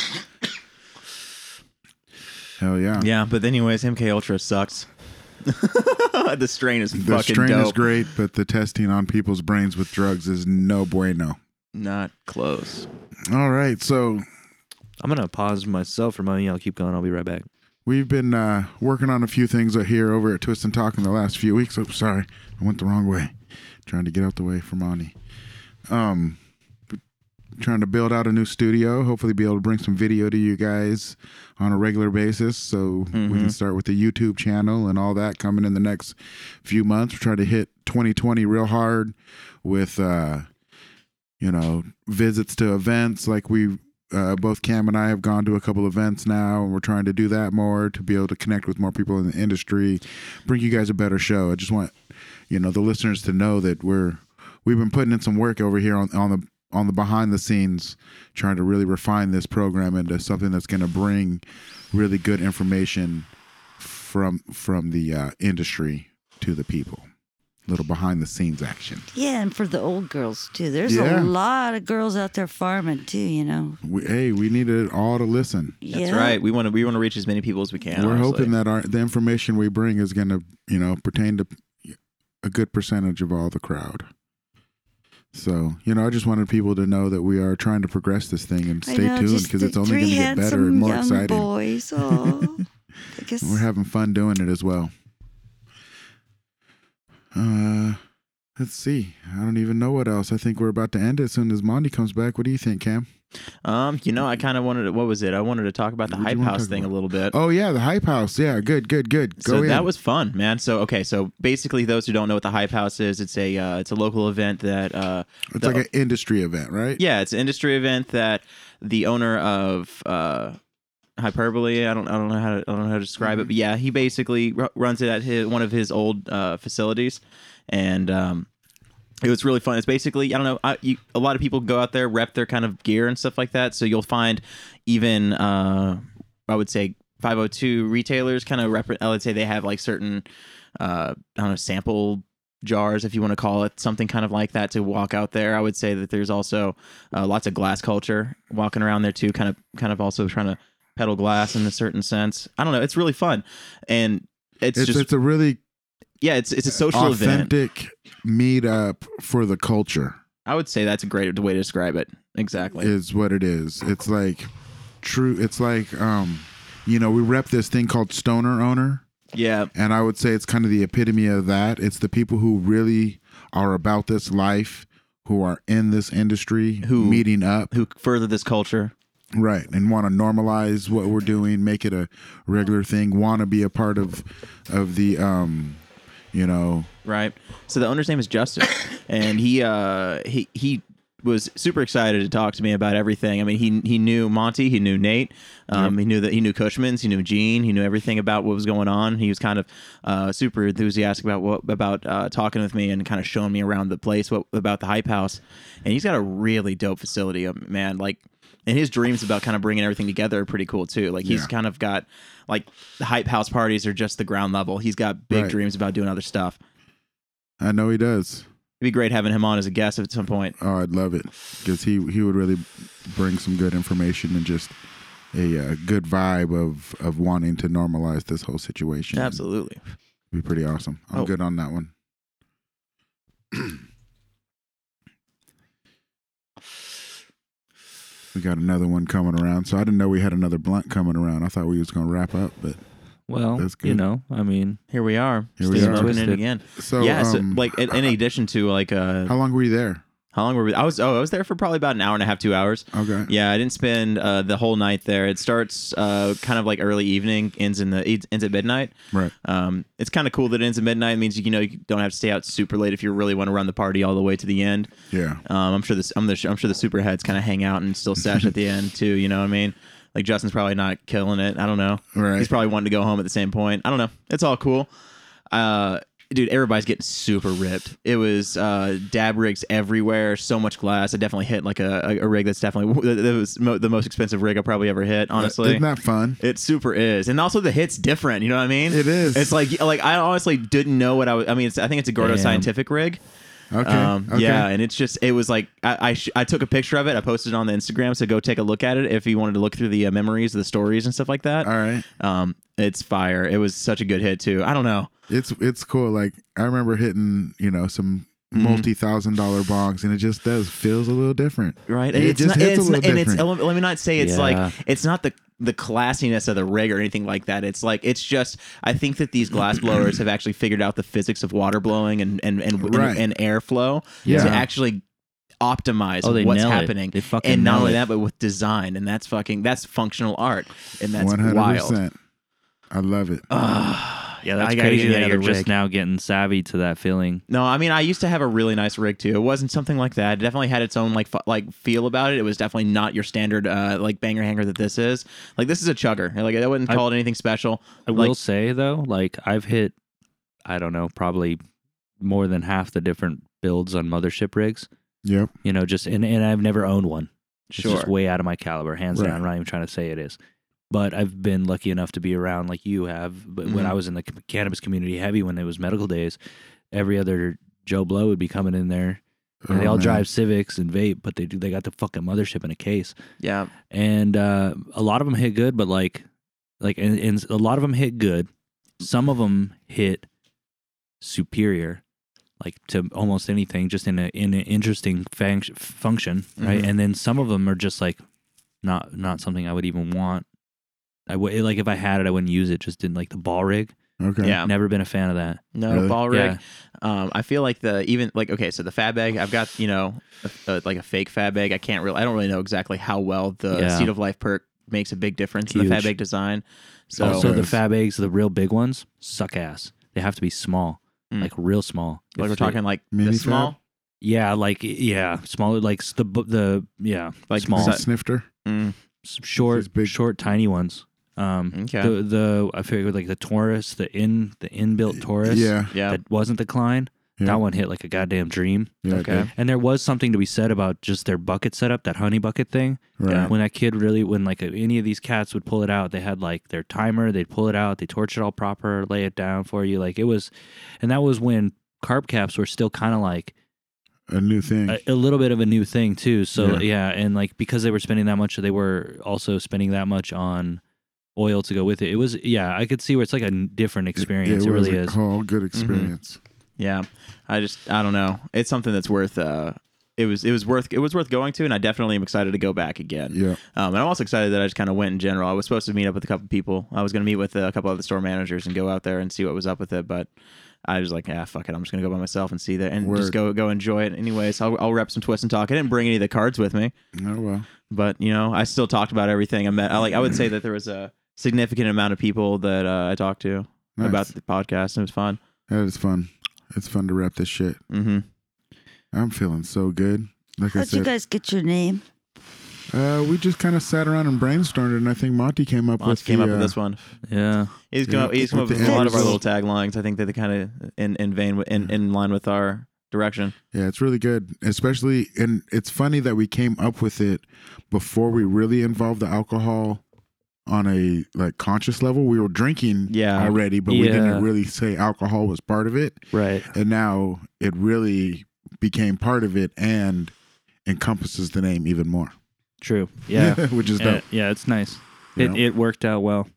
Hell yeah.
yeah, but anyways, MK Ultra sucks. the strain is
The
fucking
strain
dope.
is great, but the testing on people's brains with drugs is no bueno.
Not close.
All right, so
I'm gonna pause myself for a moment. Y'all keep going. I'll be right back.
we've been uh, working on a few things here over at Twist and Talk in the last few weeks. Oh, sorry, I went the wrong way. Trying to get out the way for Monty. Um, trying to build out a new studio. Hopefully, be able to bring some video to you guys on a regular basis, so we can start with the YouTube channel and all that coming in the next few months. We're trying to hit 2020 real hard with. Uh, you know, visits to events. Like we, uh, both Cam and I have gone to a couple events now, and we're trying to do that more to be able to connect with more people in the industry, bring you guys a better show. I just want, you know, the listeners to know that we're we've been putting in some work over here on on the on the behind the scenes, trying to really refine this program into something that's going to bring really good information from from the uh, industry to the people. Little behind the scenes action.
Yeah, and for the old girls too. There's
Yeah.
a lot of girls out there farming too. You know.
We, hey, we needed all to listen.
That's
yeah.
right. We want to we want to reach as many people as we can.
We're
honestly.
hoping that our the information we bring is going to, you know, pertain to a good percentage of all the crowd. So, you know, I just wanted people to know that we are trying to progress this thing and
I
stay
know,
tuned
just
because
the
it's only
three
going to get
handsome
better and more
young
exciting.
Boys. Oh, I guess.
We're having fun doing it as well. Uh, let's see. I don't even know what else. I think we're about to end it as soon as Monty comes back. What do you think, Cam?
Um, you know, I kind of wanted to, what was it? I wanted to talk about the
What do you
hype
wanna
house
talk
thing
about?
a little bit.
Oh yeah, the hype house. Yeah, good, good, good. Go
so
in.
that was fun, man. So okay, so basically, those who don't know what the hype house is, it's a uh, it's a local event that uh,
it's
the-
like an industry event, right?
yeah, it's an industry event that the owner of uh, hyperbole. I don't I don't know how to, I don't know how to describe it, but yeah, he basically r- runs it at his, one of his old uh, facilities, and um, it was really fun. It's basically I don't know. I, you, a lot of people go out there rep their kind of gear and stuff like that. So you'll find even uh, I would say 502 retailers kind of rep. I would say they have like certain uh, I don't know sample jars if you want to call it something kind of like that to walk out there i would say that there's also uh, lots of glass culture walking around there too kind of kind of also trying to pedal glass in a certain sense i don't know it's really fun and it's,
It's,
just
it's a really
yeah it's it's a social event
authentic meetup for the culture.
I would say that's a great way to describe it. Exactly.
is what it is. It's like true. It's like um, you know, we rep this thing called Stoner Owner,
yeah.
and I would say it's kind of the epitome of that. It's the people who really are about this life, who are in this industry,
Who-
meeting up,
Who further this culture?
right, and want to normalize what we're doing, make it a regular thing, want to be a part of of the um, you know,
right? So the owner's name is Justin, and he uh he he was super excited to talk to me about everything. I mean, he he knew Monty, he knew Nate, um, he knew that he knew Cushman's, he knew Gene, he knew everything about what was going on. He was kind of uh, super enthusiastic about what about uh, talking with me and kind of showing me around the place, what about the hype house, and he's got a really dope facility, um, man. Like. And his dreams about kind of bringing everything together are pretty cool too. Like he's
Yeah.
kind of got like the hype house parties are just the ground level. He's got big
Right.
dreams about doing other stuff.
I know he does.
It'd be great having him on as a guest at some point.
Oh, I'd love it because he he would really bring some good information and just a uh, good vibe of of wanting to normalize this whole situation.
Absolutely.
It'd be pretty awesome. I'm
Oh.
good on that one. we got another one coming around, so I didn't know we had another blunt coming around. I thought we was gonna wrap up, but
Well,
That's
you
good.
know, I mean,
Here we are.
Here we
Still
are.
smoking it
Twisted.
again.
so
yeah. so,
um,
like in, in addition to like uh,
how long were you there?
how long were we? I was oh I was there for probably about an hour and a half, two hours.
Okay,
Yeah, I didn't spend uh, the whole night there. It starts uh, kind of like early evening, ends in the ends at midnight.
right.
Um, it's kind of cool that it ends at midnight. It means you know you don't have to stay out super late if you really want to run the party all the way to the end.
Yeah,
Um, I'm sure this. I'm, the, I'm sure the superheads kind of hang out and still sesh at the end too. You know what I mean? Like Justin's probably not killing it. I don't know.
Right.
He's probably wanting to go home at the same point. I don't know. It's all cool. Uh, dude, everybody's getting super ripped. It was uh, dab rigs everywhere. So much glass. I definitely hit like a, a rig that's definitely that was mo- the most expensive rig I probably ever hit. Honestly,
isn't that fun?
it super is, and also the hit's different. You know what I mean?
It is.
It's like like I honestly didn't know what I was. I mean, it's, I think it's a Gordo
Damn.
Scientific rig.
Okay,
Um,
okay.
Yeah, and it's just it was like I I, sh- I took a picture of it. I posted it on the Instagram, so go take a look at it if you wanted to look through the uh, memories, the stories, and stuff like that.
All right.
Um, it's fire. It was such a good hit too. I don't know.
it's it's cool. Like I remember hitting, you know, some
Mm-hmm.
multi thousand dollar bongs, and it just does feels a little different, It,
right? And it's
just
not,
hits
it's,
a little
and
different.
it's let me not say
Yeah.
it's like it's not the the classiness of the rig or anything like that. It's like it's just I think that these glass blowers have actually figured out the physics of water blowing and and and, and-
Right.
and, airflow
Yeah.
to actually optimize
Oh, they
what's
nail it.
happening.
They fucking
and not
nail
only
it.
that, but with design, and that's fucking that's functional art, and that's
one hundred
wild.
percent. I love it.
yeah,
I
that's
gotta
crazy
get
that
another
you're
rig.
just now getting savvy to that feeling.
No, I mean I used to have a really nice rig too. It wasn't something like that. It definitely had its own like f- like feel about it. It was definitely not your standard uh, like banger hanger that this is. Like this is a chugger. Like I wouldn't
I-
call it anything special.
I
like,
will say though, like I've hit, I don't know, probably more than half the different builds on mothership rigs.
yep.
You know, just and, and I've never owned one. It's
sure.
just way out of my caliber, hands
Right.
down. I'm not even trying to say it is. But I've been lucky enough to be around like you have. But when
Mhm.
I
Mm-hmm.
was in the c- cannabis community heavy, when it was medical days, every other Joe Blow would be coming in there. And they
Oh,
all
man.
drive Civics and vape, but they do. They got the fucking mothership in a case,
yeah.
and uh, a lot of them hit good. But like, like, and, and a lot of them hit good. Some of them hit superior, like to almost anything, just in a in an interesting func- function, right?
Mhm.
And then some of them are just like not not something I would even want. I would like if I had it, I wouldn't use it. Just didn't like the ball rig.
Okay.
Yeah.
Never been a fan of that.
No
Really?
ball rig.
Yeah.
Um, I feel like the even like okay, so the fab bag. I've got you know a, a, like a fake fab bag. I can't really. I don't really know exactly how well the
Yeah.
seed of life perk makes a big difference in the fab
Huge.
bag design. So
Also, the
Yes.
fab eggs, the real big ones, suck ass. They have to be small,
Mm.
like real small.
like
If
we're
they-
talking like
Mini
the
fab?
small.
Yeah, like yeah, smaller, like s- the bu- the yeah,
Like
like
Is
small,
that
si-
snifter.
Mm,
s- short,
These big-
short, tiny ones. Um,
Okay.
the the I figured like the Taurus, the in the inbuilt Taurus,
Yeah.
yeah.
that wasn't the Klein.
Yeah.
That one hit like a goddamn dream.
Yeah, it
Okay.
did.
And there was something to be said about just their bucket setup, that honey bucket thing.
Right.
Yeah.
When that kid really, when like any of these cats would pull it out, they had like their timer, they'd pull it out, they torch it all proper, lay it down for you. Like it was, and that was when carb caps were still kind of like
A new thing.
a, a little bit of a new thing too.
Yeah.
So yeah. and like because they were spending that much, they were also spending that much on oil to go with it. It was yeah, I could see where it's like a n- different experience.
was
it, really
a
is.
whole good
Mm-hmm.
experience.
Yeah, I just I don't know. It's something that's worth. uh It was it was worth it was worth going to, and I definitely am excited to go back again.
Yeah.
Um, and I'm also excited that I just kind of went in general. I was supposed to meet up with a couple people. I was going to meet with a couple other store managers and go out there and see what was up with it, but I was like, ah, fuck it. I'm just going to go by myself and see that and
Word.
just go go enjoy it. Anyways, I'll, I'll rep some twist and talk. I didn't bring any of the cards with me
Oh well.
but you know, I still talked about everything. I met. I like. I would say that there was a significant amount of people that uh, I talked to
Nice.
about the podcast. And it was fun.
That is fun. It's fun to wrap this shit.
hmm
I'm feeling so good. Like I
How'd you
said,
guys get your name?
uh, we just kind of sat around and brainstormed, and I think Monty came up with
Monty came
the,
up with
uh,
this one.
Yeah.
He's come up,
yeah,
he's come up
with the
with a lot of our
M's.
little taglines. I think that they kind of in in vein with- in in line with our direction.
Yeah, it's really good. Especially, and it's funny that we came up with it before we really involved the alcohol on a like conscious level. We were drinking
Yeah.
already, but we
Yeah.
didn't really say alcohol was part of it.
Right.
And now it really became part of it and encompasses the name even more.
True. Yeah.
which is
yeah,
dope.
yeah, it's nice.
you
It
know?
it worked out well.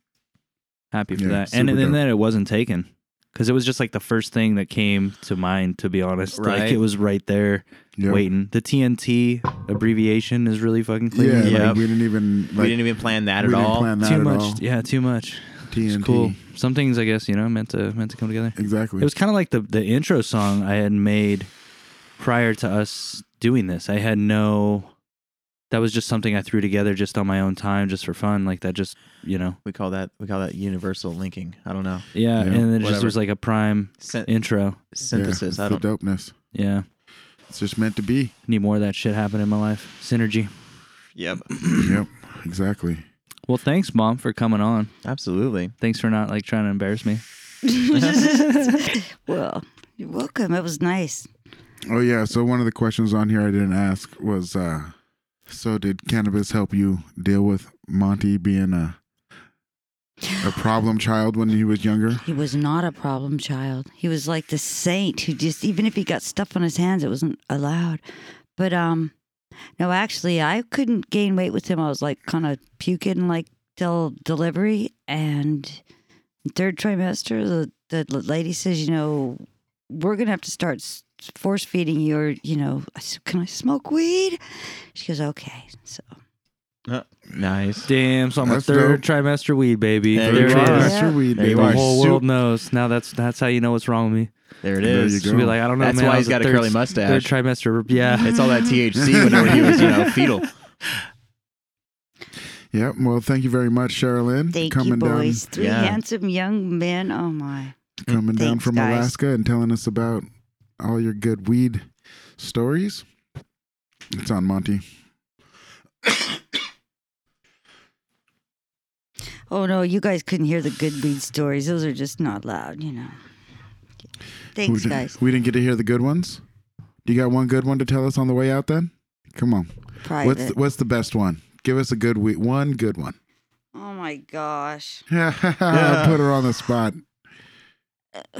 Happy for
Yeah,
that. And
super
and
dope.
then it wasn't taken because it was just like the first thing that came to mind. To be honest, like
Right.
it was right there
Yeah.
waiting. The TNT abbreviation is really fucking clean.
Yeah,
Yeah.
Like, we didn't even like
we didn't even plan that
we
at
didn't
all.
plan that
too
at
much.
all.
Yeah, too much.
TNT.
It's cool. Some things, I guess, you know, meant to meant to come together.
Exactly.
It was kind of like the the intro song I had made prior to us doing this. I had no. That was just something I threw together just on my own time, just for fun. Like that, just you know,
We call that we call that universal linking. I don't know
yeah.
Yeah,
and it just
whatever.
was like a prime
Syn-
intro.
Yeah,
synthesis.
it's
I
the
don't.
dopeness.
Yeah,
It's just meant to be.
need more of that shit happen in my life. Synergy.
Yep.
yep. Exactly.
Well, thanks, mom, for coming on.
Absolutely.
Thanks for not like trying to embarrass me.
well, you're welcome. It was nice.
Oh yeah. So one of the questions on here I didn't ask was, uh, so did cannabis help you deal with Monty being a a problem child when he was younger?
He was not a problem child. He was like the saint who just even if he got stuff on his hands, it wasn't allowed. But um no, actually I couldn't gain weight with him. I was like kind of puking like till delivery and in third trimester the, the lady says, you know, we're gonna have to start s- force feeding you or you know, I said, can I smoke weed? She goes, okay. So
Nice.
Damn, so I'm a
That's
third trimester weed, baby.
There
There
you
it
are.
is.
That's your weed,
There you
baby.
The
are.
whole
Soup.
world knows. Now that's that's how you know what's wrong with me.
There it
There
is.
you
Just be
go.
like, I don't know,
That's
man. I
why
was
he's got a
third-
curly mustache.
Third trimester. Yeah.
It's all that THC whenever he was, you know, fetal.
Yep. Well, thank you very much, Sherilyn,
thank
coming
you boys. Three
Yeah.
handsome young men. Oh my.
down, coming down
Thanks,
from
guys.
Alaska and telling us about all your good weed stories. It's on Monty.
Oh no, you guys couldn't hear the good weed stories. Those are just not loud, you know. Thanks,
we, di-
guys.
We didn't get to hear the good ones. You got one good one to tell us on the way out? Then, come on. What's the,
Private.
what's the best one? Give us a good we- one good one.
oh my gosh.
Put her on the spot.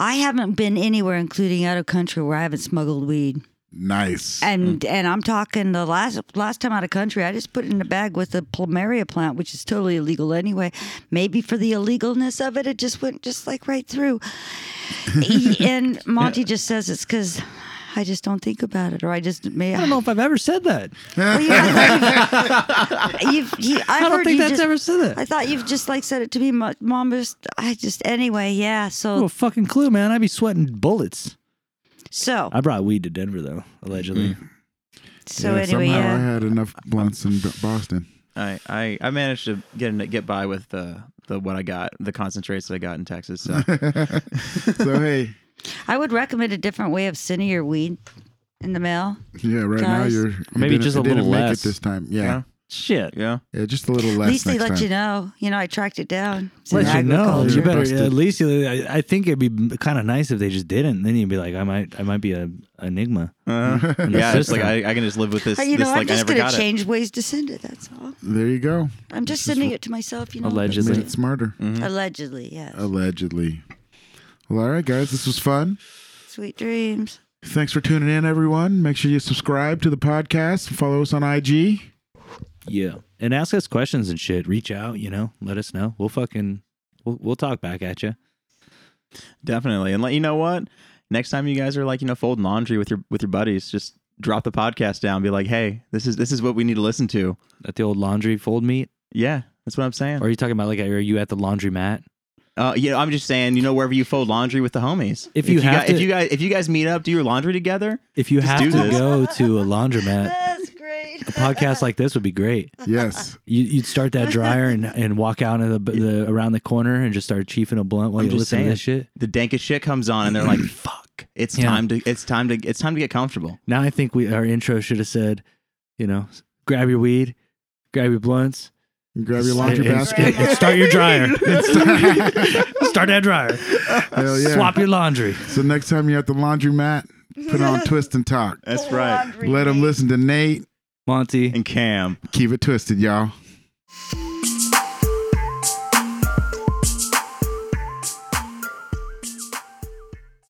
I haven't been anywhere, including out of country, where I haven't smuggled weed.
Nice.
And and I'm talking the last last time out of country, I just put it in a bag with a plumeria plant, which is totally illegal anyway. Maybe for the illegalness of it, it just went just like right through. E- and Monty just says it's because I just don't think about it, or I just may.
I don't know if I've ever said that.
Well, yeah, I thought you've, you've, you, I've
I don't
heard
think
you
that's
just,
ever said
I
that.
thought you've just like said it to me, Mo- mom. Just, I just anyway, yeah.
No
So,
fucking clue, man. I'd be sweating bullets.
so,
I brought weed to Denver though, allegedly.
Mm-hmm.
so
Yeah,
anyway,
somehow
yeah.
I had enough blunts in B- Boston.
I, I, I managed to get in, get by with the, the what I got, the concentrates that I got in Texas. So
So hey,
I would recommend a different way of sending your weed in the mail.
yeah, right now
Guys.
you're you
Maybe
didn't-
just
it
a little
didn't make
less.
it this time. Yeah,
Yeah.
Shit.
Yeah.
Yeah, just a little less.
At least they
next
let
time.
you know. You know, I tracked it down. It's in
Let you know.
agriculture.
You better
Busted.
at least. You, I, I think it'd be kind of nice if they just didn't. Then you'd be like, I might, I might be a enigma.
Uh,
the
yeah. It's like
system.
I, I can just live with this.
Uh, you
this
know, I'm
like I
just
never
gonna
got
change ways to send it. That's all.
There you go.
I'm just sending it to myself. You know,
Just made
Allegedly. Oh.
it smarter.
Mm.
Mm-hmm.
Allegedly, yes.
Allegedly. Well, all right, guys, this was fun.
Sweet dreams.
Thanks for tuning in, everyone. Make sure you subscribe to the podcast and follow us on IG.
Yeah. And ask us questions and shit. Reach out. You know, let us know. We'll fucking, we'll, we'll talk back at you.
it. Definitely. And let you know what. Next time you guys are like you know folding laundry with your with your buddies, just drop the podcast down. Be like, hey, this is this is what we need to listen to.
At the old laundry fold meet,
Yeah, that's what I'm saying.
or are you talking about like, are you at the laundromat?
Uh, yeah, I'm just saying, you know, wherever you fold laundry with the homies.
If you have
guys, if
to-
you guys, if you guys meet up, do your laundry together.
If you
Just
have
do
to
this.
go to a laundromat,
That's great.
a podcast like this would be great.
Yes.
You, you'd start that dryer and, and walk out of the, the around the corner and just start chiefing a blunt while
I'm
you
just
listen to this shit.
The dankest shit comes on, and they're like, "Fuck, it's
Yeah.
time to, it's time to, it's time to get comfortable."
Now I think we our intro should have said, you know, grab your weed, grab your blunts,
Grab your laundry
and-
basket.
and start your dryer. start that dryer.
Hell yeah.
Swap your laundry.
So next time you're at the laundromat, put on Twist and Talk.
That's
Let them listen to Nate.
Monty.
And Cam.
Keep it twisted, y'all.